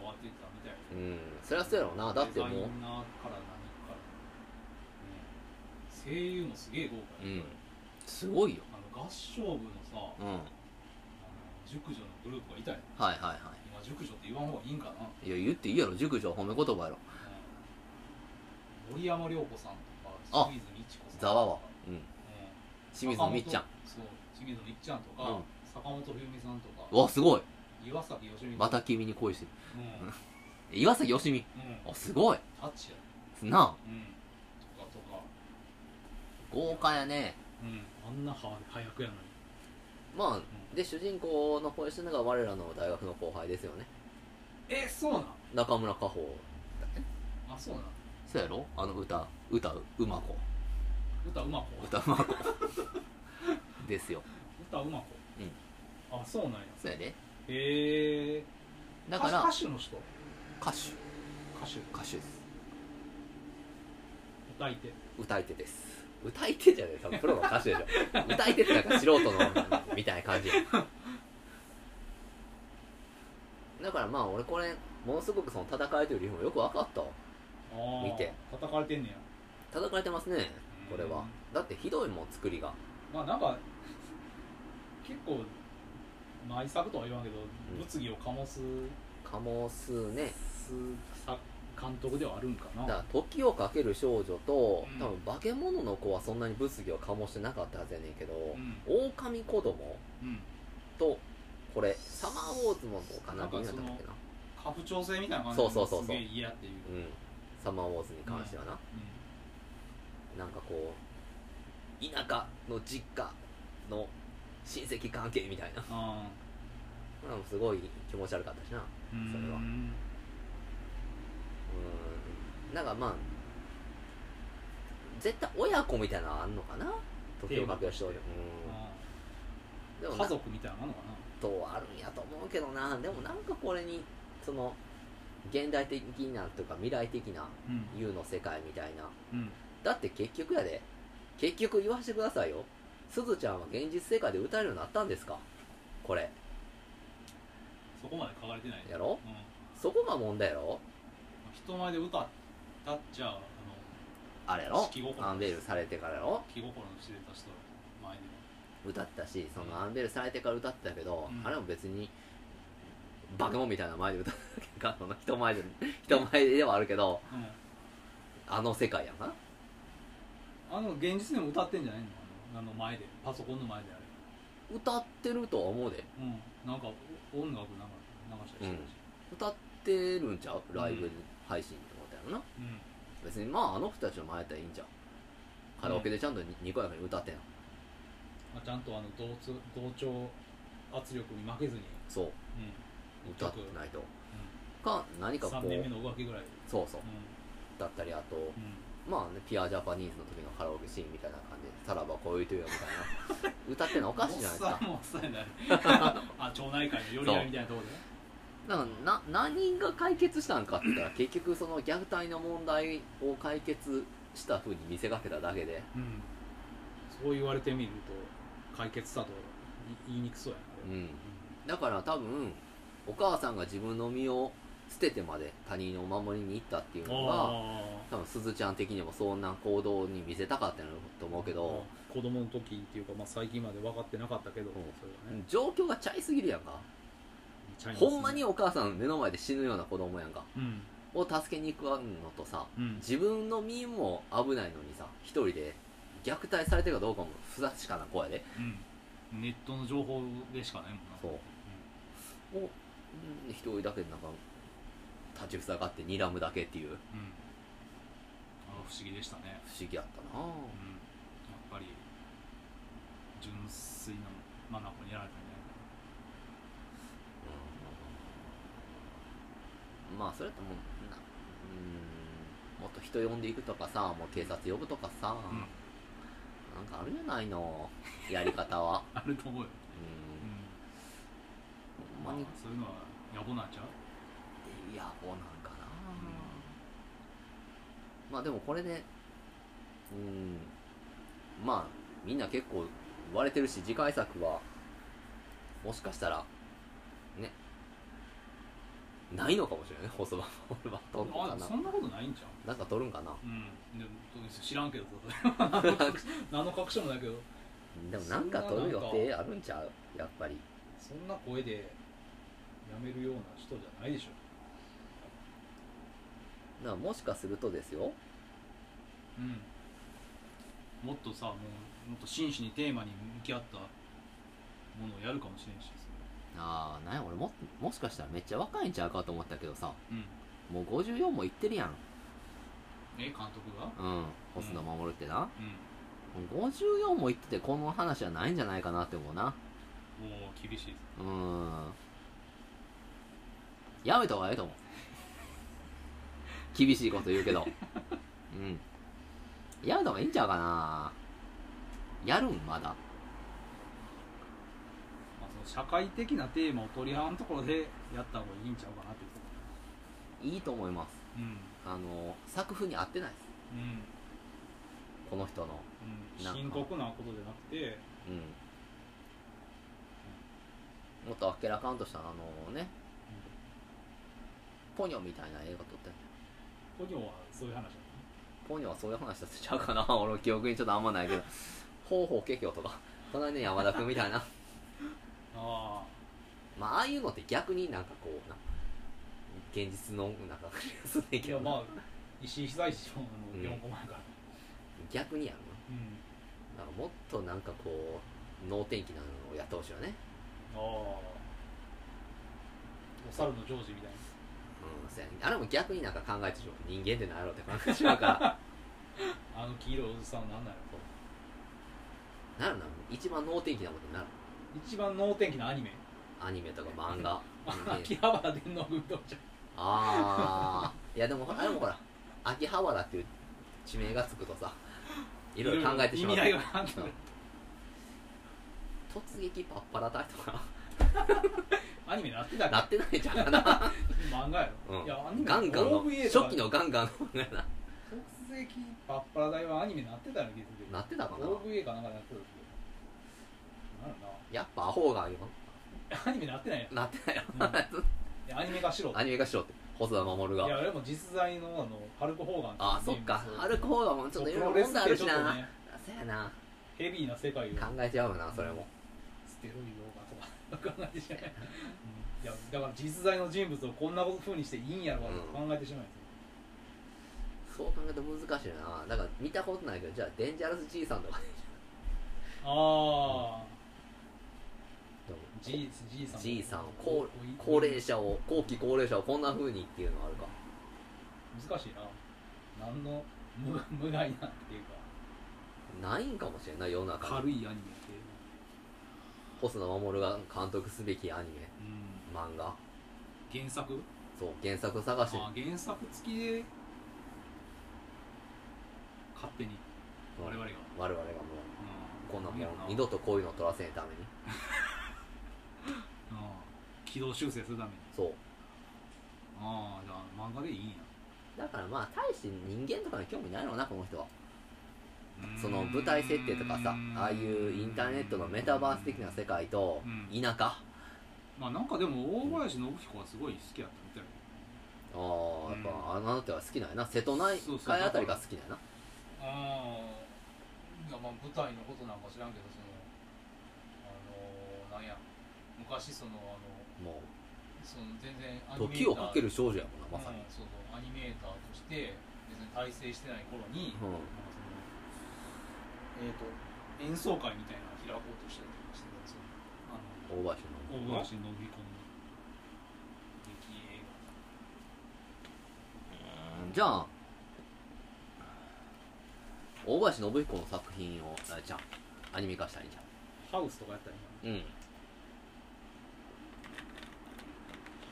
S1: 加わってたみたいな
S2: うんそりゃそうやろうなだってもう
S1: デザイナーから何から、ね、声優もすげえ豪華や
S2: うんすごいよ
S1: あの合唱部のさ、あ
S2: うん
S1: の
S2: はい
S1: 熟女のグループがいたやん
S2: はいは
S1: 今熟女って言わん方がいいんかな、
S2: いいや言っていいやろ熟女は褒め言葉やろ
S1: うん森山良子さんと
S2: あ
S1: か清水美智子さんと
S2: ざ
S1: か
S2: わわうん
S1: うん
S2: 清水のみっちゃん
S1: そう清水のみっちゃんとか、
S2: うん
S1: 坂本冬美さんとか
S2: うわすごい
S1: 岩崎よしみ
S2: また君に恋して
S1: うん、うん、
S2: る岩崎よしみあすごい
S1: タッチや
S2: なあ
S1: うんとかとか
S2: 豪華やね
S1: うんあんなは早くやのに
S2: まあで主人公の声してるのが我らの大学の後輩ですよね
S1: えそうなん
S2: 中村佳穂
S1: あそうなん
S2: そうやろあの歌歌ううま子
S1: 歌うま子
S2: 歌うま子ですよ
S1: 歌うま子あそうなんや
S2: そうやで
S1: へえ
S2: だから
S1: 歌手の人
S2: 歌手
S1: 歌手
S2: 歌手です
S1: 歌い手
S2: 歌い手です歌い手じゃない多分プロの歌手でしょ 歌い手ってなんか素人のみたいな感じだからまあ俺これものすごくその戦いという理由もよく分かったわ
S1: あー
S2: 見て
S1: 叩かれてんねや
S2: 叩かれてますねこれはだってひどいもん作りが
S1: まあなんか結構毎作とは言わんけど、
S2: ん
S1: 物議を醸す
S2: カモスね
S1: す作監督ではあるんかな
S2: だから時をかける少女と、
S1: うん
S2: 多分化け物の子はそんなに物議を醸してなかったはずやねんけど、
S1: うん
S2: 狼子供
S1: うん
S2: とこれサマーウォーズもどうかな
S1: なんか
S2: どうやったんだっけな
S1: 家父長制みたいな感じ
S2: そうそうそうそう
S1: すげえ嫌っていう、
S2: うんサマーウォーズに関してはな、
S1: う
S2: なんかこう田舎の実家の親戚関係みたいな
S1: ん、あ
S2: うんすごい気持ち悪かったしなう
S1: あうん
S2: それはーんなんかまあ絶対親子みたいなのあんのかな時をかける少女うんでも
S1: 家
S2: な
S1: 族みたいなのか
S2: とあるんやと思うけどなでもなんかこれにその現代的なというか未来的な
S1: な
S2: U の世界みたいな
S1: うんうん
S2: だって結局やで結局言わしてくださいよすずちゃんは現実世界で歌えるようになったんですかこれ
S1: そこまで書かれてない、
S2: やろ
S1: うんま
S2: そこが問題やろ
S1: あ人前で歌ったっちゃあの
S2: あれやろ
S1: 式心です
S2: アンベールされてからやろ
S1: 気心の知れた人の前で
S2: 歌ったしそのアンベールされてから歌ってたけど、
S1: うん
S2: あれも別にバケモンみたいな前で歌っただけかその人前で人前ではあるけど
S1: は、
S2: あの世界やんかな
S1: うん、あの現実でも歌ってんじゃないのあのあの前でパソコンの前であれ
S2: 歌ってるとは思うで
S1: うんなんかお音楽なんか流したりしてるし
S2: 歌ってるんちゃうライブ配信ってことやろな、
S1: うん、
S2: 別にまああの人たちの前やったらいいんちゃうカラオケでちゃんとに,、にこやかに歌ってんの
S1: まあ、ちゃんとあの同つ同調圧力に負けずに、
S2: そう
S1: うん、
S2: 歌ってないとか何かこ
S1: 3
S2: う
S1: 年目の浮気ぐらいで、
S2: そうそう
S1: うん
S2: だったりあと
S1: うん
S2: まあねピアジャパニーズの時のカラオケシーンみたいな感じでさらば恋人よみたいな 歌ってんのお
S1: お
S2: かしいじゃないですか
S1: もうおっさん になるあ町内会の寄り合いみたいなところでね
S2: だからな何が解決したんかって言ったら結局その虐待の問題を解決したふうに見せかけただけで
S1: うんそう言われてみると解決さと言い言いにくそうやな
S2: う
S1: あれ
S2: んだから多分お母さんが自分の身を捨ててまで他人を守りに行ったっていうのが
S1: あ
S2: 多分すずちゃん的にもそんな行動に見せたかったんだと思うけ
S1: ー
S2: ど、
S1: 子供の時っていうか、まあ、最近まで分かってなかったけど、
S2: ん
S1: それはね
S2: 状況がちゃいすぎるやんか、
S1: ちゃいますね
S2: ほんまにお母さんの目の前で死ぬような子供やんか
S1: うん
S2: を助けに行くのとさ
S1: うん
S2: 自分の身も危ないのにさ一人で虐待されてるかどうかも不確かな子やで
S1: うんネットの情報でしかないもんな
S2: そうをうん一人だけなんか立ち塞がって睨むだけっていう
S1: うん、うんあの不思議でしたね
S2: 不思議やったな
S1: うんやっぱり純粋なマナコにやられたんじゃないかな
S2: うんまあそれともうなうんもっと人呼んでいくとかさもう警察呼ぶとかさ、
S1: うん
S2: なんかあるじゃないのやり方は
S1: あると思うよ、
S2: うん
S1: う
S2: ほんま
S1: ん
S2: に
S1: まあ、そういうのは野暮なんちゃう
S2: 野暮なんかな、まあでもこれでうんまあみんな結構割れてるし次回作はもしかしたらねないのかもしれないね放送版放送版撮るの
S1: あ
S2: かな
S1: そんなことないんちゃう
S2: なんか撮るんか な
S1: うんでも知らんけど それ何の確証もないけど
S2: でもなんか撮る予定あるんちゃうやっぱり
S1: そんな声でやめるような人じゃないでしょ
S2: だからもしかするとですよ
S1: うんもっとさもうもっと真摯にテーマに向き合ったものをやるかもしれんし
S2: ああなんや俺ももしかしたらめっちゃ若いんちゃうかと思ったけどさ
S1: うん
S2: もう54もいってるやん
S1: え監督が
S2: うん細田守ってな、
S1: う
S2: もう54もいっててこの話はないんじゃないかなって思うなん
S1: もう厳しいです
S2: うんやめた方がええと思う厳しいこと言うけどうんやめた方がいいんちゃうかなやるんまだ
S1: まあ、その社会的なテーマを取り合うところでやった方がいいんちゃうかなっていうとこ
S2: いいと思います
S1: うんうん
S2: あの作風に合ってないですこの人の
S1: うん
S2: なんか
S1: 深刻なことじゃなくて
S2: うんもっとあっけらかんとしたあのねポニョみたいな映画撮って
S1: ポニョはそういう話だね
S2: ポニョはそういう話だっちゃうかな 俺の記憶にちょっとあんまないけどほうほうけきょうとか隣の山田君みたいな
S1: ああ
S2: まあああいうのって逆になんかこうな現実のなんかすんねん
S1: い
S2: け
S1: や
S2: どな
S1: まあ石井久石の
S2: うん
S1: 4個前から
S2: 逆にやる
S1: うん、
S2: ななんかもっとなんかこう能天気なのをやってほしいよね
S1: ああお猿のジョージみたいな
S2: うんそうやねあれも逆になんか考えてしまう人間ってなんやろって考えてしまうから
S1: あの黄色いおじさんなんなんやろ
S2: なるなる一番能天気なことになる
S1: 一番能天気なアニメ
S2: アニメとか漫画
S1: 秋葉原電脳軍団じゃん
S2: ああいやでもあれもほら秋葉原っていう地名がつくとさいろいろ考えてしまう
S1: 意味合いがあん
S2: うん突撃パッパラ隊とか
S1: アニメなってたっ
S2: なってないんじゃんかな、
S1: け漫画や
S2: う
S1: ろ、
S2: ん、
S1: いやアニメ
S2: ガンガンの
S1: OVA
S2: 初
S1: とか
S2: 期のガンガンの漫画や
S1: 突撃パッパラ大はアニメなってたよね気づいて
S2: ななってたかな
S1: OVA かなんかなってたけどなんやろ
S2: やっぱアホがよ
S1: なアニメなってないや
S2: なってないよ
S1: ん、うんいやアニメ化しろ
S2: アニメ化しろって細田守
S1: いや
S2: が
S1: あれも実在のあのハルク・ホーガン
S2: ああそっか歩く方がもうち
S1: ち
S2: ょ
S1: ょ
S2: っ
S1: っと
S2: とい
S1: プ
S2: ろ
S1: ロ
S2: いろ
S1: レ
S2: 問
S1: ス
S2: 題
S1: っ
S2: あ
S1: て
S2: る
S1: ちょ
S2: し
S1: っと
S2: な、
S1: ね
S2: そうやな
S1: ヘビーな世界を
S2: 考えちゃうなそれも
S1: ステロイドがとか考えてしまう、うんいやだから実在の人物をこんなふうにしていいんやろうと考えてしまうんですよ
S2: そう考えると難しいなだから見たことないけどじゃあデンジャラス爺さんとか
S1: ああ
S2: どうも
S1: G, G さん
S2: じいさん高高齢者を後期高齢者をこんな風にっていうのはあるか
S1: 難しいな何の無無害なっていう
S2: ないんかもしれんない世の
S1: か
S2: 中に
S1: 軽いアニメっていう
S2: 細田守が監督すべきアニメ
S1: うん
S2: 漫画
S1: 原作
S2: そう原作探し
S1: あ原作付きで勝手に我々が、うん、
S2: 我々がもうこんなもう二度とこういうの取らせないために
S1: うん軌道修正するために
S2: そう
S1: ああじゃあ漫画でいいんや
S2: だからまあ大して人間とかに興味ないのなこの人は
S1: うーん
S2: その舞台設定とかさああいうインターネットのメタバース的な世界と
S1: うん
S2: 田舎、
S1: まあなんかでも大林信彦はすごい好きやったみたい
S2: ああやっぱあなたは好きなんやな瀬戸内
S1: そうそう
S2: 海あたりが好きなんやな
S1: ああいやまあ舞台のことなんか知らんけどそのあのなんや昔そのあの
S2: も
S1: その全然ア
S2: う時をかける少女やもんなまさに
S1: うんそうそうアニメーターとして別に大成してない頃に、
S2: うん、
S1: えっ、と演奏会みたいなの開こうとしてましたけどそのあの
S2: 大橋の
S1: 大橋信彦の劇映
S2: うんじゃあ大林信彦の作品をあれじゃんアニメ化したらいいじ
S1: 画ハウスとかやったらいい
S2: ゃんうん
S1: な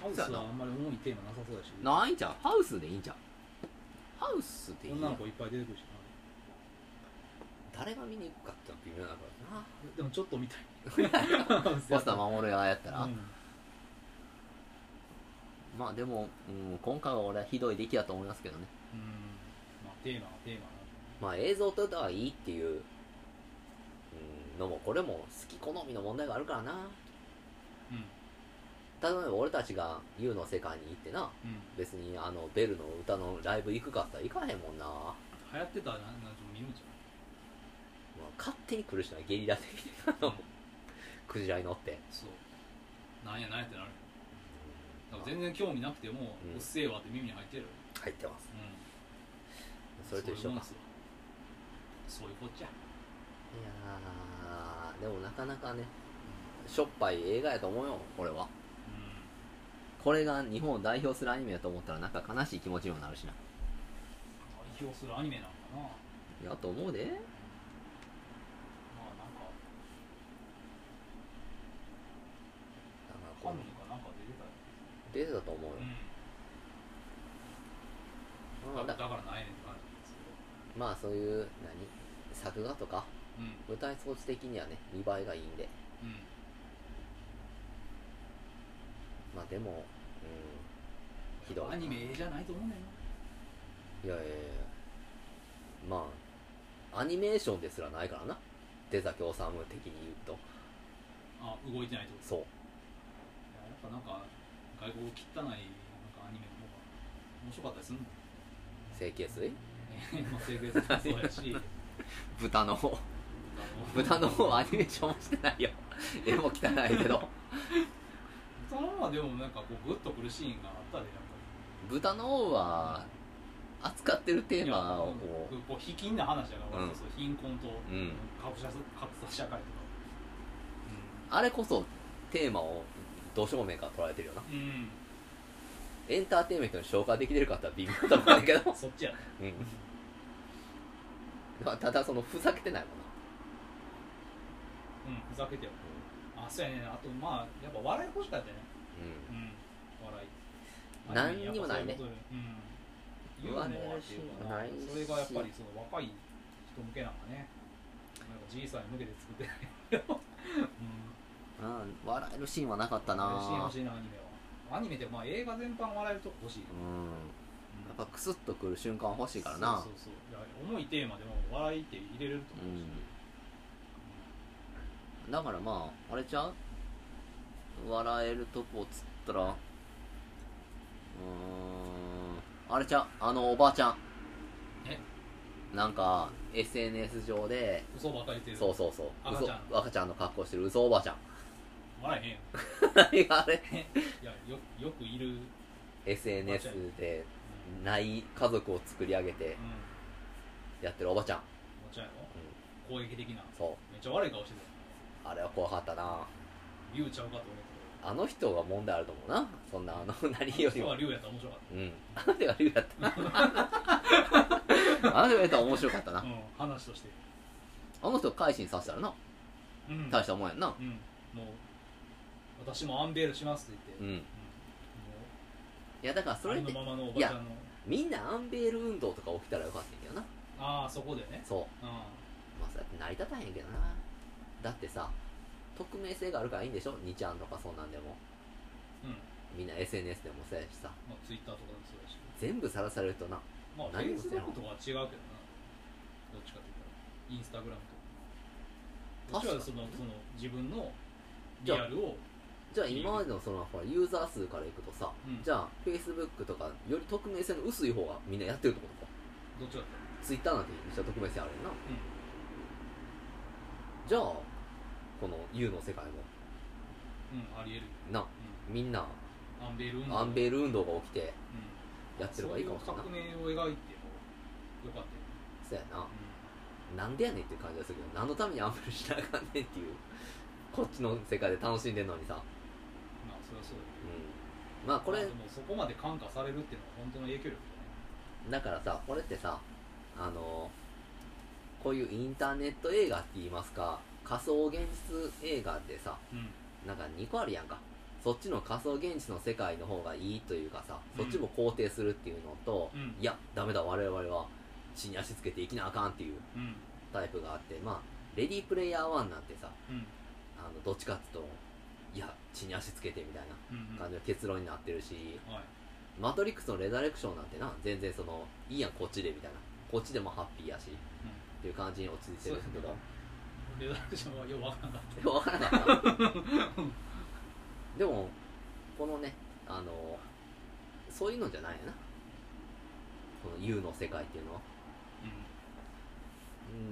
S1: ハウスはあんまり重いテーマなさそうだし
S2: ないんじゃんハウスでいいんじゃんハウスでいい
S1: 女
S2: や
S1: の
S2: ん
S1: 子いっぱい出てくるしな
S2: 誰が見に行くかってのは微妙だからな
S1: でもちょっと見 たいハウスや
S2: バ
S1: っ
S2: ス
S1: た
S2: タ
S1: ら
S2: 守る側やったら、
S1: うん
S2: まあでも、うん、今回は俺はひどい出来だと思いますけどね
S1: うんまあテーマはテーマ
S2: まあ映像と歌はいいっていううんのもこれも好き好みの問題があるからな
S1: なん
S2: 例えば俺たちが YOU の世界に行ってな
S1: うんうん
S2: 別にあのベルの歌のライブ行くかって言ったら行かへんもんな、まあ、
S1: 流行ってたらなんかちょっと見るんじゃ
S2: 勝手に来るしなゲリラ的に あ
S1: ん
S2: のクジラに乗って
S1: そうなんやなんやってなるだから全
S2: ま
S1: 然興味なくても
S2: う
S1: 「
S2: ん
S1: うっせえわ」って耳に入ってる、
S2: あ入ってます
S1: うん、
S2: それと一緒
S1: そういうもん
S2: か
S1: っすわそういうこっちゃ、
S2: いやーでもなかなかねしょっぱい映画やと思うよこれは
S1: う、
S2: これが日本を代表するアニメだと思ったらなんか悲しい気持ちにもなるしなん
S1: 代表するアニメなのかなま
S2: いやと思うで
S1: あなんか
S2: こ
S1: カン
S2: の
S1: ヌかなんか出てたよ、
S2: 出てたと思うよ、ま
S1: だ
S2: あだ
S1: だからないねんって感じですけど
S2: まあそういう何作画とか
S1: うん
S2: 舞台装置的にはね見栄えがいいんで
S1: うん
S2: まあでもひどい
S1: アニメじゃないと思うねんない
S2: やいやいやまあアニメーションですらないからな出崎治虫的に言うと
S1: あ動いてないってこと
S2: そう
S1: いややっぱなんか外国汚いなんかアニメの方が面白かったりするの
S2: 整形水
S1: ね まあ性別もそうやし
S2: 豚の方 豚の方アニメーションもしてないよ 絵も汚いけど
S1: 豚の方はでもなんかこうグッとくるシーンがあったでやっぱ
S2: 豚の王は扱ってる
S1: り
S2: テーマを
S1: いやうんこう卑近な話やから、
S2: うん
S1: そうそう貧困と
S2: うん
S1: 格差格差社会とか
S2: あれこそテーマをど正面から捉えてるよな
S1: うん、
S2: エンターテインメントに消化できてる方は微妙だと思うんだけど
S1: そっちやね
S2: うんまあただそのふざけてないもんな
S1: うんふざけてよあそうやねあとまあやっぱ笑い欲しかったよね
S2: う
S1: うん笑い
S2: 何にもないね
S1: やっぱそういうことでうんユーモアっていうかな
S2: ないし
S1: それがやっぱりその若い人向けなんかねなんかじいさんに向けて作ってないけどうん
S2: ん、うん、笑えるシーンはなかったな
S1: 嬉しい
S2: うん
S1: 欲しいなアニメはアニメってまあ映画全般笑えるとこ欲しい、
S2: やっぱクスッとくる瞬間欲しいから
S1: そ
S2: な
S1: うそうそういや重いテーマでも笑いって入れれると思うし、
S2: だからまああれちゃう笑えるとこっつったらうーんあれちゃうあのおばあちゃん
S1: え
S2: なんか SNS 上で
S1: 嘘ばっかり言ってる
S2: そうそうそう
S1: 赤ちゃん
S2: 嘘赤ちゃんの格好してる嘘おばあちゃん
S1: 笑えへんよ
S2: 何があれ
S1: いやよよくいる、うん
S2: SNS でない家族を作り上げてやってるおばちゃん
S1: お茶やろ、攻撃的な
S2: そう
S1: めっちゃ悪い顔してたよ
S2: あれは怖かったな
S1: 竜ちゃうかと思って
S2: あの人が問題あると思うなそんなあの 何
S1: た
S2: よ
S1: け
S2: り
S1: ど
S2: も
S1: は竜やったら面白かっ
S2: うんあの手が竜だった なあの手がやったら面白かった
S1: た、
S2: な
S1: うん、話として
S2: あの人を改心させたらな
S1: うん、
S2: 大したもんやんな
S1: うん、もう私もアンベールしますって言って、う
S2: う
S1: ん
S2: んい
S1: も
S2: やだから
S1: う
S2: それっ
S1: あり
S2: て
S1: のままのおばちゃんの
S2: みんなアンベール運動とか起きたらよかったんやけどな
S1: ああそこでね
S2: そう
S1: うん
S2: まあ、そうやって成り立たへんけどなだってさ匿名性があるからいいんでしょ2ちゃんとかそんなんでも
S1: うん
S2: みんな SNS でもそうやしさ
S1: まあツイッターとかでもそうだし
S2: 全部さらされるとな
S1: まあフ
S2: 何
S1: ェイ
S2: もし
S1: ス
S2: て
S1: ブ
S2: ない
S1: ックとかは違うけどなどっちかというとインスタグラムとかこっ
S2: 確
S1: ち
S2: かに
S1: はそのその自分のリアルを
S2: じゃあ今までのそのほらユーザー数からいくとさ、
S1: うん
S2: じゃあ Facebook とかより匿名性の薄い方がみんなやってるってことか
S1: どっちかという
S2: Twitter なんてめっちゃ匿名性あるよな
S1: とうん
S2: じゃあこの U の世界も
S1: うん、ありえる、
S2: なみんな
S1: うん、アンベール運動
S2: アンベール運動が起きて
S1: うん、
S2: やってる方がいいかもしれんない
S1: そういう革命を描いてもよかったよ、
S2: そうやな
S1: うん、
S2: なんでやねんっていう感じがするけど何のためにアンベルしなあかんねんっていうこっちの世界で楽しんでんのにさ、
S1: まあそれはそうだけ
S2: うん、まあ
S1: ど
S2: こ
S1: ま
S2: れ
S1: あでもそこまで感化されるっていうのは本当の影響力
S2: だからさこれってさあのこういうインターネット映画って言いますか仮想現実映画ってさ
S1: だね
S2: なんか2個あるやんかそっちの仮想現実の世界の方がいいというかさそっちも肯定するっていうのと、
S1: うん
S2: いやダメだ我々は地に足つけていきなあかんっていう
S1: うんうん
S2: タイプがあってまあレディープレイヤー1なんてさ
S1: うん
S2: あのどっちかっていうといや地に足つけてみたい
S1: うんうん
S2: な感じの結論になってるし、
S1: はい
S2: マトリックスのレザレクションなんてな全然そのいいやんこっちでみたいなこっちでもハッピーやしっていう感じに落ち着いてるんだけど
S1: そうレダクションはよくわからなかった
S2: でも分からなかったでもこのねあのそういうのじゃないよなこの U の世界っていうのは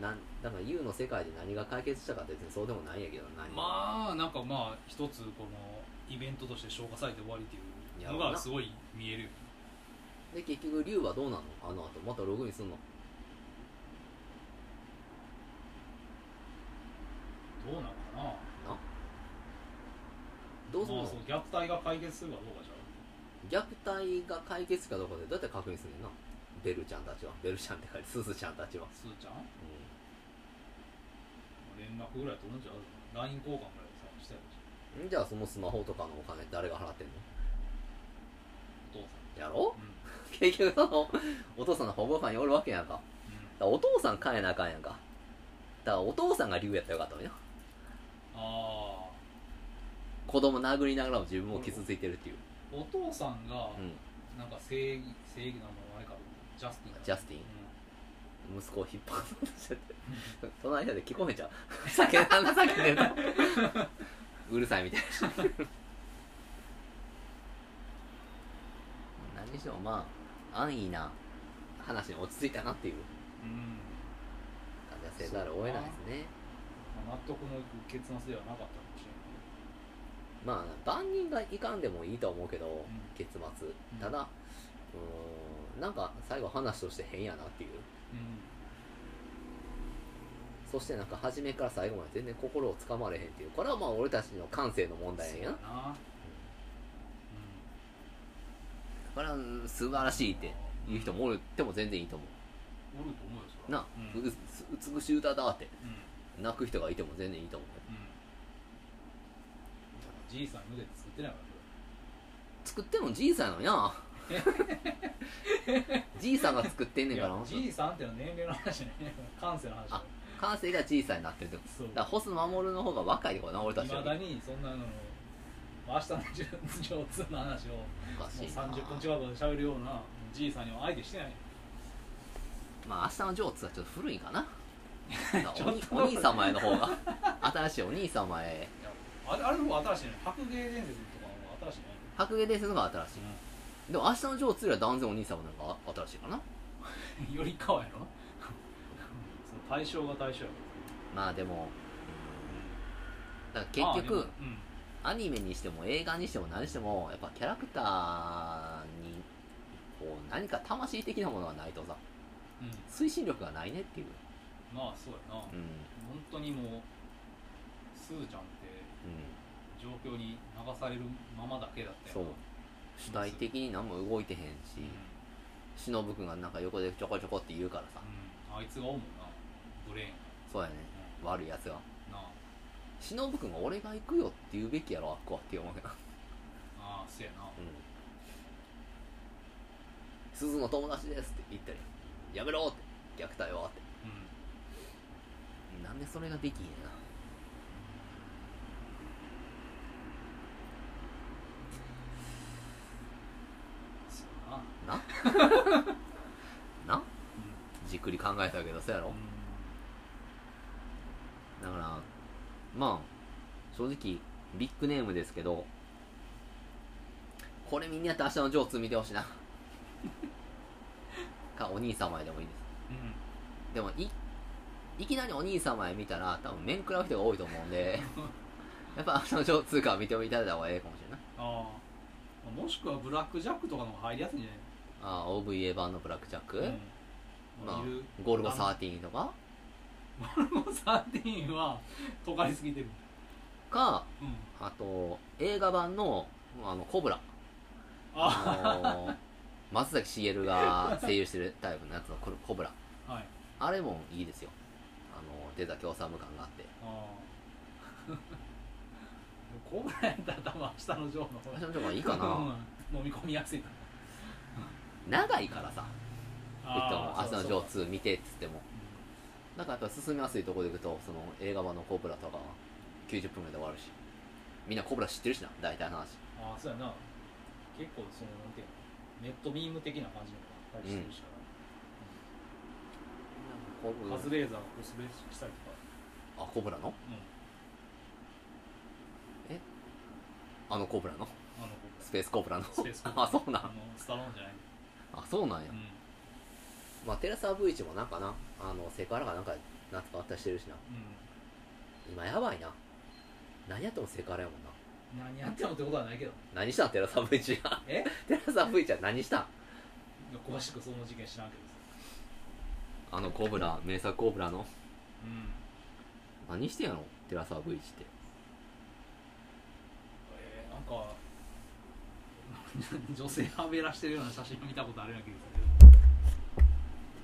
S2: なんだから U の世界で何が解決したかって別にそうでもないんやけど何
S1: まあなんかまあ一つこのイベントとして消化されて終わりっていうのがすごい見えるよ
S2: で結局龍はどうなのあの後またログインすんの
S1: どうなのかな
S2: などうすん
S1: ま
S2: の
S1: あ、そう虐待が解決するかどうかじゃ
S2: 虐待が解決かどうかでどうやって確認するんなベルちゃんたちはベルちゃんって書いてすずちゃんたちは、
S1: あすーちゃん
S2: う
S1: 連絡ぐらい取るんじゃない ?LINE 交換ぐらいさしたいでし
S2: ん、じゃあそのスマホとかのお金誰が払ってんの
S1: ょお父さん
S2: やろ
S1: うん、
S2: 結局そのお父さんの保護官におるわけやんかだか
S1: うん、
S2: らお父さん変えなあかんやんかだからお父さんが竜やったらよかったのよ
S1: ああ
S2: 子供殴りながらも自分も傷ついてるっていう、
S1: お父さんが
S2: うん、
S1: なんか正義正義なのあれかジャスティンか
S2: ジャスティン
S1: う、
S2: 息子を引っ張ろうとしちゃって 隣で聞こえちゃう 酒なんだ酒でなうるさいみたいな 何にしろまあ安易な話に落ち着いたなっていうん
S1: うん
S2: 感じはせざるを得ないですね
S1: まあ、納得のいく結末ではなかったかもしれない
S2: まあ万人がいかんでもいいと思うけど、結末
S1: ん
S2: ただうーんなんか最後話として変やなっていう
S1: けど、うん、
S2: そしてなんか初めから最後まで全然心をつかまれへんっていうこれはまあ俺たちの感性の問題
S1: そう
S2: や
S1: や
S2: な
S1: な、
S2: これはうん素晴らしいって言う人もおるっても全然いいと思
S1: うん、おると思うよそれ
S2: うな
S1: は、うん
S2: う
S1: うんうん
S2: う美しい歌だって泣く人がいても全然いいと思う
S1: じいさん無で作ってないからこ
S2: 作ってもじいさんやのに なじいさんが作ってん
S1: れ
S2: ねんから
S1: いやじいさんってのは年齢の話じゃない 感性の話だよ
S2: あ感性がじいさんになってるってこと
S1: そう
S2: だからホス守の方が若いってことな俺たち
S1: い
S2: よ
S1: ま
S2: り
S1: だにそんなの明日の上通の話をも
S2: おか
S1: う
S2: しいな
S1: 30分近くで喋るようなじいさんには相手してない
S2: まあ明日のジョーツはちょっと古い かなだからおに
S1: ちょっと
S2: お兄様への方が新しいお兄様へ
S1: あれあれも新しいね白芸伝説とかも新しいね
S2: 白芸伝説の方が新しいでも明日のジョーツよりは断然お兄様の方が新しいかな
S1: よりかわやろ その対象が対象や
S2: まあでもだか
S1: からら
S2: 結
S1: ま
S2: 局
S1: あでも
S2: アニメにしても映画にしても何してもやっぱキャラクターにこう何か魂的なものがないとさ
S1: うん、うん
S2: 推進力がないねっていう
S1: まあそうやな、
S2: う
S1: 本
S2: ん
S1: 当にもうすずちゃんって
S2: う
S1: 状況に流されるままだけだった
S2: ん
S1: よ
S2: そう主体的に何も動いてへん
S1: うん、う
S2: し忍君がなんか横でちょこちょこって言うからさ
S1: んあいつがおうもんなブレーン
S2: そうやね悪いやつが
S1: なあ
S2: 忍君が俺が行くよって言うべきやろあっこはって思うけど
S1: ああそうやな
S2: うん鈴の友達ですって言ったりやめろって虐待はってそれができへんな
S1: そうやな
S2: なな
S1: うん
S2: じっくり考えたけどそうやろ
S1: う
S2: だからまあ正直ビッグネームですけどこれみんなやって明日のジョー2見てほしいなかお兄様へでもいいです
S1: んうん
S2: でもいいきなりお兄様へ見たら多分面食らう人が多いと思うんでやっぱ明日のジョー2から見ていただいた方がええかもしれない
S1: ああもしくはブラックジャックとかの方が入りやすいんじゃない
S2: ああ OVA 版のブラックジャック、
S1: うん
S2: ま
S1: まあ、いる
S2: あ、ゴルゴ13とか
S1: ゴルゴ13はとかりすぎてる
S2: か
S1: うん
S2: あと映画版のあのコブラ
S1: あ
S2: あのー松崎しげるが声優してるタイプのやつのコルコブラ
S1: あはい
S2: あれもいいですよあのー出た京サム感があって
S1: ああ コブラやったら多分明日のジョーの方
S2: 私のとこはいいか な
S1: うん飲み込みやすいと
S2: 長いからさ言っても
S1: ああ
S2: 明日のジ
S1: そ
S2: ョ
S1: うそう
S2: ー2見てっつってもなんかやっぱ進みやすいところでいくとその映画版のコブラとかは90分ぐらいで終わるしみんなコブラ知ってるしな大体の話
S1: うんああそうやな結構そのなんていうのネットミーム的な感じのがあったりしてるし
S2: コ
S1: から、
S2: ブ
S1: カズレーザーがコスプレしたりとか
S2: あコブラの
S1: うん
S2: あのコブラの
S1: あのコブラ
S2: スペースコブラの
S1: スペースコブラ
S2: あそうな
S1: あ
S2: ん
S1: のスタローンじゃない
S2: あそうなんや、
S1: うん
S2: まあテラサ V1 もなんかなあのセクハラかなんかなんとかあったりしてるしな
S1: う
S2: 今やばいな何やってもセクハラやもんなん
S1: 何やってもってことはないけど
S2: 何したんテラサ V ちゃん
S1: え
S2: テラサ V ちゃん何したん
S1: 詳しくその事件知らんけどさ
S2: あのコブラ名作コブラの
S1: うん
S2: 何してんやろテラサ V って
S1: えー、なんか女性はべらしてるような写真見たことあるやんけど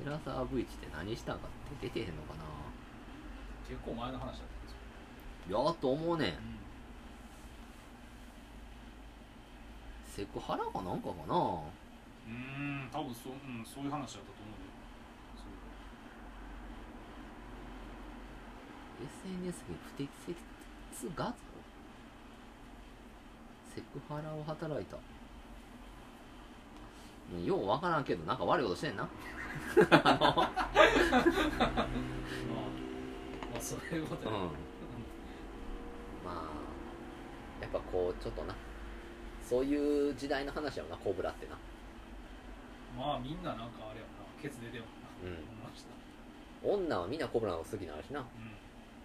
S2: テラサ V って何したんかって出てへんのかな
S1: 結構前の話だったんですよ、
S2: いやーと思うねん
S1: うん、
S2: セクハラかなんかかな
S1: うーん多分そう,、うん、そういう話だったと思うけどそう
S2: SNS に不適切画像セクハラを働いたようわからんけどなんか悪いことしてんな
S1: まあ、まあそういうこと
S2: うん
S1: やな、
S2: まあやっぱこうちょっとなそういう時代の話やもんなコブラってな
S1: まあみんななんかあれやもんなケツ出てよな
S2: うん
S1: 思いました
S2: 女はみんなコブラの好きなのしな
S1: うん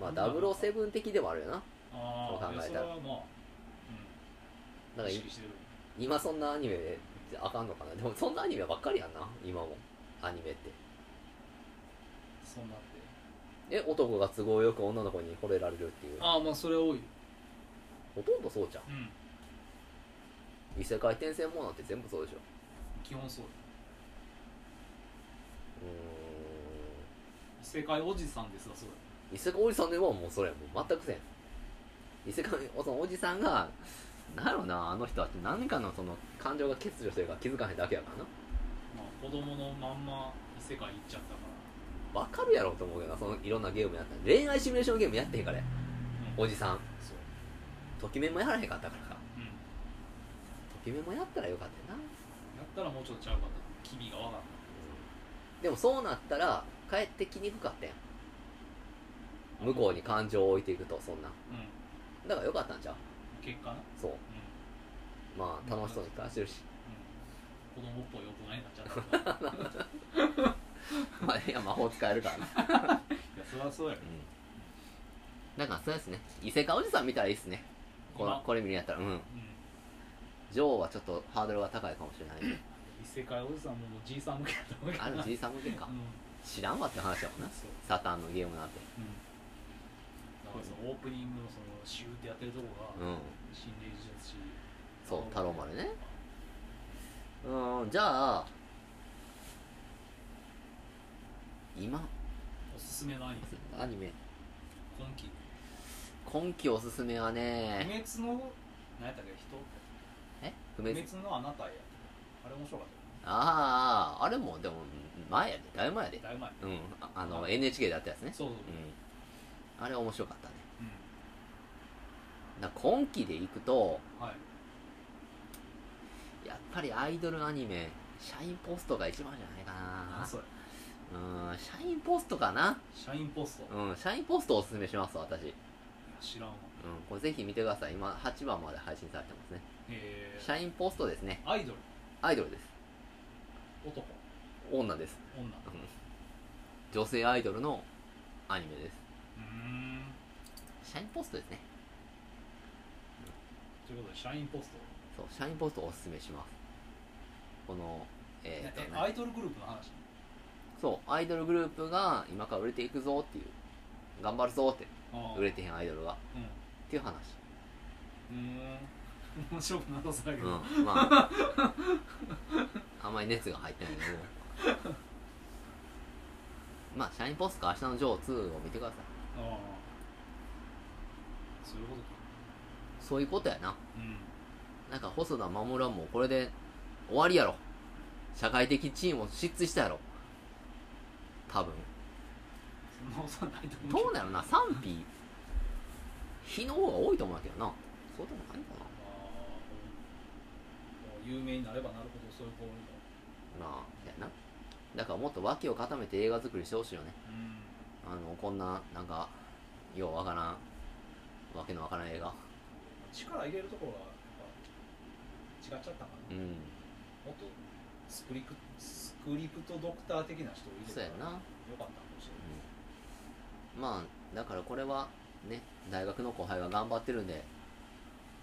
S2: まあ007的でもあるよな
S1: ああ
S2: そう考
S1: そ
S2: え
S1: れ
S2: たら
S1: はまあ、う
S2: だか
S1: ん、
S2: ら
S1: 意
S2: い
S1: 識してる
S2: 今そんなアニメであかんのかなでもそんなアニメばっかりやんな今もアニメって
S1: そんなって
S2: え男が都合よく女の子に惚れられるっていう
S1: ああまあそれは多いよ
S2: ほとんどそうじゃん
S1: うん
S2: 異世界転生ものなんて全部そうでしょ
S1: 基本そう
S2: う
S1: 異世界おじさんですわそうだ
S2: ーん異世界おじさんではもうそれやもう全くせん異世界おそのおじさんがなんやろなあの人は何かのその感情が欠如してるから気づかへんだけやからな
S1: まあ、子供のまんま異世界行っちゃったから、
S2: わかるやろと思うけどなそのいろんなゲームやったら恋愛シミュレーションゲームやってへんからや
S1: うん、
S2: おじさん
S1: そう、
S2: ときめもやらへんかったからか
S1: うん、
S2: ときめもやったらよかったよな
S1: やったらもうちょっとちゃうかった君がわかんない
S2: でもそうなったら帰ってきにくかったやん向こうに感情を置いていくとそんな
S1: うん
S2: だからよかったんちゃう
S1: 結果な、うん
S2: そうまあ楽しそうに暮らしてるし
S1: うん、子供っぽい大人になっ ちゃったからい
S2: ま あいや魔法使えるからな
S1: やそりゃそうやろ
S2: だからそうですね異世界おじさん見たらいいっすねこの
S1: 今
S2: これ見るんやったらうん
S1: うん
S2: ジョーはちょっとハードルが高いかもしれないね
S1: 異世界おじさんももうじいさん向けだと思うけど
S2: あ
S1: な
S2: るじいさん向け
S1: う
S2: か
S1: ん
S2: 知らんわって話やもんな
S1: そう
S2: サタンのゲームなんて
S1: うんだからそのオープニングのそのシューってやってるとこ
S2: う
S1: が
S2: ん
S1: 心霊術師
S2: そう太郎丸ねうんじゃあ今
S1: おすすめない
S2: アニメ
S1: 今期
S2: 今季おすすめは
S1: 不
S2: ね
S1: 滅の何やったっけ人
S2: え不
S1: 不
S2: 滅
S1: 滅のあなたへやったあれ面白かっ
S2: あああれもでも前やでだいぶ前やで
S1: たよだいぶ前
S2: うんああの NHK でやったやつね
S1: そうそう
S2: うあれは面白かったね
S1: う
S2: だから今期でいくと
S1: んはい
S2: やっぱりアイドルアニメシャインポストが一番じゃないか
S1: 何それ
S2: なうんシャインポストかな
S1: 社員ポスト、い
S2: うんシャインポストおすすめします私うん
S1: や知らんわ
S2: これぜひ見てください今8番まで配信されてますね
S1: え
S2: シャインポストですね
S1: ー、アイドル
S2: アイドルです
S1: 男
S2: 女です
S1: 女う
S2: うん女性アイドルのアニメで
S1: ーん
S2: すシャインポストですね
S1: ということで社員ポスト
S2: そうシャインポストをおすすめしますこのえーっと
S1: え
S2: ね
S1: アイドルグループの話
S2: そうアイドルグループが今から売れていくぞっていう頑張るぞって
S1: あー
S2: 売れてへんアイドルがっ
S1: うん
S2: ていう話
S1: うーん 面白くなさそうだけど、
S2: うんま ああんまり熱が入ってないけどまあシャインポストか明日のジョー2を見てください
S1: ああそういうことか
S2: そういうことやな
S1: うん
S2: なんか細田守はもうこれで終わりやろ社会的地位も失墜したやろ多分
S1: そんなことはないと思うけど
S2: どうなのな賛否日の方が多いと思うんだけどなそうでもないか
S1: あー有名になればなるほどそういうこう
S2: ななあやなだからもっと脇を固めて映画作りしてほしいよね
S1: うん
S2: あのこんななんかようわからんわけのわからん映画
S1: 力入れるところがやっぱ違っちゃったかな、
S2: うん
S1: もっとスクリプスクリプトドクター的な人を入れ
S2: そう
S1: て
S2: やな、う
S1: よ
S2: ん
S1: かったかもしれない
S2: まあだからこれはね大学の後輩が頑張ってるんで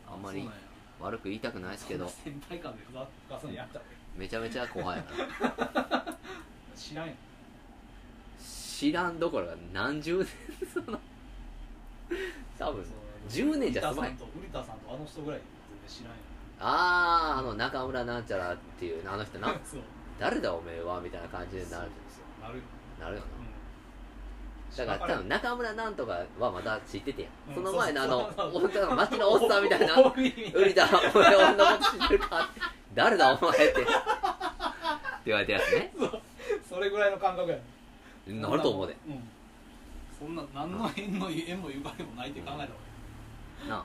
S2: あんまり
S1: そうなんや
S2: 悪く言いたくないですけど
S1: 先輩感でふざふかすのやったで
S2: めちゃめちゃ後輩やな
S1: 知らんよ
S2: 知らんどころか何十年その多分
S1: そう
S2: 10年じゃ済まへん
S1: ウリタさんとウリタさんとあの人ぐらい全然知らんよ
S2: あああの中村なんちゃらっていうあの人な
S1: そう
S2: 誰だおめえはみたいな感じになる
S1: そうそうなるよ、
S2: なるよ
S1: うん、
S2: なだから多分
S1: 分
S2: 中村なんとかはまだ知っててや
S1: うん
S2: んその前のあ
S1: そうそう
S2: のおった町のおっさんみたい な
S1: おおみみたい
S2: 売りだお前俺のこと知ってるかって誰だお前ってって言われたやつね
S1: そうそれぐらいの感覚や
S2: なると思うで、
S1: ん、そんな何の縁の縁もゆかりもないって考えたら、
S2: なあ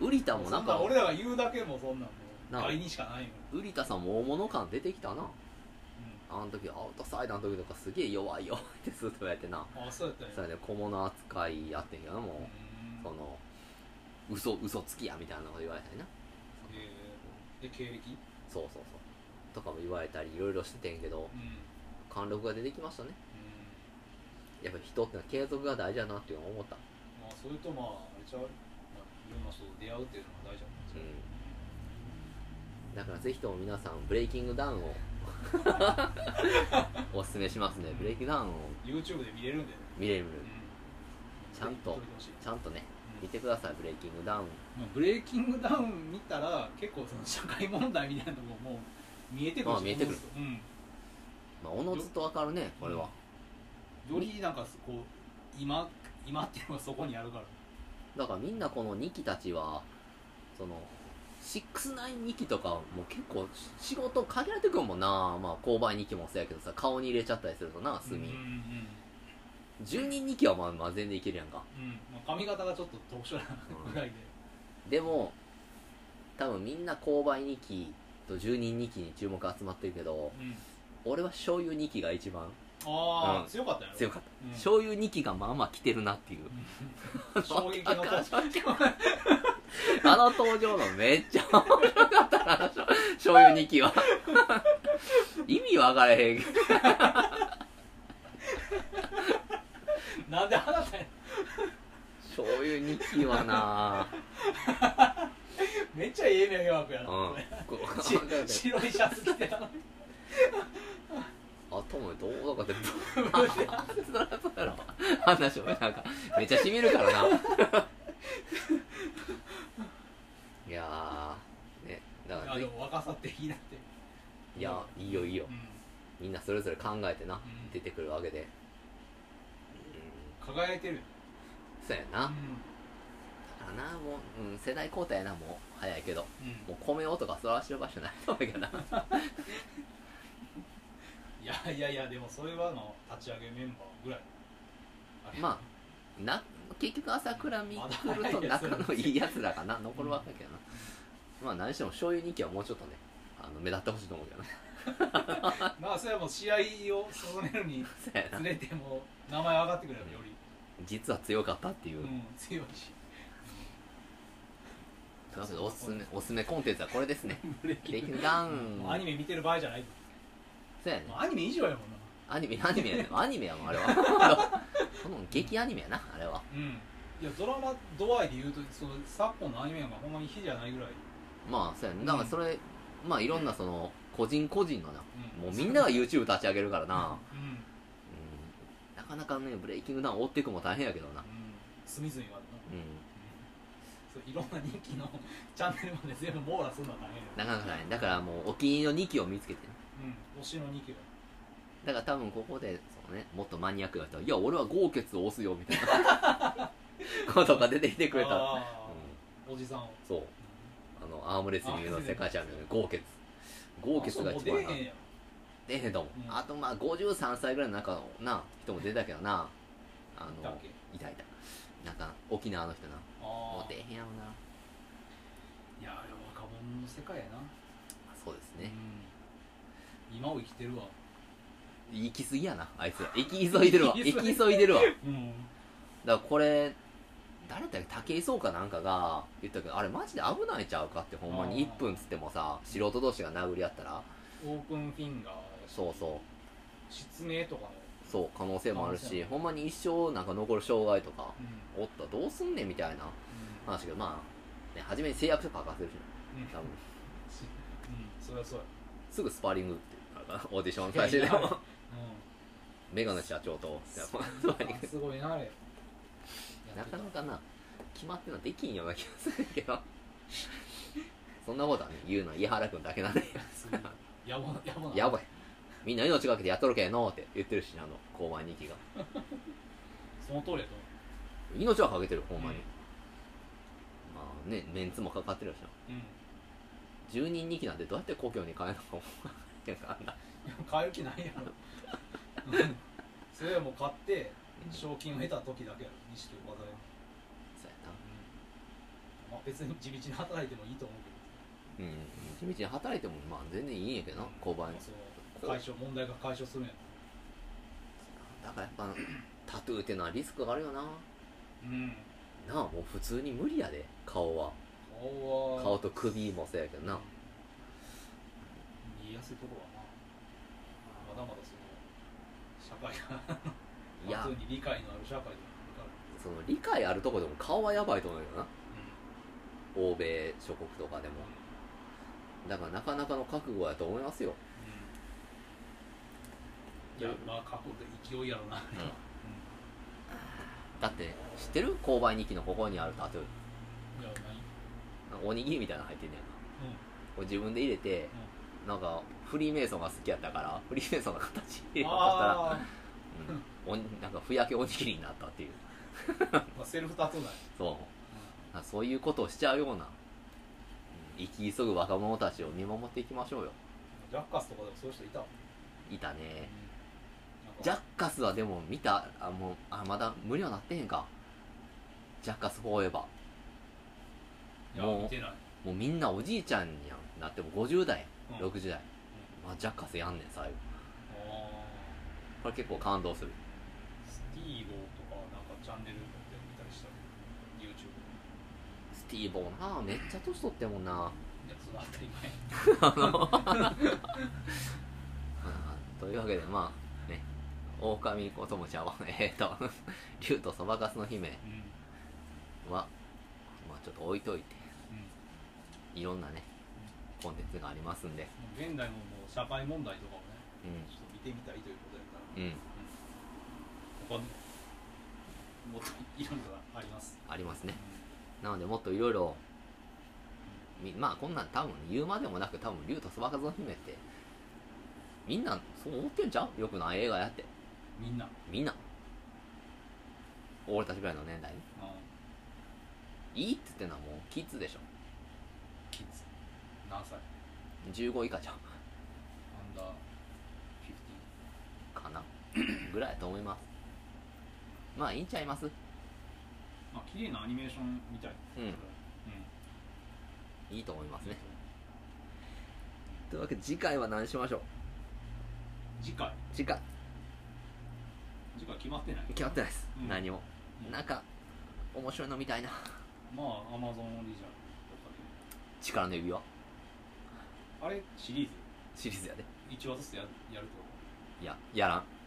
S1: う
S2: 売りたも
S1: ん、
S2: な
S1: そ
S2: ん
S1: んな
S2: か
S1: 俺らが言うだけもそんなんもう
S2: なあ
S1: 倍にしかないよ、
S2: 売りたさんも大物感出てきたな
S1: う、
S2: あの時アウトサイダーの時とかすげえ弱い弱いってずっと言われてなん
S1: あそうやったんや
S2: それで小物扱いやってんけどもう、
S1: うん
S2: その嘘嘘つきやみたいなこと言われたりな
S1: えーで経歴
S2: そうそうそうとかも言われたりいろいろしててんけど
S1: うん、うん、
S2: 貫禄が出てきましたねやっぱ人ってのは継続が大事だなっていうのを思った
S1: まあそれとまああれちゃう、まあ、いろんな人と出会うっていうのが大事なんですよ、
S2: うんだからぜひとも皆さんブレイキングダウン をおすすめしますねブレイキングダウンを
S1: YouTube で見れるんで、ね
S2: 見れる
S1: うん、
S2: ちゃんと
S1: 撮り直し
S2: ちゃんとね
S1: う
S2: 見
S1: ん
S2: てくださいブレイキングダウン
S1: まあブレイキングダウン見たら結構その社会問題みたいなとこももう見えてくる
S2: あ見えてくる
S1: うん
S2: まあおのずとわかるねこれは
S1: よりなんかこう今今っていうのがそこにあるから
S2: だからみんなこの2期たちはその692期とかもう結構し仕事限られてくるもんなまあ購買2期もそうやけどさ顔に入れちゃったりするとな
S1: うん
S2: 隅、
S1: うん
S2: 10人2期はまあまあ全然いけるやん か
S1: うんうんまあ、髪型がちょっと特殊なぐらいで、
S2: でも多分みんな購買2期と10人2期に注目集まってるけど
S1: うん、
S2: 俺は醤油2期が一番
S1: ああ、
S2: うん
S1: 強かったよ
S2: 強かった、
S1: うん
S2: 醤油2期がまあまあ来てるなっていう
S1: うん 衝撃の
S2: あ
S1: と
S2: かんあの登場のめっちゃ面白かったな、しょ醤油2期は。意味わからへんけど。
S1: なんであなたや
S2: 醤油2期はな
S1: めっちゃええ迷惑や
S2: うん
S1: な、
S2: こ
S1: し
S2: う。
S1: 白いシャツ着てたのに
S2: あともどうだかって、 そらそうやろ。話をなんか、めっちゃしみるからな。 いやー、ね、だから
S1: あで
S2: ね、
S1: も若さっていいなって
S2: いや、いいよいいよ
S1: う。ん
S2: みんなそれぞれ考えてな、
S1: ん
S2: 出てくるわけで。うん、
S1: 輝いてるよ
S2: そうやな。
S1: う
S2: だからなもう、うん、世代交代やなもう早いけど
S1: んうん
S2: もう米をとか育らしてる場所ないと思うけどな
S1: いやいやいやでもそれはあの立ち上げメンバーぐらい
S2: まな結局朝倉未来と
S1: まだ早い
S2: 仲
S1: よそ
S2: の
S1: れ
S2: いいやつらがな残るわけやけどな、まあ何しても醤油人気はもうちょっとねあの目立ってほしいと思うけどな
S1: まあそれはもう試合を重ねるに
S2: そうや
S1: つ
S2: な
S1: れてもう名前上がってくればより、
S2: 実は強かったっていうう、
S1: ん、強いし
S2: というわけでおすすめおすすめコンテンツはこれ ですね
S1: ブレイキ
S2: レ
S1: ン
S2: イキ
S1: グ
S2: ングダウ
S1: もうア
S2: ン
S1: ニメ見てる場合じゃない
S2: そうやね
S1: もうアニメ以上やもんな
S2: アニメアニメや ねアニメやもんあれはその激アニメやなあれは
S1: うんいやドラマ度合いで言うとその昨今のアニメがほんまに比じゃないぐらい、
S2: まあそうやねだからそれ、まあいろんなその個人個人のな
S1: うん、
S2: もうみんなが YouTube 立ち上げるからな、
S1: うん、うん
S2: うん、なかなかねブレイキングダウン追っていくのも大変やけどな
S1: 隅々はあるな
S2: うん
S1: そういろんな人気の チャンネルまで全部網羅するのは大変
S2: なかなかないだからもうお気に入りの2期を見つけてね
S1: うん推しの2期は
S2: だから多分ここでその、ね、もっとマニアックな人は「いや俺は豪傑を押すよ」みたい なことが出てきてくれたら、
S1: あ
S2: う
S1: ーおじさんを
S2: ん、そうあのアームレスリングの世界チャンピオンで豪傑豪傑が
S1: あそうもう出え
S2: 一
S1: へ
S2: 番なん
S1: や
S2: 出えへんと思う、
S1: うん
S2: あとまあ53歳ぐらいの中のな人も出たけどなあの
S1: ろだっけ
S2: いたいたなんか沖縄の人な
S1: あ
S2: もう
S1: あ
S2: 出えへんやろない
S1: やあれは若者の世界やな
S2: そうですね、
S1: うん、今を生きてるわ
S2: 行き過ぎやなあいつら行き急いでるわ
S1: 行き
S2: 行
S1: 急い
S2: き急いでるわだか
S1: うん
S2: らこれ誰だったっけ武井壮かなんかが言ったけどあれマジで危ないちゃうかってほんまに
S1: あー
S2: 1分つってもさ素人同士が殴り合ったら
S1: オープンフィンガーやし
S2: そうそう
S1: 失明とかの、
S2: そう可能性もある
S1: 可能性
S2: しほんまに一生なんか残る障害とか
S1: うん
S2: おったらどうすんねんみたいな
S1: うん
S2: 話がまあ、ね、初めに誓約書書かせるし
S1: うん
S2: 多分
S1: しうんそりゃそうや
S2: すぐスパーリングっていうからオーディション最終で
S1: いやい
S2: も
S1: うん
S2: メガネ社長と
S1: す
S2: スパーリング
S1: あすごいなあれ
S2: なかなかな決まってのはできんような気がするけどそんなことはね言うのは伊原君だけなんで
S1: やばやばな
S2: やばいみんな命がけてやっとるけえのって言ってるしなあの交番人気が
S1: その通りやと
S2: 命はかけてるほん
S1: 思う
S2: まに、まあねメンツもかかってるしな
S1: うん、うん、
S2: 10人2期なんてどうやって故郷に帰るのかもなんかあんな
S1: 買える気ないやろうんそれはもう買って
S2: そう
S1: 賞金を得た時だけやろ錦を技で、
S2: やな
S1: まあ、別に地道に働いてもいいと思うけ
S2: うん地道に働いてもまあ全然いいんやけど
S1: ど
S2: な交番
S1: まあその解消問題が解消するんや
S2: だからやっぱタトゥーってのはリスクがあるよなな
S1: うん
S2: あもう普通に無理やで顔は
S1: 顔は
S2: 顔と首もそうやけどな
S1: 見えやすいところはなまだまだその社会が
S2: いや
S1: 普通に理解のある社会である
S2: その理解あるとこでも顔はやばいと思うよな
S1: う
S2: 欧米諸国とかでも
S1: ん
S2: だからなかなかの覚悟やと思いますよ
S1: いやまあ過去で勢いやろな、
S2: だって知ってる購買日記のここにあるタトゥ
S1: いやない
S2: ーおにぎりみたいなの入ってんねやんか
S1: うん
S2: これ自分で入れてなんかフリーメイソンが好きやったからフリーメイソンの形をしたら、
S1: あ
S2: うん、おになんかふやけおにぎりになったっていう
S1: ーまあセルフタトゥーだね
S2: そうあそういうことをしちゃうようなうん生き急ぐ若者たちを見守っていきましょうよ
S1: ジャッカスとかでもそういう人いたもん
S2: いたね
S1: なんか
S2: ジャッカスはでも見たあもうあまだ無料なってへんかジャッカスフォーエバ
S1: いや
S2: もう
S1: 見てない
S2: ーもうみんなおじいちゃんにやんなっても50代
S1: うん
S2: 60代、まあ、ジャッカスやんねん最後
S1: あ
S2: これ結構感動する
S1: ースティーゴーとかなんかチャンネルで見たりしたけど YouTube
S2: スティーボーなあめっちゃ年取ってんもんな、ま
S1: いやその当たり前
S2: あというわけでまあね狼子ともちゃうわえっと 竜とそばかすの姫
S1: うん
S2: はまあちょっと置いといて
S1: うん
S2: いろんなねコンテンツがありますんで
S1: もう現代のもう社会問題とかをね
S2: う
S1: ちょっと見てみたいということやから
S2: んうん
S1: 他にもっといろいろあります、
S2: ありますねなのでもっといろいろみまあこんなん多分言うまでもなく多分竜とそばかすの姫ってみんなそう思ってんじゃんよくない映画やって
S1: みんな、
S2: みんな俺たちぐらいの年代ねいいって言ってんのはもうキッズでしょ
S1: キッズ何歳
S2: 15以下じゃん
S1: アンダー
S2: かなぐらいだと思いますまあいいんちゃいます
S1: まあ綺麗なアニメーションみたい
S2: うん
S1: うん
S2: いいと思いま
S1: い
S2: す
S1: い
S2: ね
S1: と思
S2: というわけで次回は何しましょう
S1: う次回
S2: 次回
S1: 次回決まってない
S2: 決まってないです、
S1: うん
S2: 何も
S1: うん
S2: なんか面白いのみたいな
S1: まあアマゾンオリジナルとかで
S2: 力の指輪
S1: あれシリーズ
S2: シリーズやで
S1: 1話ずつややると
S2: いややらん